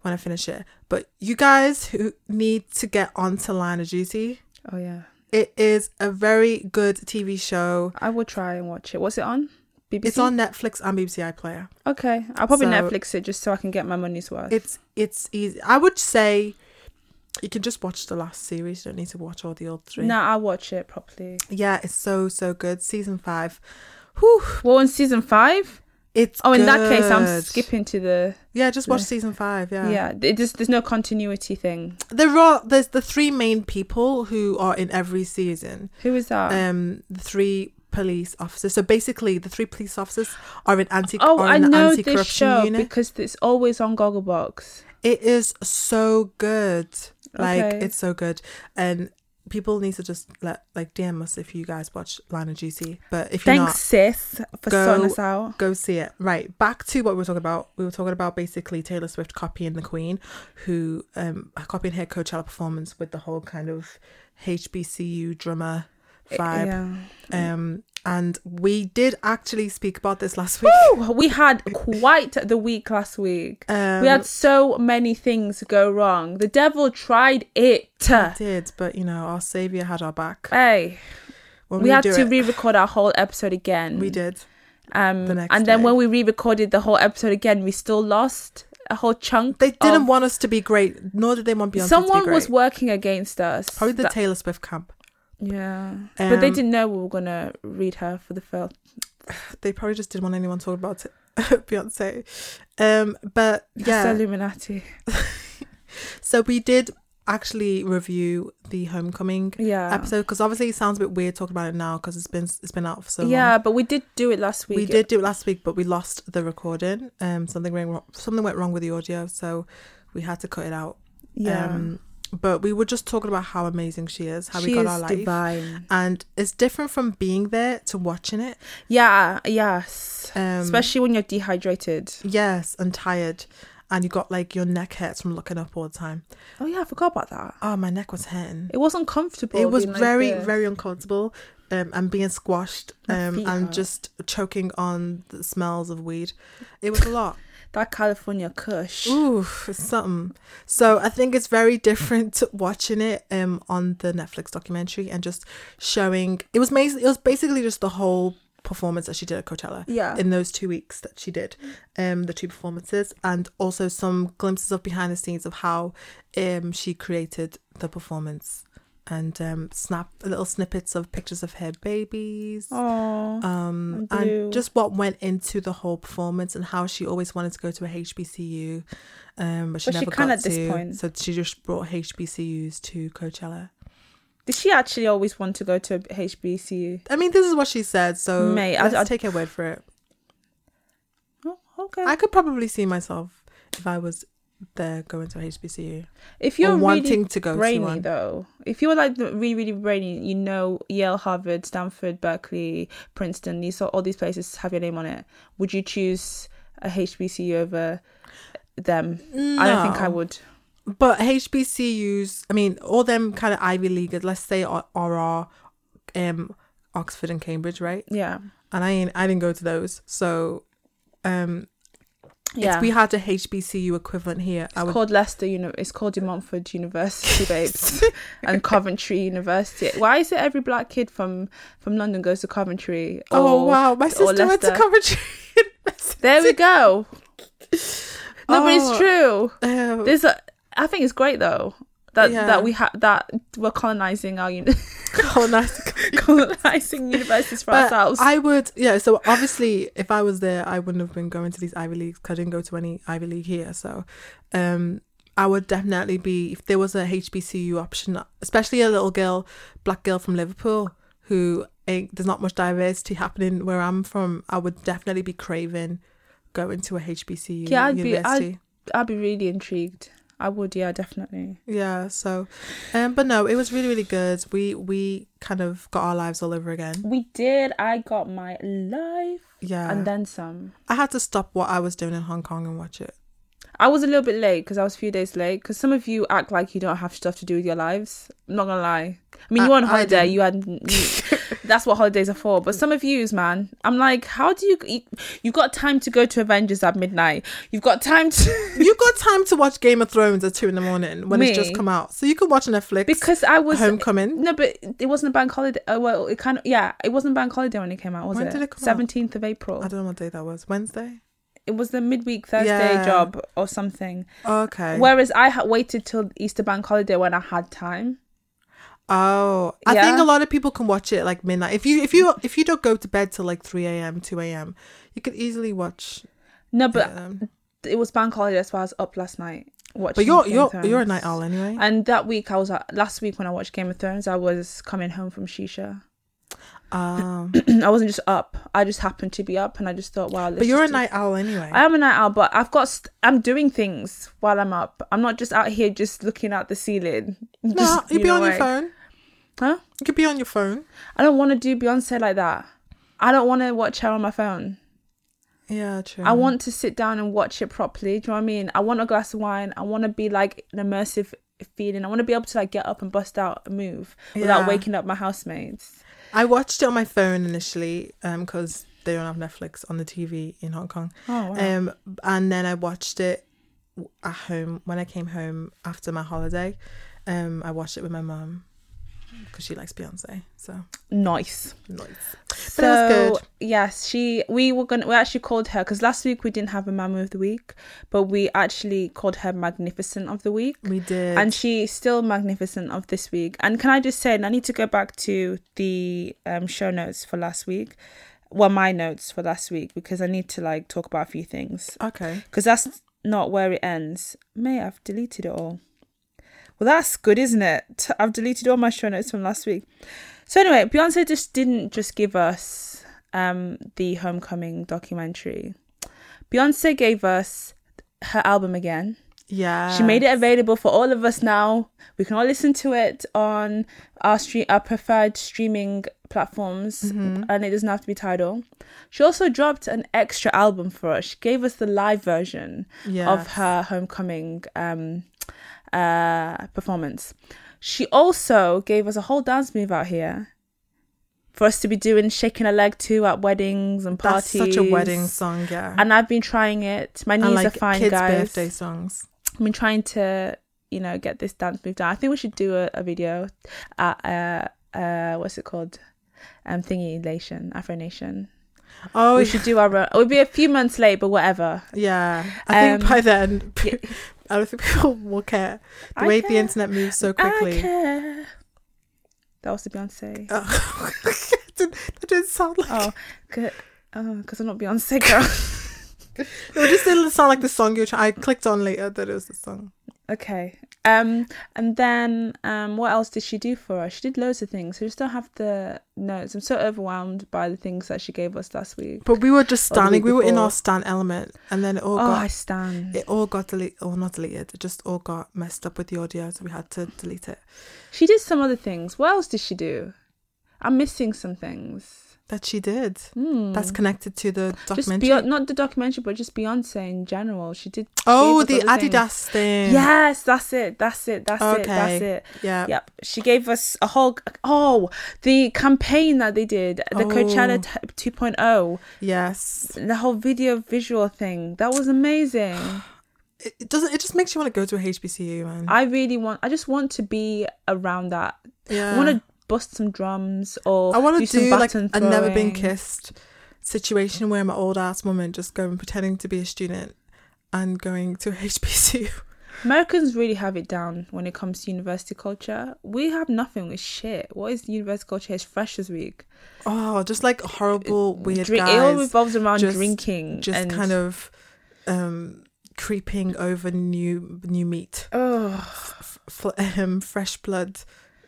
S2: when I finish it. But you guys who need to get onto Line of Duty,
S1: Oh yeah,
S2: it is a very good TV show.
S1: I will try and watch it. What's it on? BBC.
S2: It's on Netflix and BBC iPlayer.
S1: Okay, I'll probably
S2: So-
S1: Netflix it just so I can get my money's worth.
S2: It's it's easy. I would say you can just watch the last series. You don't need to watch all the old three.
S1: nah, I'll watch it properly.
S2: Yeah, it's so so good. Season five.
S1: Well, in season five.
S2: It's
S1: Oh, in that case, I'm
S2: good.
S1: skipping to the
S2: Yeah, just watch
S1: Yeah.
S2: season five.
S1: yeah. it just there's no continuity thing.
S2: There are there's the three main people who are in every season.
S1: Who is that?
S2: Um, the three police officers. So basically, the three police officers are in anti.
S1: oh,
S2: are
S1: I
S2: in the
S1: know this
S2: anti-corruption
S1: show
S2: Unit.
S1: because it's always on Gogglebox.
S2: It is so good. Like
S1: Okay.
S2: it's so good, and people need to just let like DM us if you guys watch Line of Duty. But if you're
S1: Thanks,
S2: not,
S1: sis, for
S2: Go-
S1: sorting us out.
S2: go see it. Right, back to what we were talking about. We were talking about basically Taylor Swift copying the Queen, who um copying her Coachella performance with the whole kind of HBCU drummer vibe.
S1: Eh, Yeah.
S2: Um, and we did actually speak about this last week.
S1: Whew, We had quite the week last week.
S2: Um,
S1: we had so many things go wrong. The devil tried it.
S2: did, but you know, our savior had our back.
S1: Hey,
S2: When
S1: we, had
S2: do
S1: to
S2: it,
S1: re-record our whole episode again.
S2: we did.
S1: Um,
S2: the next
S1: and then
S2: day.
S1: when we re-recorded the whole episode again, we still lost a whole chunk.
S2: They didn't
S1: of-
S2: want us to be great, nor did they want Beyonce to be
S1: Someone
S2: great.
S1: was working against us.
S2: Probably the
S1: That-
S2: Taylor Swift camp.
S1: yeah, but they
S2: Um,
S1: didn't know we were gonna read her for the film.
S2: They probably just didn't want anyone talking about it. (laughs) Beyonce. Um, but
S1: Yeah,
S2: yeah,
S1: Illuminati.
S2: so we did actually review the Homecoming
S1: Yeah,
S2: episode because obviously it sounds a bit weird talking about it now because it's been it's been out for so long.
S1: yeah, but we did do it last week.
S2: We did do it last week, but we lost the recording. Um, something went wrong, something went wrong with the audio, so we had to cut it out.
S1: Yeah,
S2: Um, but we were just talking about how amazing she is, how
S1: she
S2: we got
S1: is
S2: our life,
S1: divine.
S2: and it's different from being there to watching it.
S1: Yeah, yes.
S2: Um,
S1: Especially when you're dehydrated.
S2: yes, and tired, and you got like your neck hurts from looking up all the time.
S1: Oh yeah, I forgot about that.
S2: Oh, my neck was hurting.
S1: It wasn't comfortable.
S2: It was
S1: being like
S2: very,
S1: this.
S2: very uncomfortable. Um, and being squashed
S1: My
S2: um,
S1: feet
S2: and
S1: hurt.
S2: just choking on the smells of weed. It was a lot. (laughs)
S1: that California cush.
S2: Oof, it's something. So I think it's very different to watching it um on the Netflix documentary and just showing it was amazing. It was basically just the whole performance that she did at Coachella
S1: Yeah.
S2: in those two weeks that she did, um the two performances and also some glimpses of behind the scenes of how um she created the performance and um snap little snippets of pictures of her babies
S1: Oh.
S2: um
S1: I do.
S2: and just what went into the whole performance and how she always wanted to go to a HBCU um but she
S1: But she
S2: never
S1: can
S2: got
S1: at this
S2: to,
S1: point.
S2: so she just brought HBCUs to Coachella
S1: Did she actually always want to go to a HBCU?
S2: I mean this is what she said so
S1: Mate, I-
S2: let's
S1: I-
S2: take her word for it
S1: Oh, okay.
S2: I could probably see myself if I was there going to a HBCU
S1: if you're
S2: or wanting
S1: really
S2: to go to
S1: brainy
S2: one
S1: though, if you're like the- really really brainy, you know Yale, Harvard, Stanford, Berkeley, Princeton, these are all these places have your name on it. Would you choose a HBCU over them? I don't think I
S2: No.
S1: would.
S2: but HBCUs I mean all them kind of Ivy League let's say are, are our, um Oxford and Cambridge right
S1: Yeah.
S2: and I ain't I didn't go to those so um
S1: Yeah.
S2: If we had a HBCU equivalent here, I
S1: It's
S2: would.
S1: called Leicester Uni- It's called De Montfort University,
S2: (laughs)
S1: babes, and Coventry University. Why is it every black kid from from London goes to Coventry?
S2: oh
S1: or-
S2: wow, my sister went to
S1: Leicester.
S2: Coventry.
S1: There we
S2: (laughs)
S1: go. No, but
S2: Oh.
S1: it's true.
S2: (laughs) Um,
S1: There's a. I think it's great though that
S2: Yeah.
S1: that we have that we're colonizing our uni- (laughs)
S2: oh, nice.
S1: colonizing universities for
S2: But
S1: ourselves.
S2: I would, yeah. So obviously, if I was there, I wouldn't have been going to these Ivy Leagues. 'cause I didn't go to any Ivy League here, so um, I would definitely be if there was a HBCU option, especially a little girl, black girl from Liverpool, who ain't, there's not much diversity happening where I'm from. I would definitely be craving going to a HBCU
S1: Yeah, I'd be-
S2: university.
S1: I'd be really intrigued. I would, yeah, definitely.
S2: Yeah, so um but no, it was really, really good. We we kind of got our lives all over again.
S1: We did. I got my life
S2: Yeah.
S1: and then some.
S2: I had to stop what I was doing in Hong Kong and watch it.
S1: I was a little bit late because I was a few days late because some of you act like you don't have stuff to do with your lives. I'm not gonna lie. I mean,
S2: I-
S1: you were on
S2: I
S1: holiday.
S2: didn't. (laughs)
S1: You had you, That's what holidays are for. But some of yous, man, I'm like, how do you, you? You've got time to go to Avengers at midnight. You've got time to. (laughs)
S2: You've got time to watch Game of Thrones at two in the morning when it's just
S1: Me?
S2: come out, so you can watch Netflix.
S1: Because I was
S2: Homecoming.
S1: No, but it wasn't a bank holiday. Uh, well, it kind of yeah, it wasn't a bank holiday when it came out, was
S2: When
S1: it?
S2: did it come out?
S1: Seventeenth of April.
S2: I don't know what day that was. Wednesday.
S1: It was the midweek Thursday
S2: Yeah.
S1: job or something.
S2: Okay.
S1: Whereas I had waited till Easter bank holiday when I had time.
S2: Oh, I think
S1: Yeah.
S2: a lot of people can watch it like midnight. If you if you if you don't go to bed till like three a.m. two a.m., you could easily watch.
S1: No, but
S2: Um,
S1: it was bank holiday. That's why I was up last night watching.
S2: but you're
S1: Game
S2: you're
S1: of Thrones.
S2: you're a night owl anyway.
S1: And that week I was at, last week when I watched Game of Thrones, I was coming home from shisha. (clears throat) (laughs)
S2: um,
S1: I wasn't just up. I just happened to be up, and I just thought, wow.
S2: but you're a night owl anyway.
S1: I am a night owl, but I've got. St- I'm doing things while I'm up. I'm not just out here just looking at the ceiling. (laughs)
S2: no,
S1: Just,
S2: you'd be
S1: know,
S2: on your
S1: like-
S2: phone.
S1: Huh?
S2: You could be on your phone.
S1: I don't want to do Beyonce like that. I don't want to watch her on my phone.
S2: Yeah, true.
S1: I want to sit down and watch it properly. Do you know what I mean? I want a glass of wine. I want to be like an immersive feeling. I want to be able to like get up and bust out and move
S2: Yeah.
S1: without waking up my housemates.
S2: I watched it on my phone initially because they don't have Netflix on the TV in Hong Kong.
S1: Oh, wow.
S2: Um, and then I watched it w- at home when I came home after my holiday. Um, I watched it with my mum because she likes Beyonce. So
S1: Nice.
S2: nice.
S1: So
S2: But it was
S1: yes, she we were gonna we actually called her because last week we didn't have a Mamu of the week, but we actually called her Magnificent of the week.
S2: We did.
S1: and she's still magnificent of this week. And can I just say, and I need to go back to the um, show notes for last week. Well, my notes for last week because I need to like talk about a few things
S2: okay.
S1: because that's not where it ends. May I've deleted it all. Well, that's good, isn't it? (laughs) I've deleted all my show notes from last week. So anyway, Beyonce just didn't just give us um, the Homecoming documentary. Beyonce gave us her album again.
S2: Yeah.
S1: She made it available for all of us now. We can all listen to it on our street, our preferred streaming platforms,
S2: Mm-hmm.
S1: and it doesn't have to be Tidal. She also dropped an extra album for us. She gave us the live version of
S2: Yes.
S1: her homecoming um, uh, performance. She also gave us a whole dance move out here for us to be doing, shaking a leg to at weddings and
S2: That's
S1: parties.
S2: such a wedding song, yeah.
S1: And I've been trying it. My knees
S2: And,
S1: are fine,
S2: kids'
S1: guys.
S2: birthday songs.
S1: I've been trying to, you know, get this dance move down. I think we should do a, a video at uh, uh, what's it called? Um, thingy nation, Afro Nation.
S2: Oh,
S1: We should do our. own- It'll be a few months late, but whatever.
S2: yeah. I think
S1: Um,
S2: by then, (laughs)
S1: yeah.
S2: I don't think people will care. The
S1: I
S2: way the
S1: care.
S2: internet moves so
S1: I
S2: quickly.
S1: care. That was the Beyonce.
S2: Oh. (laughs) That didn't- that didn't sound like
S1: Oh, good. Oh, because I'm not Beyonce girl. (laughs)
S2: it just didn't sound like the song you. Try- I clicked on later that it was the song.
S1: okay. Um, and then um, what else did she do for us? She did loads of things. I just don't have the notes. I'm so overwhelmed by the things that she gave us last week.
S2: But we were just
S1: Or the
S2: standing.
S1: week
S2: We were in
S1: before.
S2: our stand element, and then it all
S1: Oh, I
S2: got
S1: stand.
S2: it all got deleted. Or not deleted. It just all got messed up with the audio, so we had to delete it.
S1: She did some other things. What else did she do? I'm missing some things.
S2: That she did.
S1: Hmm.
S2: That's connected to the
S1: just
S2: documentary.
S1: Beyonce, not the documentary, but just Beyonce in general. She did.
S2: oh,
S1: gave
S2: the
S1: us other things.
S2: Adidas thing.
S1: Yes, that's it. That's it. That's it. That's
S2: Okay.
S1: it.
S2: Yeah.
S1: Yep. She gave us a whole. Oh, the campaign that they did, the
S2: Oh.
S1: Coachella t- 2.0,
S2: Yes.
S1: the whole video visual thing. That was
S2: (sighs)
S1: amazing.
S2: It, it doesn't. It just makes you want to go to a HBCU, man.
S1: I really want. I just want to be around that.
S2: yeah.
S1: I want to bust some drums or
S2: Uh. I want to
S1: do, some
S2: do like
S1: button
S2: a never
S1: throwing.
S2: been kissed situation where I'm an old ass woman just going pretending to be a student and going to (laughs) HBCU.
S1: Americans really have it down when it comes to university culture. We have nothing. It's shit. What is university culture? It's Freshers Week.
S2: Oh, just like horrible weird
S1: Drink, it all
S2: guys
S1: revolves around
S2: just-
S1: drinking.
S2: just
S1: and,
S2: kind of um creeping over new new meat,
S1: Ugh.
S2: f- f- (laughs) um, fresh blood.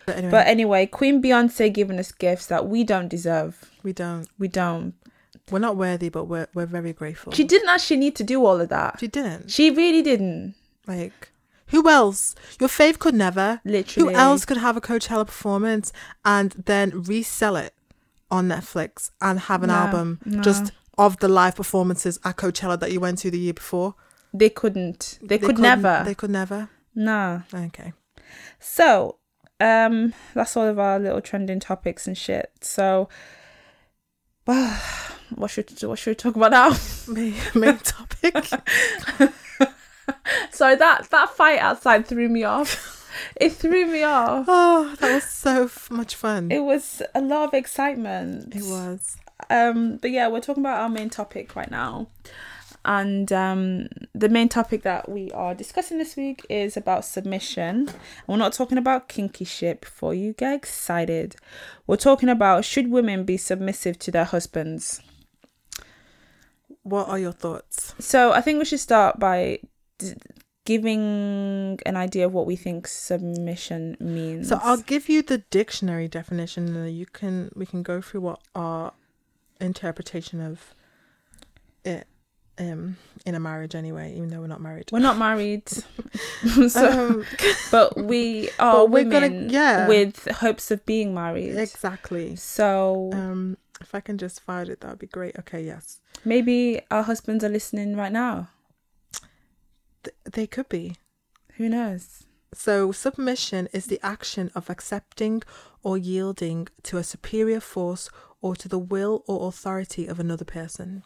S2: But anyway,
S1: But anyway, Queen Beyonce giving us gifts that we don't deserve.
S2: we don't.
S1: We don't.
S2: We're not worthy, but we're we're very grateful.
S1: She didn't actually need to do all of that.
S2: She didn't
S1: She really didn't.
S2: like. Who else? Your fave could never.
S1: Literally.
S2: Who else could have a Coachella performance and then resell it on Netflix and have an
S1: No,
S2: album
S1: no.
S2: just of the live performances at Coachella that you went to the year before?
S1: They couldn't. They, could
S2: couldn't-
S1: never.
S2: They could never.
S1: Nah.
S2: Okay.
S1: So um, that's all of our little trending topics and shit. So, (sighs) well, what should what should we talk about now?
S2: Main, (laughs)
S1: (laughs)
S2: main topic.
S3: Sorry, that that fight outside threw me off. It threw me off.
S2: Oh, that was so f- much fun.
S1: It was a lot of excitement.
S2: it was.
S1: Um, but yeah, we're talking about our main topic right now. And um, the main topic that we are discussing this week is about submission. And we're not talking about kinky shit before you get excited. We're talking about should women be submissive to their husbands?
S2: What are your thoughts?
S1: So I think we should start by d- giving an idea of what we think submission means.
S2: So I'll give you the dictionary definition, and then you can we can go through what our interpretation of it um in a marriage anyway, even though we're not married.
S1: we're not married, (laughs) so,
S2: (laughs)
S1: (laughs)
S2: Um,
S1: but we are
S2: but we're gonna-
S1: women
S2: yeah.
S1: with hopes of being married.
S2: exactly.
S1: So
S2: Um, if I can just find it, that would be great. Okay, yes,
S1: maybe our husbands are listening right now.
S2: Th- they could be.
S1: Who knows?
S2: So, submission is the action of accepting or yielding to a superior force or to the will or authority of another person.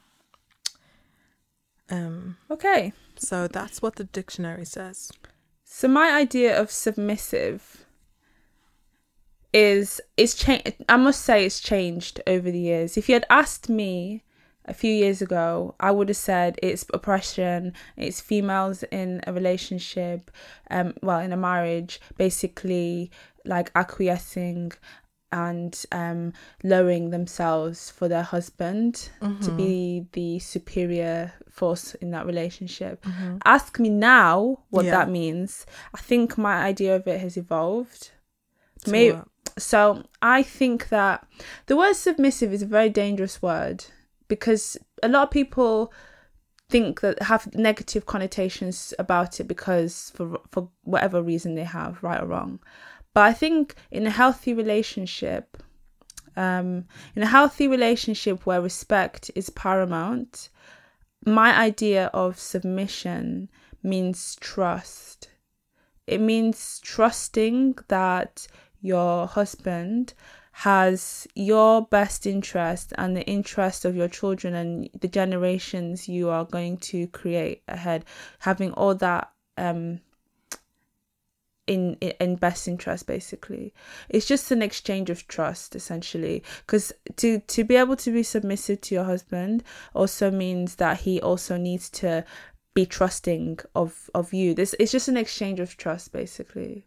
S2: Um,
S1: Okay.
S2: so that's what the dictionary says.
S1: So my idea of submissive is it's changed. I must say it's changed over the years. If you had asked me a few years ago, I would have said it's oppression. It's females in a relationship, um, well, in a marriage, basically like acquiescing and um, lowering themselves for their husband to be the superior force in that relationship. Ask me now what
S2: Yeah.
S1: that means. I think my idea of it has evolved.
S2: So,
S1: May-
S2: uh,
S1: so I think that the word submissive is a very dangerous word because a lot of people think that have negative connotations about it because for for whatever reason they have right or wrong. But I think in a healthy relationship um in a healthy relationship where respect is paramount, my idea of submission means trust. It means trusting that your husband has your best interest and the interest of your children and the generations you are going to create ahead, having all that um in in best interest basically it's just an exchange of trust essentially because to to be able to be submissive to your husband also means that he also needs to be trusting of of you this it's just an exchange of trust basically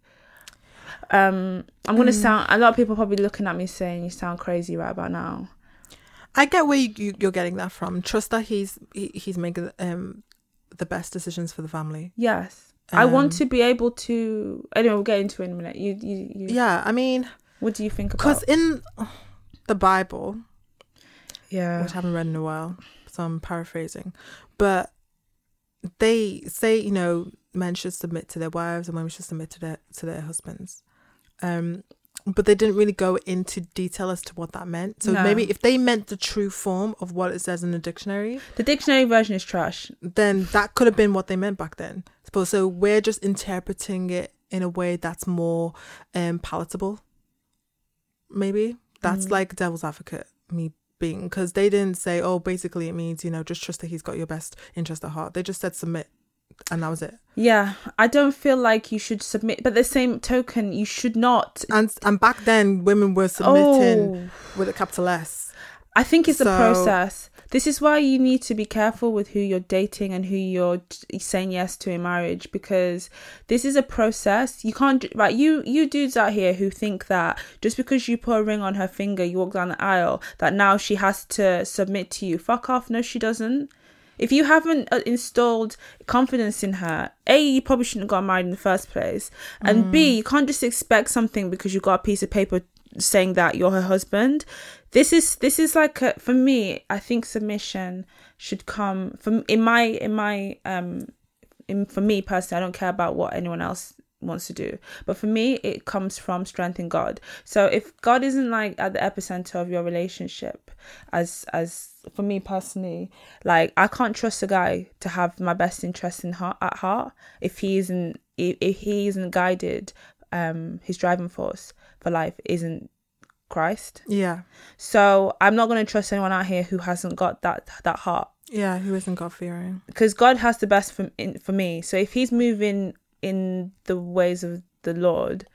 S1: um i'm
S2: Mm.
S1: gonna sound a lot of people probably looking at me saying you sound crazy right about now
S2: I get where you, you, you're getting that from. Trust that he's he, he's making um the best decisions for the family.
S1: yes i want
S2: Um,
S1: to be able to anyway we'll get into it in a minute you you, you
S2: Yeah, I mean,
S1: what do you think about
S2: because in the Bible,
S1: yeah
S2: which I haven't read in a while, so I'm paraphrasing. But they say, you know, men should submit to their wives and women should submit to their to their husbands. Um, but they didn't really go into detail as to what that meant. So
S1: No.
S2: maybe if they meant the true form of what it says in the dictionary,
S1: the dictionary version is trash
S2: then that could have been what they meant back then. But so we're just interpreting it in a way that's more um palatable. Maybe
S1: Mm.
S2: that's like devil's advocate me being because they didn't say oh basically it means you know just trust that he's got your best interest at heart. They just said submit, and that was it.
S1: Yeah, I don't feel like you should submit, but the same token, you should not.
S2: And and back then women were
S1: Oh.
S2: submitting with a capital S.
S1: I think it's
S2: So-
S1: a process. This is why you need to be careful with who you're dating and who you're t- saying yes to in marriage because this is a process. You can't ju- right you you dudes out here who think that just because you put a ring on her finger, you walk down the aisle, that now she has to submit to you. Fuck off. No, she doesn't. If you haven't uh, installed confidence in her, A, you probably shouldn't have got married in the first place. And B, you can't just expect something because you got a piece of paper saying that you're her husband. This is this is like a, for me, I think submission should come from in my in my um in, for me personally, I don't care about what anyone else wants to do. But for me, it comes from strength in God. So if God isn't like at the epicenter of your relationship, as as for me personally, like I can't trust a guy to have my best interest in heart at heart if he isn't if, if he isn't guided um his driving force for life isn't Christ.
S2: Yeah.
S1: So I'm not going to trust anyone out here who hasn't got that that heart
S2: Yeah. Who isn't God eh? fearing?
S1: because God has the best for in, for me. So if He's moving in the ways of the Lord,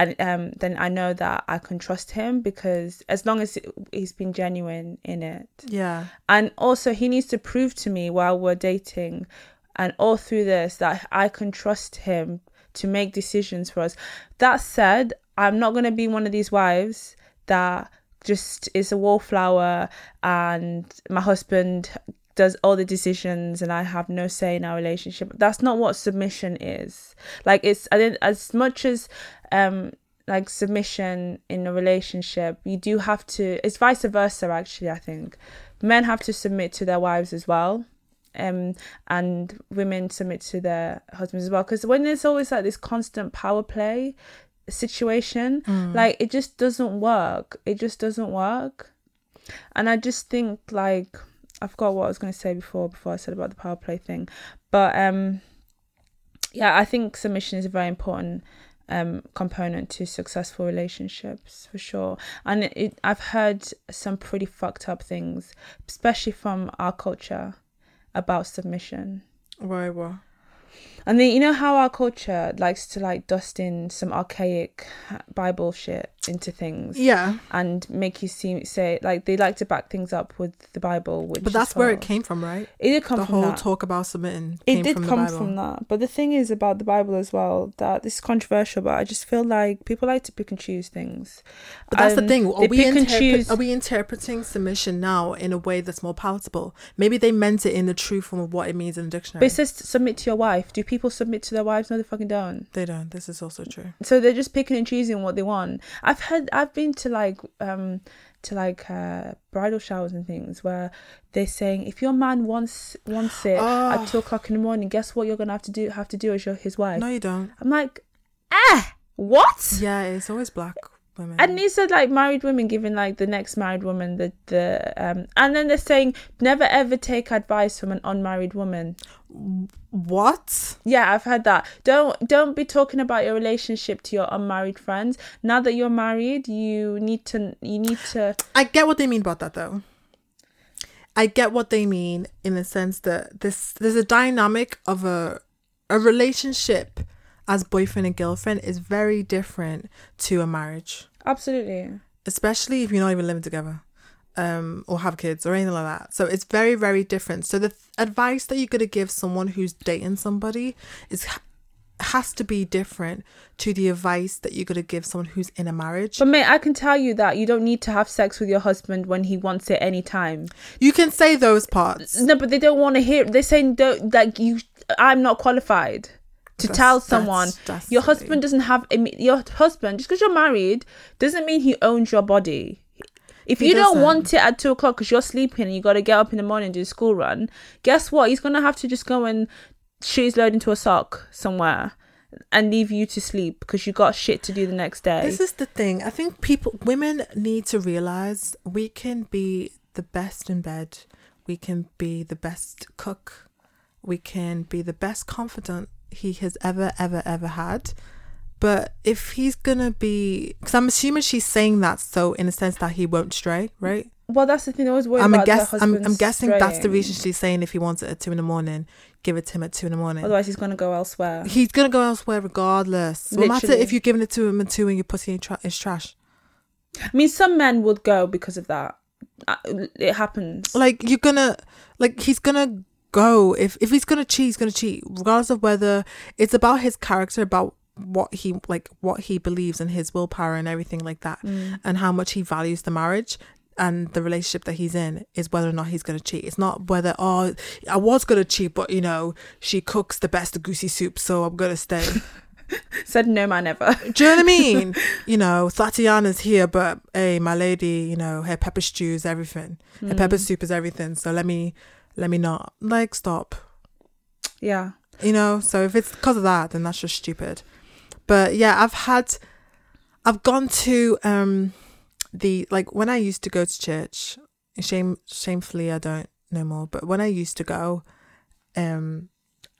S1: and um, then I know that I can trust Him because as long as He's been genuine in it,
S2: Yeah.
S1: and also He needs to prove to me while we're dating, and all through this that I can trust Him to make decisions for us. That said, I'm not gonna be one of these wives that just is a wallflower and my husband does all the decisions and I have no say in our relationship. That's not what submission is. Like it's I didn't, as much as um like submission in a relationship, you do have to it's vice versa actually, I think. Men have to submit to their wives as well. Um and women submit to their husbands as well because when there's always like this constant power play situation, like it just doesn't work. It just doesn't work. And I just think like I forgot what I was going to say before before I said about the power play thing, but um, yeah, I think submission is a very important um component to successful relationships for sure. And it, I've heard some pretty fucked up things, especially from our culture, about submission.
S2: Why? What?
S1: And then you know how our culture likes to like dust in some archaic Bible shit into things
S2: Yeah.
S1: and make you seem say like they like to back things up with the Bible, which
S2: But
S1: is
S2: that's where it
S1: false.
S2: came from, right?
S1: It did come
S2: the
S1: from
S2: whole
S1: that.
S2: talk about submitting
S1: it
S2: came
S1: did
S2: from
S1: come
S2: the Bible.
S1: from that. But the thing is about the Bible as well that this is controversial, but I just feel like people like to pick and choose things.
S2: But that's
S1: Um,
S2: the thing. Are
S1: they
S2: we,
S1: pick and
S2: interpre-
S1: choose?
S2: are we interpreting submission now in a way that's more palatable? Maybe they meant it in the true form of what it means in the
S1: But
S2: dictionary.
S1: it says submit to your wife. Do people submit to their wives? No, they fucking don't.
S2: they don't. This is also true.
S1: so they're just picking and choosing what they want i've heard i've been to like um to like uh bridal showers and things where they're saying if your man wants wants it
S2: Oh.
S1: at two o'clock in the morning guess what you're gonna have to do have to do as your his wife
S2: No,
S1: (laughs)
S2: you don't.
S1: i'm like ah what
S2: Yeah, it's always black women.
S1: and these are like married women giving like the next married woman the the um and then they're saying never ever take advice from an unmarried woman
S2: what?
S1: yeah, I've had that. Don't don't be talking about your relationship to your unmarried friends. Now that you're married, you need to you need to
S2: I get what they mean about that though. I get what they mean in the sense that this there's a dynamic of a a relationship as boyfriend and girlfriend is very different to a marriage,
S1: absolutely.
S2: especially if you're not even living together. Um, or have kids or anything like that. So it's very, very different. So the th- advice that you're going to give someone who's dating somebody is has to be different to the advice that you're going to give someone who's in a marriage.
S1: But mate, I can tell you that you don't need to have sex with your husband when he wants it anytime.
S2: You can say those parts.
S1: No, but they don't want to hear. They're saying don't like you. I'm not qualified to
S2: That's-
S1: tell someone
S2: that's- that's
S1: your
S2: silly.
S1: husband doesn't have imme- your husband just because you're married doesn't mean he owns your body. If
S2: He
S1: you don't
S2: doesn't.
S1: want it at two o'clock because you're sleeping and you got to get up in the morning and do school run, guess what? He's gonna have to just go and shoot his load into a sock somewhere and leave you to sleep because you got shit to do the next day.
S2: This is the thing. I think people, women need to realize we can be the best in bed. We can be the best cook. We can be the best confidant he has ever, ever, ever had. But if he's going to be, because I'm assuming she's saying that so in a sense that he won't stray, right?
S1: well, that's the thing. I always worry
S2: I'm,
S1: about
S2: guess,
S1: the
S2: I'm, I'm
S1: husband's
S2: guessing that's the
S1: straying.
S2: reason she's saying if he wants it at two in the morning, give it to him at two in the morning.
S1: Otherwise, he's gonna go elsewhere.
S2: He's gonna go elsewhere regardless. No matter
S1: Literally.
S2: if you're giving it to him at two and your pussy in tra- is trash.
S1: I mean, some men would go because of that. Uh, It happens.
S2: like you're gonna like he's gonna go if if he's gonna cheat he's gonna cheat regardless of whether it's about his character about what he like what he believes and his willpower and everything like that and how much he values the marriage and the relationship that he's in is whether or not he's gonna cheat it's not whether oh i was gonna cheat but you know she cooks the best goosey soup so i'm gonna stay
S1: Said no man
S2: (laughs)
S1: ever.
S2: do you know what I mean? you know, Tatiana's here, but hey, my lady, you know, her pepper stew is everything.
S1: Hmm,
S2: Her pepper soup is everything. So let me, let me not like stop.
S1: Yeah.
S2: You know, so if it's because of that, then that's just stupid. But yeah, I've had, I've gone to um, the like when I used to go to church. Shame, shamefully, I don't no more. But when I used to go, um,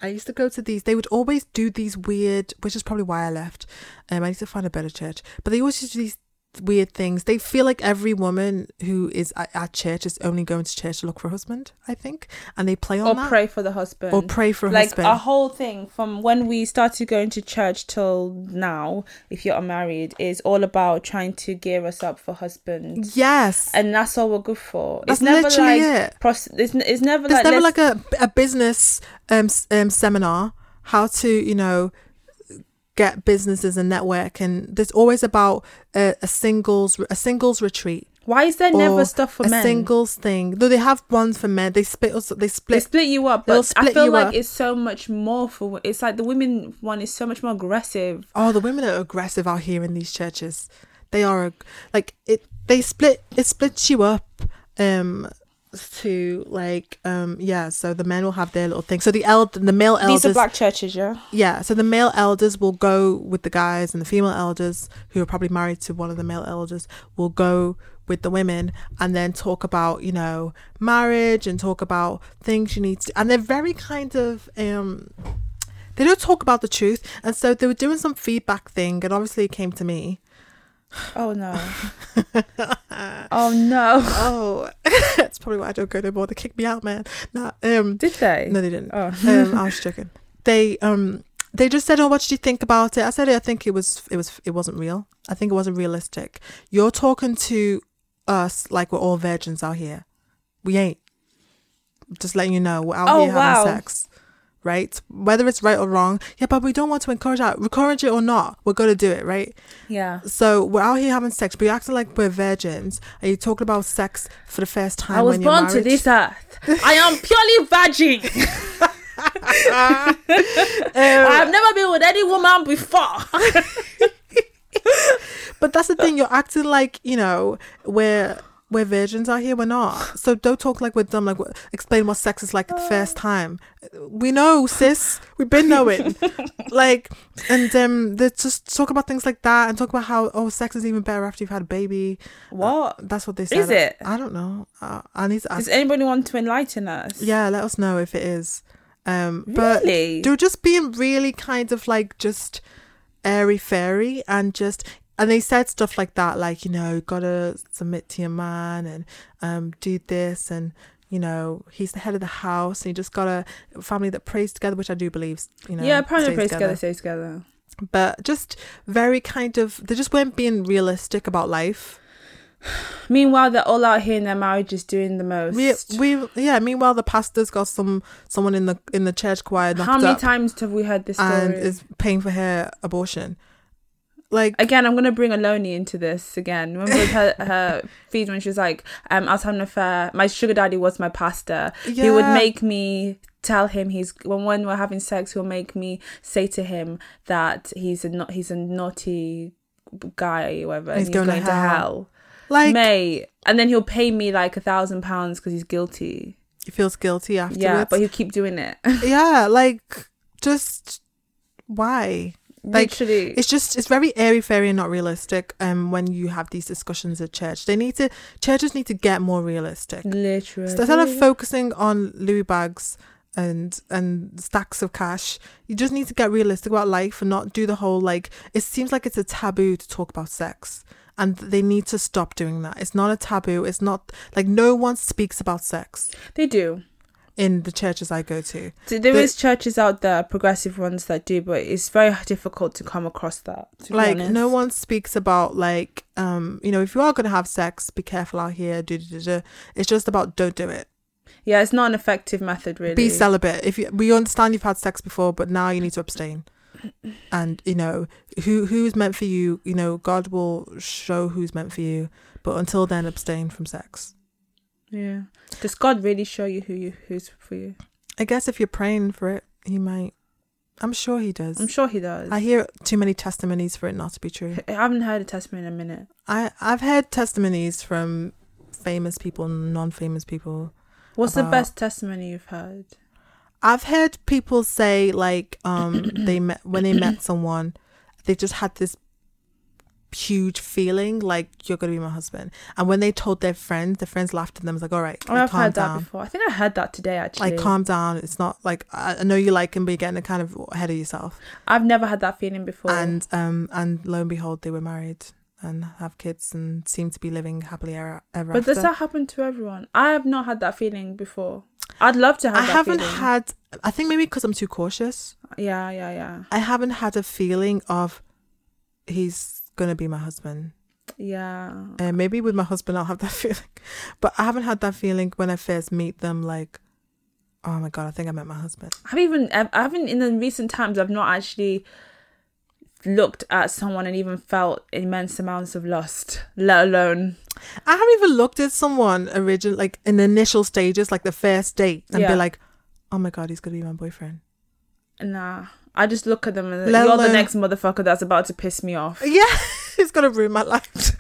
S2: I used to go to these. They would always do these weird, which is probably why I left. Um, I need to find a better church, but they always used to do these weird things. They feel like every woman who is at, at church is only going to church to look for a husband. I think, and they play on
S3: or
S2: that
S3: pray for the husband
S2: or pray for a
S1: like
S2: husband.
S1: a whole thing from when we started going to church till now if you're unmarried is all about trying to gear us up for husbands
S2: yes,
S1: and that's all we're good for
S2: That's
S1: it's never
S2: literally
S1: like
S2: it.
S1: pros- it's, n- it's never
S2: there's
S1: like,
S2: never
S1: let's-
S2: like a a business um, s- um seminar how to you know get businesses and network and there's always about a, a singles a singles retreat
S1: why is there
S2: or
S1: never stuff for
S2: a
S1: men
S2: singles thing though they have ones for men they split also they
S1: they
S2: split
S1: split you up
S2: They'll
S1: but i
S2: split
S1: feel
S2: you
S1: like
S2: up.
S1: it's so much more for wo- it's like the women one is so much more aggressive
S2: oh the women are aggressive out here in these churches they are ag- like it they split it splits you up um to like um yeah so the men will have their little thing so the eld the male elders
S1: these are black churches yeah
S2: Yeah, so the male elders will go with the guys, and the female elders, who are probably married to one of the male elders, will go with the women and then talk about, you know, marriage and talk about things you need to. And they're very kind of, um, they don't talk about the truth. And so they were doing some feedback thing, and obviously it came to me.
S1: oh no oh no (laughs)
S2: Oh, (laughs) that's probably why I don't go no more. They kicked me out, man. Nah, um,
S1: did they
S2: no, they didn't.
S1: oh (laughs)
S2: um, I was joking. They um they just said, "Oh, what did you think about it?" I said, "I think it was it was it wasn't real. I think it wasn't realistic. You're talking to us like we're all virgins out here. We ain't. Just letting you know, we're out
S1: Oh,
S2: here
S1: wow.
S2: having sex." Right, whether it's right or wrong, yeah, but we don't want to encourage that. Encourage it or not, we're gonna do it, right?
S1: yeah
S2: So we're out here having sex, but you're acting like we're virgins. Are you talking about sex for the first time?
S1: I was
S2: when you're
S1: born to
S2: married?
S1: this earth. I am purely virgin.
S2: (laughs) Oh.
S1: I have never been with any woman before.
S2: (laughs) But that's the thing, you're acting like, you know, we're we're virgins out here, we're not. So don't talk like we're dumb, like wh- explain what sex is like the first
S1: Uh.
S2: time. We know, sis. We've been
S1: (laughs)
S2: knowing. like and um they just talk about things like that and talk about how oh sex is even better after you've had a baby.
S1: What?
S2: That's what they said.
S1: Is it?
S2: I, don't know. Uh, I need to ask
S1: Does anybody want to enlighten us?
S2: Yeah, let us know if it is. Um but
S1: Really?
S2: they were just being really kind of like just airy fairy and just and they said stuff like that like you know gotta submit to your man and um do this and you know he's the head of the house and you just got to a family that prays together which i do believe you know
S1: yeah, apparently
S2: stays
S1: praise together, stay together.
S2: but just very kind of they just weren't being realistic about life
S1: Meanwhile, they're all out here in their marriages doing the most.
S2: we we yeah meanwhile the pastor's got some someone in the in the church choir knocked
S1: How many
S2: up
S1: times have we heard this story?
S2: and is paying for her abortion like
S1: Again, I'm gonna bring Aloni into this again. Remember with her
S2: (laughs)
S1: her feed when she was like, um, "I was having an affair. My sugar daddy was my pastor. He would
S2: Yeah.
S1: make me tell him he's when when we're having sex, he'll make me say to him that he's a not he's a naughty guy, or whatever. and
S2: He's going to hell.
S1: May,
S2: like
S1: Mate, and then he'll pay me like a thousand pounds because he's guilty.
S2: he feels guilty afterwards.
S1: Yeah,
S2: Yeah,
S1: but he'll keep doing it.
S2: like just why? (laughs) Like,
S1: Literally,
S2: It's just it's very airy fairy and not realistic. Um, when you have these discussions at church, they need to churches need to get more realistic.
S1: literally.
S2: So instead of focusing on Louis bags and and stacks of cash, you just need to get realistic about life and not do the whole like. It seems like it's a taboo to talk about sex, and they need to stop doing that. It's not a taboo. It's not like no one speaks about sex
S1: they do.
S2: in the churches I go to.
S1: So there
S2: The-
S1: is churches out there, progressive ones that do, but it's very difficult to come across that. To
S2: like
S1: be
S2: no
S1: honest.
S2: one speaks about like um you know if you are gonna have sex be careful out here do, do, do, do. it's just about don't do it
S1: Yeah, it's not an effective method, really.
S2: be celibate if you we understand you've had sex before but now you need to abstain and you know who who's meant for you you know god will show who's meant for you but until then abstain from sex
S1: yeah. Does God really show you who you who's for you?
S2: i guess if you're praying for it he might i'm sure he does
S1: I'm sure He does.
S2: i
S1: I,
S2: hear too many testimonies for it not to be
S1: (laughs)
S2: true
S1: haven't heard a testimony in a minute.
S2: i i've heard testimonies from famous people non-famous people
S1: What's the
S2: About-
S1: best testimony you've heard?
S2: I've heard people say like um they met when they met someone, they just had this huge feeling like you're gonna be my husband. And when they told their friends, their friends laughed at them. It's like, all right,
S1: Oh,
S2: like,
S1: I've
S2: calm
S1: heard
S2: down.
S1: that before. I think I heard that today actually.
S2: Like calm down. It's not like I, I know you like him, but you're getting kind of ahead of yourself.
S1: I've never had that feeling before.
S2: And um and lo and behold, they were married and have kids and seem to be living happily ever, ever
S1: but
S2: after.
S1: does that happen to everyone? I have not had that feeling before. I'd love to have.
S2: I
S1: that
S2: haven't
S1: feeling.
S2: had. I think maybe because I'm too cautious.
S1: Yeah, yeah, yeah,
S2: I haven't had a feeling of he's gonna be my husband.
S1: yeah.
S2: And maybe with my husband I'll have that (laughs) feeling, but I haven't had that feeling when I first meet them. Like, oh my god, I think I met my husband.
S1: I've even I've, I haven't in the recent times I've not actually looked at someone and even felt immense amounts of lust, let alone
S2: I haven't even looked at someone original, like in the initial stages, like the first date, and
S1: Yeah.
S2: be like, oh my god, he's gonna be
S1: (laughs)
S2: my boyfriend.
S1: nah. I just look at them and
S2: Let
S1: you're the
S2: alone-
S1: next motherfucker that's about to piss me
S2: (laughs)
S1: off.
S2: Yeah, he's gonna ruin my life.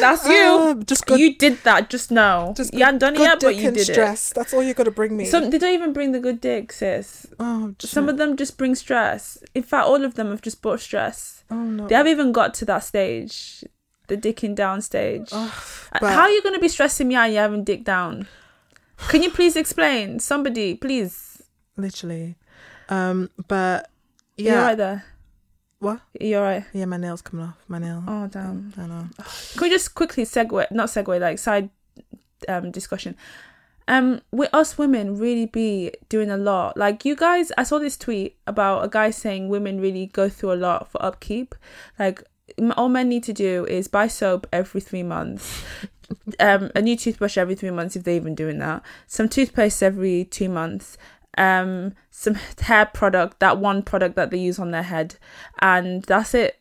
S1: That's you.
S2: Uh, just good.
S1: you did that just now.
S2: just
S1: you haven't done it
S2: good
S1: yet, but
S2: dick
S1: you
S2: and
S1: did
S2: stress. That's all you're gonna bring me.
S1: it. Some they don't even bring the good dick, sis.
S2: oh, just,
S1: Some of them just bring stress. In fact, all of them have just brought stress.
S2: oh no.
S1: They haven't even got to that stage, the dicking down stage.
S2: Ugh,
S1: Uh,
S2: Oh, but-
S1: How are you going to be stressing me out and you haven't dick down? Can you please explain? Somebody, please.
S2: literally um but
S1: Yeah. You're
S2: yeah
S1: right there.
S2: What?
S1: You're right.
S2: yeah my nail's coming off my nail
S1: Oh, damn.
S2: i know
S1: Can we just quickly segue, not segue, like side um, discussion? Um, we us women really be doing a lot. Like you guys, I saw this tweet about a guy saying women really go through a lot for upkeep. Like m- all men need to do is buy soap every three months, (laughs) um, a new toothbrush every three months if they're even doing that, some toothpaste every two months, um, some (laughs) hair product, that one product that they use on their head, and that's it.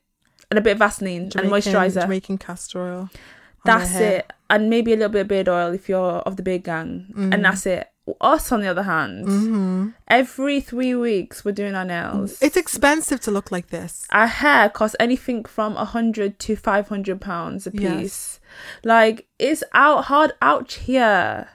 S1: And a bit of Vaseline
S2: Jamaican-
S1: and moisturizer.
S2: jamaican castor oil on their
S1: That's
S2: hair.
S1: it. And maybe a little bit of beard oil if you're of the big gang.
S2: Mm.
S1: And that's it. Us, on the other hand,
S2: Mm-hmm.
S1: every three weeks we're doing our nails.
S2: it's expensive to look like this
S1: our hair costs anything from a hundred to five hundred pounds a piece.
S2: Yes.
S1: Like it's out hard ouch here.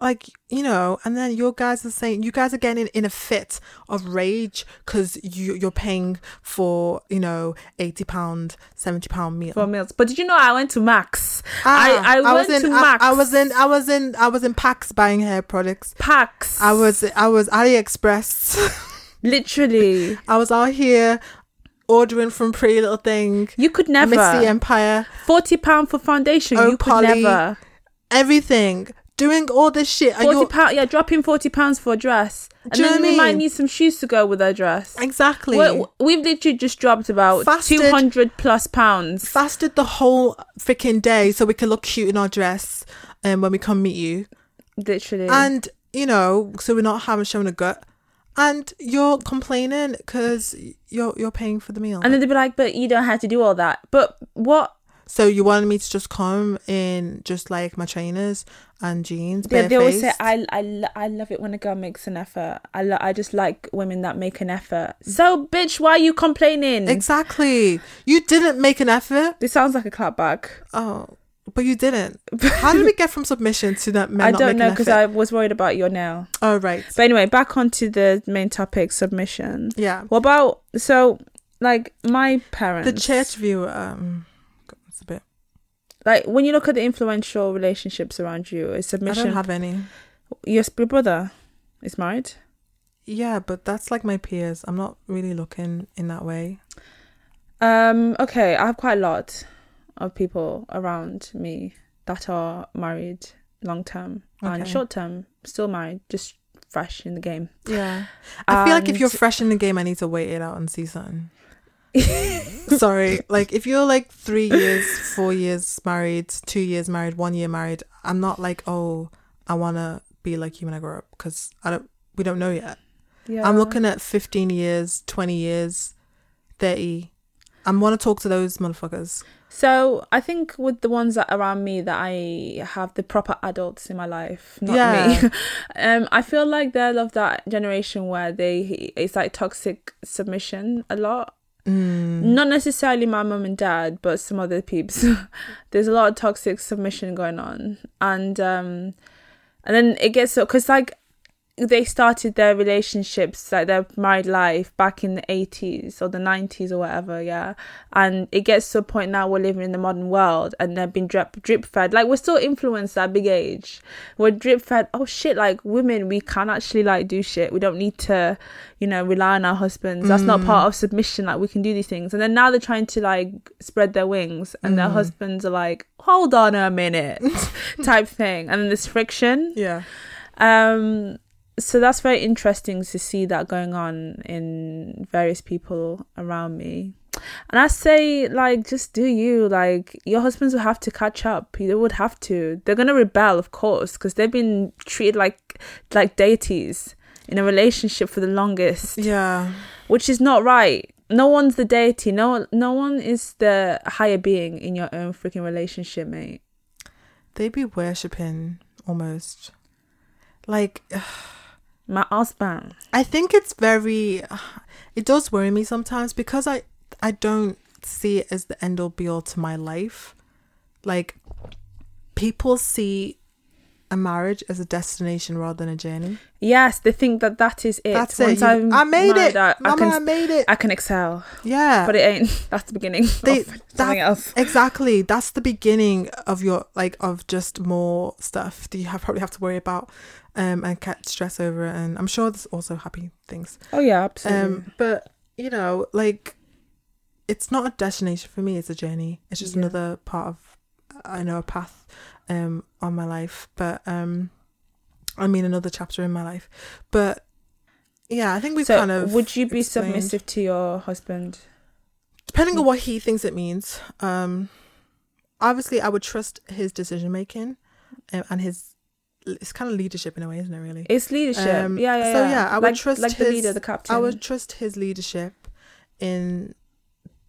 S2: like you know and then your guys are saying you guys are getting in a fit of rage because you you're paying for you know 80 pound 70 pound meal
S1: for meals. But did you know I went to Max?
S2: Mm. Ah,
S1: I, I, went
S2: was in
S1: to
S2: I-
S1: Max.
S2: I, was in i was in i was in packs buying hair products
S1: Pax.
S2: i was i was aliexpress (laughs)
S1: literally.
S2: I was out here ordering from Pretty Little Thing,
S1: You could
S2: Miss
S1: never
S2: the Empire,
S1: forty pound for foundation.
S2: Oh,
S1: you could
S2: Polly.
S1: never.
S2: everything, doing all this shit. And
S1: forty
S2: you're-
S1: pound. Yeah, drop in forty pounds for a dress, and
S2: Do you know
S1: then
S2: what I
S1: we might
S2: mean?
S1: need some shoes to go with our dress.
S2: exactly.
S1: We're, we've literally just dropped about
S2: Fasted.
S1: two hundred plus pounds.
S2: Fasted the whole freaking day so we can look cute in our dress um, when we come meet you.
S1: Literally,
S2: And, you know, so we're not having shown a gut. And you're complaining because you're you're paying for the meal.
S1: and then they'd be like, "But you don't have to do all that." But what?
S2: so you wanted me to just come in just like my trainers and jeans.
S1: They, they always say,
S2: barefaced?
S1: I, I, lo- I love it when a girl makes an effort. I, lo- I just like women that make an effort. So, bitch, why are you complaining?
S2: exactly. You didn't make an effort.
S1: this sounds like a clapback.
S2: Oh, but
S1: (laughs)
S2: you didn't. How did we get from submission to that man?
S1: I
S2: not
S1: don't
S2: making
S1: know because
S2: effort?
S1: I was worried about your nail.
S2: Oh right.
S1: But anyway, back onto the main topic submission.
S2: yeah.
S1: What about so like my parents?
S2: The church viewer. Um, it's a bit.
S1: Like when you look at the influential relationships around you, is
S2: I
S1: submission.
S2: don't have any.
S1: yes, your brother is married.
S2: Yeah, but that's like my peers. I'm not really looking in that way.
S1: Um. Okay, I have quite a lot of people around me that are married long term and
S2: Okay.
S1: short term, still married, just fresh in the game. (laughs)
S2: Yeah. I feel like if you're
S1: And-
S2: fresh in the game, I need to wait it out and see something. Sorry. Like if you're like three years, four years married, two years married, one year married, I'm not like oh, I wanna be like you when I grow up because I don't. We don't know yet.
S1: Yeah.
S2: I'm looking at 15 years, 20 years, 30. I want to talk to those motherfuckers.
S1: So I think with the ones that around me that I have the proper adults in my life, not
S2: Yeah.
S1: me. (laughs) um, I feel like they're of that generation where they it's like toxic submission a lot. Not necessarily my mum and dad, but some other peeps. (laughs) There's a lot of toxic submission going on, and um, and then it gets so because like they started their relationships, like their married life, back in the 80s or the 90s or whatever, yeah. And it gets to a point now we're living in the modern world and they've been drip, drip fed. Like, we're still influenced at a big age. We're drip fed, oh shit, like women, we can actually like do shit. We don't need to, you know, rely on our husbands. That's not part of submission. Like, we can do these things. And then now they're trying to like spread their wings and their husbands are like, hold on a minute, type thing. And then there's friction.
S2: Yeah.
S1: Um, so that's very interesting to see that going on in various people around me. And I say, like, just do you. Like, your husbands will have to catch up. They would have to. They're gonna rebel, of course, because they've been treated like like deities in a relationship for the longest,
S2: Yeah.
S1: which is not right. No one's the deity. No, no one is the higher being in your own freaking relationship, mate.
S2: They be worshipping almost. Like
S1: My husband.
S2: I think it's very it does worry me sometimes because I I don't see it as the end all be all to my life. Like people see a marriage as a destination rather than a journey.
S1: Yes, they think that that is it.
S2: That's it. You- I made
S1: married,
S2: it.
S1: I, I
S2: Mama,
S1: can,
S2: I made it.
S1: I can excel,
S2: yeah.
S1: but it ain't. (laughs) That's the beginning.
S2: They-
S1: of something
S2: that- um,
S1: else.
S2: Exactly. That's the beginning of your like of just more stuff that you have probably have to worry about um and catch stress over and I'm sure there's also happy things.
S1: Oh yeah, absolutely.
S2: Um but you know, like it's not a destination for me, it's a journey. It's just
S1: Yeah.
S2: another part of uh, I know a path um on my life. But um I mean another chapter in my life. But yeah, I think we've
S1: so,
S2: kind of
S1: would you be
S2: explained-
S1: submissive to your husband?
S2: depending on what he thinks it means um obviously i would trust his decision making um, and his it's kind of leadership in a way isn't it really
S1: It's leadership.
S2: Um,
S1: yeah, yeah.
S2: so yeah, I would
S1: like,
S2: trust
S1: like the
S2: his-
S1: leader, the captain.
S2: i would trust his leadership in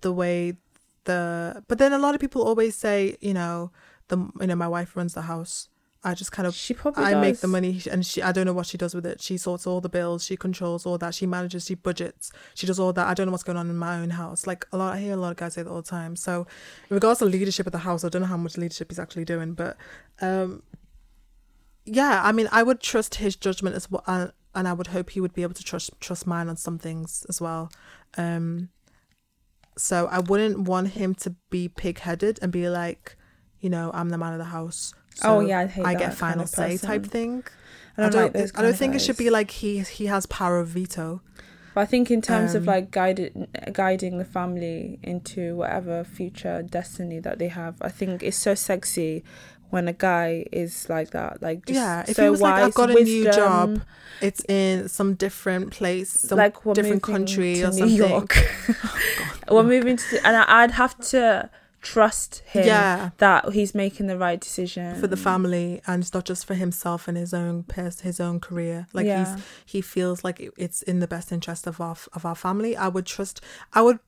S2: the way the but then a lot of people always say you know the you know my wife runs the house i just kind of
S1: She probably.
S2: I
S1: does.
S2: make the money and she I don't know what she does with it. She sorts all the bills, she controls all that, she manages, she budgets, she does all that. I don't know what's going on in my own house. Like a lot I hear a lot of guys say that all the time. So in regards to leadership of the house, I don't know how much leadership he's actually doing, but um yeah, I mean I would trust his judgment as well and, and I would hope he would be able to trust trust mine on some things as well. Um so I wouldn't want him to be pig headed and be like, you know, I'm the man of the house.
S1: Oh
S2: so
S1: yeah, I, hate
S2: I
S1: that
S2: get
S1: kind
S2: final
S1: of
S2: say type
S1: person.
S2: thing.
S1: I don't, like
S2: thi-
S1: those
S2: I don't
S1: kind of
S2: think it should
S1: guys.
S2: be like he he has power of veto.
S1: But I think in terms
S2: Um,
S1: of like guided guiding the family into whatever future destiny that they have, I think it's so sexy when a guy is like that, like just
S2: yeah, if
S1: so
S2: he was
S1: wise,
S2: like, I've got a
S1: wisdom,
S2: new job, it's in some different place, some
S1: like we're
S2: different
S1: moving
S2: country
S1: to
S2: or
S1: New
S2: something. (laughs) Oh,
S1: York. (laughs) we're moving to, and I- I'd have to trust him
S2: Yeah,
S1: that he's making the right decision
S2: for the family, and it's not just for himself and his own pers- his own career. Like
S1: yeah.
S2: he's he feels like it- it's in the best interest of our of our family. I would trust. I would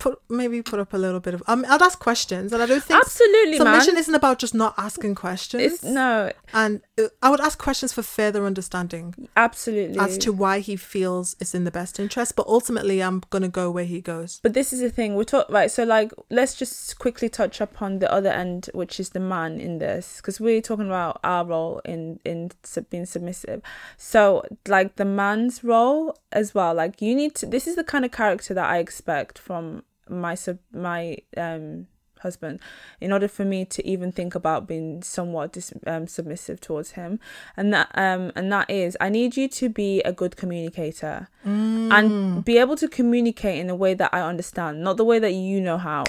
S2: put maybe put up a little bit of. Um, I'd ask questions, and I don't think
S1: absolutely,
S2: submission
S1: man.
S2: isn't about just not asking questions.
S1: It's no,
S2: And uh, I would ask questions for further understanding
S1: absolutely.
S2: as to why he feels it's in the best interest. But ultimately, I'm going to go where he goes.
S1: But this is the thing we're talking right. So like, let's just quickly touch upon the other end, which is the man in this, because we're talking about our role in in sub- being submissive. So like the man's role as well. Like you need to. This is the kind of character that I expect from my sub my um husband in order for me to even think about being somewhat dis- um, submissive towards him and that um and that is i need you to be a good communicator
S2: Mm.
S1: and be able to communicate in a way that I understand, not the way that you know how,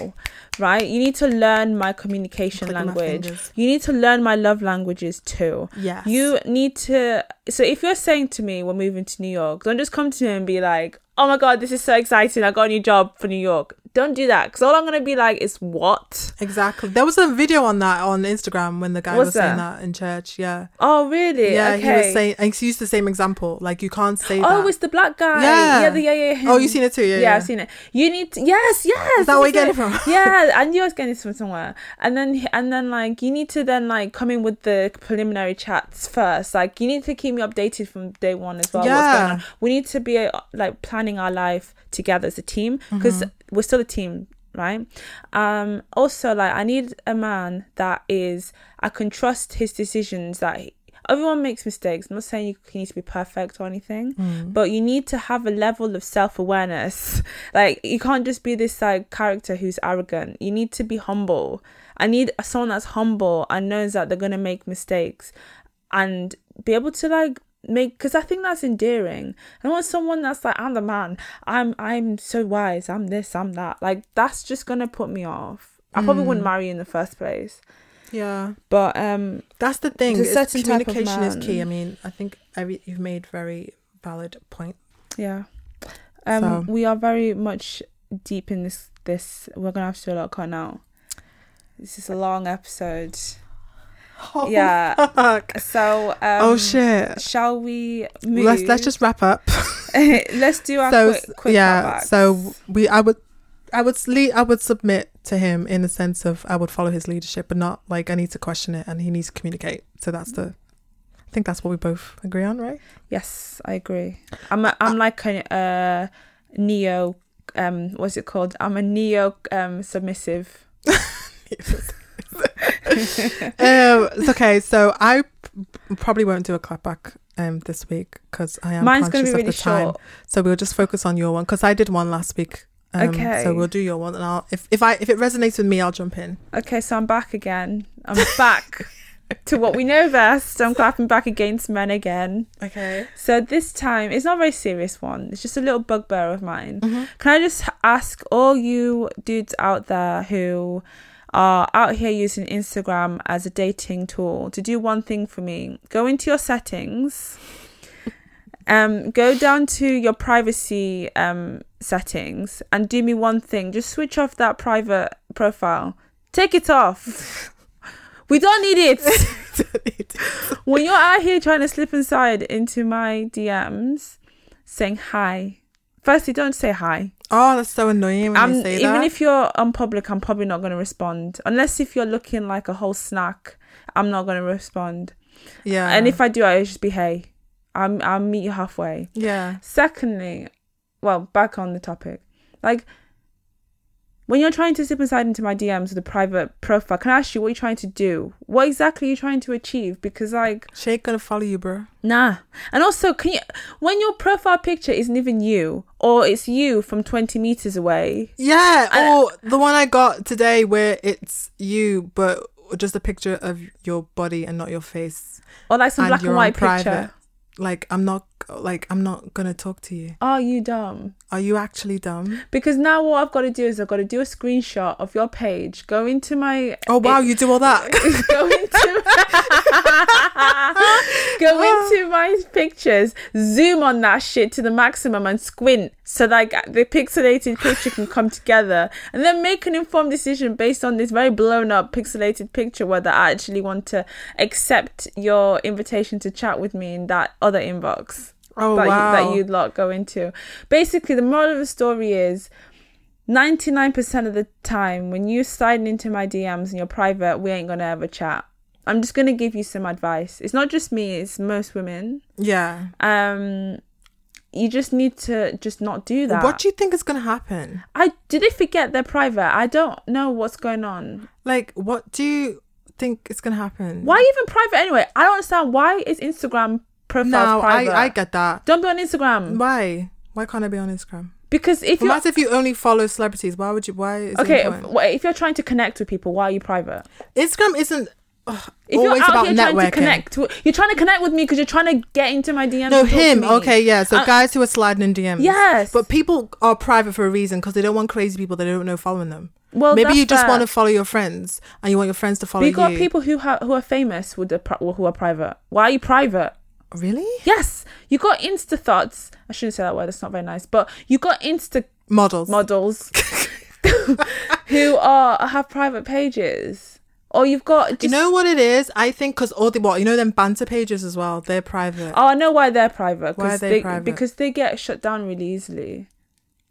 S1: right? You need to learn my communication
S2: Clicking my
S1: language.
S2: fingers.
S1: You need to learn my love languages too.
S2: Yes.
S1: You need to. So if you're saying to me, we're moving to New York, don't just come to me and be like, oh my God, this is so exciting. I got a new job for New York. Don't do that. Because all I'm going to be like is, what?
S2: Exactly. There was a video on that on Instagram when the guy
S1: Was
S2: was, saying
S1: there?
S2: that in church. Yeah.
S1: Oh, really?
S2: Yeah,
S1: okay.
S2: he was saying, and he used the same example. Like, you can't say
S1: Oh,
S2: that.
S1: it's the black guy.
S2: Yeah.
S1: Yeah, the, yeah, yeah.
S2: oh,
S1: him.
S2: you've seen it too? Yeah.
S1: yeah, I've seen it. You need to, yes, yes.
S2: Is that where you
S1: that's
S2: get it from? (laughs)
S1: yeah, I knew I was getting this from somewhere. And then and then like you need to then like come in with the preliminary chats first. Like you need to keep me updated from day one as well. What's
S2: Yeah.
S1: going on? We need to be uh, like planning our life together as a team because we're still a team, right? Um. Also, like I need a man that is I can trust his decisions. That he- everyone makes mistakes. I'm not saying you need to be perfect or anything, but you need to have a level of self awareness. (laughs) Like you can't just be this like character who's arrogant. You need to be humble. I need someone that's humble and knows that they're gonna make mistakes, and be able to like make because I think that's endearing. I want someone that's like I'm the man. I'm I'm so wise. I'm this. I'm that. Like that's just gonna put me off. I probably wouldn't
S2: Mm.
S1: marry you in the first place.
S2: Yeah.
S1: But um
S2: That's the thing.
S1: It's a
S2: it's
S1: certain type of
S2: communication is key. I
S1: man.
S2: mean, I think every you've made very valid point. (laughs)
S1: yeah. Um
S2: So-
S1: we are very much deep in this this we're gonna have to do a lot of cut now. This is a long episode. yeah.
S2: Fuck.
S1: So um
S2: oh shit.
S1: shall we move
S2: Let's let's just wrap up.
S1: (laughs) let's do our
S2: so
S1: quick, quick
S2: yeah.
S1: callbacks.
S2: So we I would I would sleep I would submit to him in the sense of I would follow his leadership, but not like I need to question it and he needs to communicate. So that's the I think that's what we both agree on,
S1: (laughs)
S2: right?
S1: Yes, I agree. I'm a, I'm like a uh, neo. Um, what's it called? I'm a neo um submissive.
S2: um, it's okay, so I p- probably won't do a clapback um this week because I am
S1: Mine's gonna
S2: conscious
S1: be really
S2: of the time.
S1: short.
S2: So we'll just focus on your one because I did one last week. Um,
S1: Okay.
S2: So we'll do your one, and I'll if, if I if it resonates with me, I'll jump in.
S1: Okay, so I'm back again. I'm
S2: (laughs)
S1: back to what we know best. I'm clapping back against men again.
S2: Okay.
S1: So this time, it's not a very serious one. It's just a little bugbear of mine. Can I just ask all you dudes out there who are out here using Instagram as a dating tool to do one thing for me? Go into your settings. Um, go down to your privacy um settings and do me one thing. Just switch off that private profile. Take it off. (laughs) We don't need
S2: (laughs)
S1: it. when you're out here trying to slip inside into my DMs saying hi, firstly, don't say hi.
S2: (laughs) Oh, that's so annoying when
S1: I'm,
S2: you say
S1: even
S2: that.
S1: if you're on public, I'm probably not going to respond. Unless if you're looking like a whole snack, I'm not going to respond.
S2: yeah.
S1: And if I do, I just be, hey, I'm, I'll meet you halfway.
S2: yeah.
S1: Secondly, well, back on the topic, like when you're trying to slip inside into my DMs with a private profile, can I ask you what you're trying to do? What exactly are you trying to achieve? Because like
S2: She ain't gonna follow you, bro.
S1: Nah. And also, can you when your profile picture isn't even you, or it's you from twenty meters away?
S2: Yeah.
S1: I-
S2: or the one I got today where it's you, but just a picture of your body and not your face.
S1: Or like some
S2: and
S1: black
S2: you're
S1: and
S2: on
S1: white picture.
S2: Like I'm not like I'm not gonna talk to you.
S1: Are you dumb?
S2: Are you actually dumb?
S1: Because now what I've got to do is I've got to do a screenshot of your page, go into my (laughs)
S2: Oh wow, you do all that.
S1: go into (laughs) go into my pictures, zoom on that shit to the maximum, and squint so like the pixelated picture can come together, and then make an informed decision based on this very blown up pixelated picture whether I actually want to accept your invitation to chat with me in that other inbox
S2: oh
S1: that,
S2: wow.
S1: you, that you'd lot go into. Basically, the moral of the story is 99% of the time when you sliding into my DMs and you're private, we ain't going to ever chat. I'm just going to give you some advice. It's not just me, it's most women.
S2: yeah.
S1: Um, you just need to just not do that.
S2: What do you think is gonna happen?
S1: I did they forget they're private? I don't know what's going on.
S2: Like, what do you think is gonna happen?
S1: Why even private anyway? I don't understand why is Instagram profiles
S2: No,
S1: private?
S2: I, I get that.
S1: don't be on Instagram
S2: Why? Why can't I be on Instagram?
S1: because if
S2: Well,
S1: you
S2: that's if you only follow celebrities. Why would you? Why is it
S1: Okay, if,
S2: important?
S1: wait, if you're trying to connect with people, why are you private?
S2: Instagram isn't ugh,
S1: If
S2: always
S1: you're out
S2: about
S1: here trying to
S2: networking.
S1: connect, w- you're trying to connect with me because you're trying to get into my DMs.
S2: no,
S1: and talk to
S2: him.
S1: me.
S2: Okay, yeah. So
S1: Uh,
S2: guys who are sliding in DMs.
S1: Yes.
S2: But people are private for a reason because they don't want crazy people they don't know following them.
S1: Well,
S2: Maybe you just want to
S1: to.
S2: follow your friends and you want your friends to follow
S1: We got
S2: you.
S1: people who ha- who are famous with the pri- who are private. Why are you private?
S2: really
S1: Yes, you got Insta thoughts. I shouldn't say that word. That's not very nice. But you got Insta
S2: models. (laughs)
S1: models who are have private pages, or you've got. Just,
S2: Do you know what it is? I think because all the what you know them banter pages as well. They're private.
S1: Oh, I know why they're private.
S2: Why are
S1: 'cause
S2: they private?
S1: Because they get shut down really easily.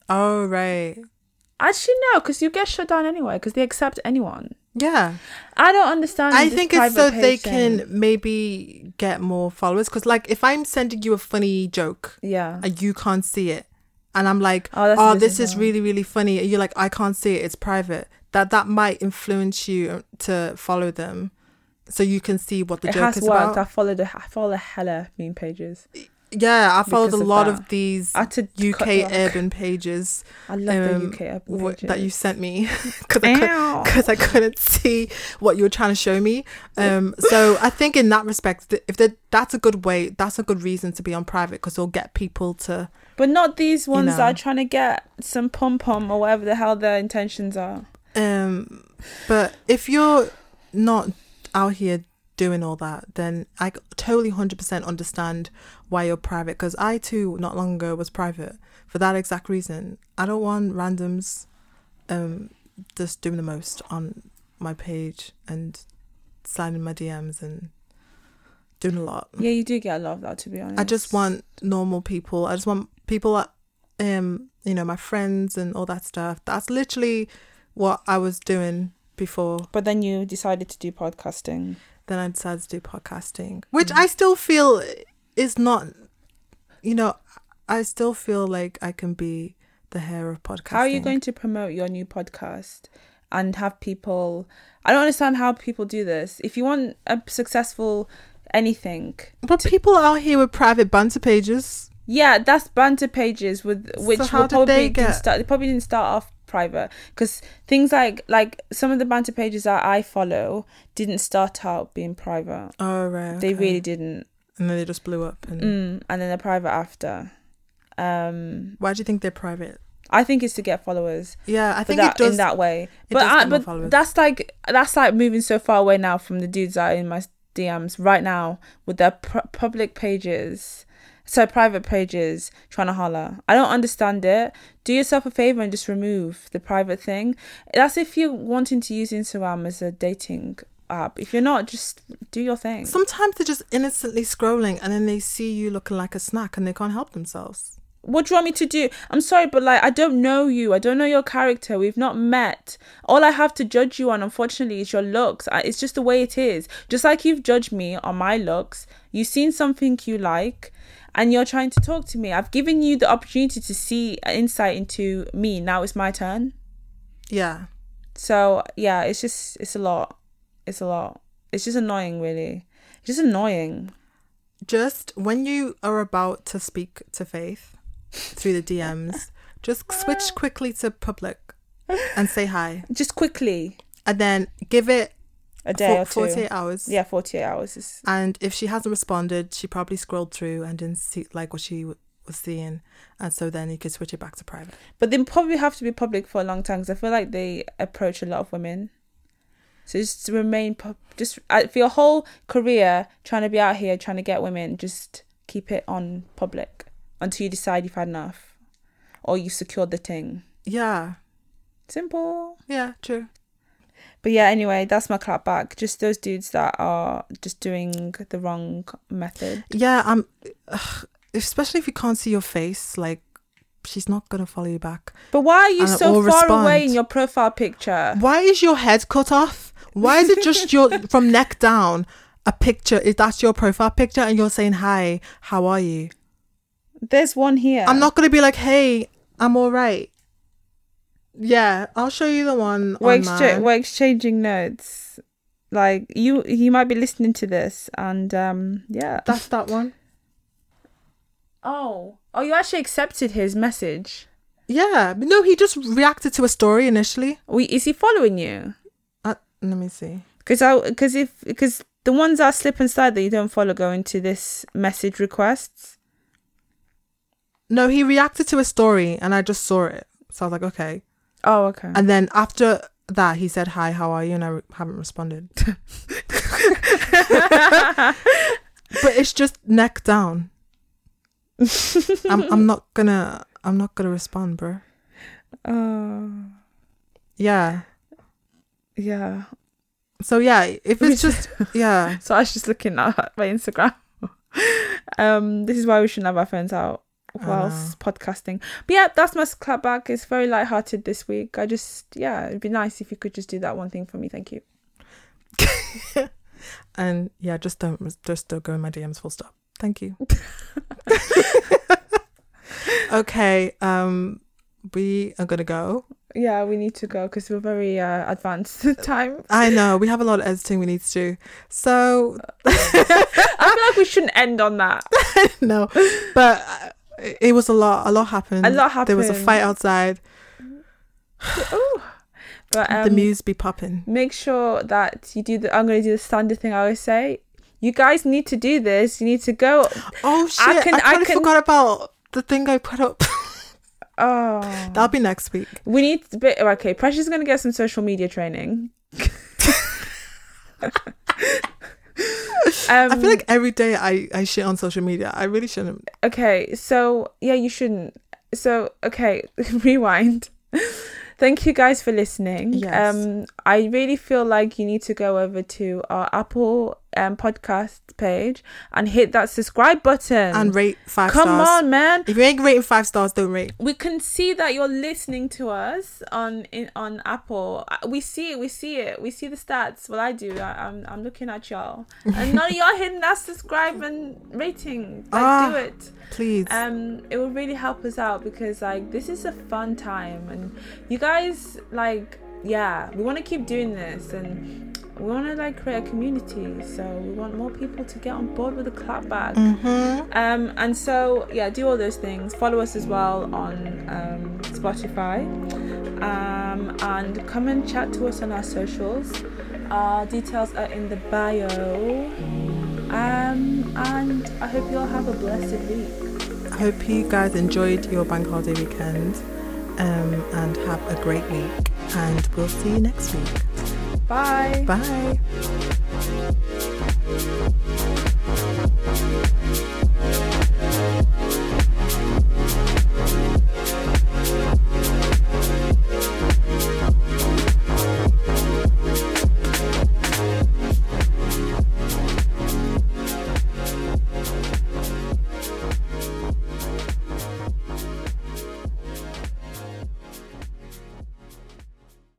S2: Oh right.
S1: Actually, no, because you get shut down anyway, because they accept anyone.
S2: Yeah.
S1: I don't understand.
S2: I
S1: this
S2: think it's so
S1: private
S2: they
S1: page thing.
S2: can maybe get more followers. Because, like, if I'm sending you a funny joke
S1: Yeah.
S2: and you can't see it, and I'm like,
S1: Oh,
S2: oh,
S1: that's amazing,
S2: this is
S1: yeah.
S2: really, really funny. And you're like, I can't see it. It's private. That that might influence you to um, follow them. so you can see what the
S1: it
S2: joke
S1: has
S2: is
S1: worked. I
S2: about.
S1: follow the I follow the hella meme pages.
S2: Yeah, I followed a
S1: because of
S2: lot
S1: that.
S2: of these
S1: I had to
S2: UK
S1: cut back. (laughs)
S2: urban pages
S1: I love
S2: um,
S1: the UK urban
S2: wh-
S1: pages
S2: that you sent me (laughs) because I, could, (laughs)
S1: Ow.
S2: because I couldn't see what you were trying to show me. Um, so I think in that respect, th- if that that's a good way, that's a good reason to be on private because it'll get people to.
S1: But not these ones that
S2: know.
S1: are trying to get some pom pom or whatever the hell their intentions are.
S2: Um, but if you're not out here doing all that, then I c- totally hundred percent understand why you're private because I too not long ago was private for that exact reason. I don't want randoms, um, just doing the most on my page and sliding my DMs and doing a lot.
S1: Yeah, you do get a lot of that, to be honest.
S2: I just want normal people. I just want people that, um, you know, my friends and all that stuff. That's literally what I was doing before.
S1: But then you decided to do podcasting.
S2: Then I decided to do podcasting, which
S1: Mm.
S2: I still feel is not, you know, I still feel like I can be the hair of podcasting.
S1: How are you going to promote your new podcast and have people? I don't understand how people do this. If you want a successful anything,
S2: But people out here with private banter pages.
S1: yeah, that's banter pages with which
S2: how
S1: will
S2: did they
S1: probably didn't
S2: get-
S1: start. They probably didn't start off private because things like like some of the banter pages that I follow didn't start out being private.
S2: Oh right,
S1: They
S2: okay.
S1: really didn't.
S2: and then they just blew up. And
S1: Mm, and then they're private after. Um,
S2: why do you think they're private?
S1: I think it's to get followers.
S2: Yeah, I
S1: for
S2: think
S1: that,
S2: it does.
S1: in that way. But
S2: does
S1: I,
S2: get more
S1: but
S2: followers.
S1: that's like that's like moving so far away now from the dudes that are in my DMs right now with their pr- public pages. So private pages trying to holler. I don't understand it. Do yourself a favor and just remove the private thing. That's if you're wanting to use Instagram as a dating app. If you're not, just do your thing.
S2: Sometimes they're just innocently scrolling and then they see you looking like a snack and they can't help themselves.
S1: what do you want me to do? I'm sorry, but like, I don't know you. I don't know your character. We've not met. All I have to judge you on, unfortunately, is your looks. I, it's just the way it is. Just like you've judged me on my looks, you've seen something you like, and you're trying to talk to me. I've given you the opportunity to see an insight into me. Now it's my turn.
S2: Yeah.
S1: So yeah, it's just it's a lot. It's a lot. It's just annoying, really. It's just annoying.
S2: Just when you are about to speak to Faith through the
S1: (laughs)
S2: DMs, just switch quickly to public and say hi.
S1: Just quickly,
S2: And then give it
S1: a day
S2: for,
S1: or two.
S2: 48 hours.
S1: Yeah, 48 hours is
S2: And if she hasn't responded, she probably scrolled through and didn't see like what she w- was seeing. And so then you could switch it back to private.
S1: But they probably have to be public for a long time because I feel like they approach a lot of women. So just to remain pub- just uh, for your whole career trying to be out here trying to get women, just keep it on public until you decide you've had enough or you secured the thing.
S2: Yeah.
S1: Simple.
S2: Yeah, true.
S1: But yeah, anyway, that's my clap back. Just those dudes that are just doing the wrong method.
S2: Yeah, um, ugh, especially if you can't see your face, like she's not gonna follow you back.
S1: But why are you
S2: And
S1: so
S2: all
S1: far away
S2: respond.
S1: in your profile picture?
S2: Why is your head cut off? Why is it just your from neck down a picture? If that's your profile picture, and you're saying hi, how are you?
S1: There's one here.
S2: I'm not gonna be like, hey, I'm all right. Yeah, I'll show you the one.
S1: we're, excha-
S2: online.
S1: we're exchanging notes like you you might be listening to this and um yeah
S2: that's that one.
S1: oh oh you actually accepted his message
S2: Yeah, but no, he just reacted to a story initially.
S1: we is he following you
S2: Uh, let me see.
S1: because i because if because the ones that slip and slide that you don't follow go into this message requests
S2: No, he reacted to a story, and I just saw it. So I was like, okay,
S1: oh (laughs) okay
S2: And then after that, he said, Hi, how are you? And I re- haven't responded. but it's just neck down. I'm, I'm not gonna, I'm not gonna respond, bro.
S1: oh
S2: Yeah.
S1: yeah
S2: So yeah, if it's just, yeah.
S1: so i was just looking at (laughs) my instagram um this is why we shouldn't have our phones out
S2: I
S1: whilst podcasting but yeah that's my clap back it's very light-hearted this week i just yeah it'd be nice if you could just do that one thing for me thank you
S2: And yeah, just don't, res- just don't go in my DMs full stop. Thank you. okay. Um, we are gonna go.
S1: Yeah, we need to go because we're very uh, advanced (laughs) time.
S2: I know we have a lot of editing we need to do. So (laughs)
S1: I feel like we shouldn't end on that.
S2: no, but uh, it- it was a lot. A lot happened.
S1: A lot
S2: There was a fight
S1: happened.
S2: outside.
S1: Ooh. But um,
S2: the muse be popping.
S1: make sure that you do the. I'm going to do the standard thing I always say. You guys need to do this. You need to go.
S2: Oh shit! I,
S1: can- I
S2: totally
S1: can-
S2: forgot about the thing I put up. (laughs)
S1: Oh,
S2: That'll be next week.
S1: we need. To be, okay, Pressure's going to get some social media training. um,
S2: I
S1: Mm.
S2: feel like every day I I shit on social media. I really shouldn't.
S1: Okay, so yeah, you shouldn't. So okay, (laughs) rewind. Thank you guys for listening.
S2: Yes.
S1: Um, I really feel like you need to go over to our Apple um podcast page and hit that subscribe button.
S2: And rate five
S1: come
S2: stars.
S1: on, man.
S2: If you ain't rating five stars, don't rate.
S1: We can see that you're listening to us on in, on Apple. Uh, We see it. We see it. We see the stats. Well, I do. I, I'm I'm looking at y'all, and none of y'all hitting that subscribe and rating. Like,
S2: Ah.
S1: do it.
S2: Please.
S1: Um, it will really help us out because like this is a fun time, and you guys like yeah, we want to keep doing this, and we want to like create a community. So we want more people to get on board with the clapback.
S2: Mm-hmm.
S1: Um, and so yeah, do all those things. Follow us as well on um, Spotify, um, and come and chat to us on our socials. Our details are in the bio. Um, and I hope you all have a blessed week.
S2: I hope you guys enjoyed your bank holiday weekend um, and have a great week. And we'll see you next week.
S1: Bye.
S2: Bye.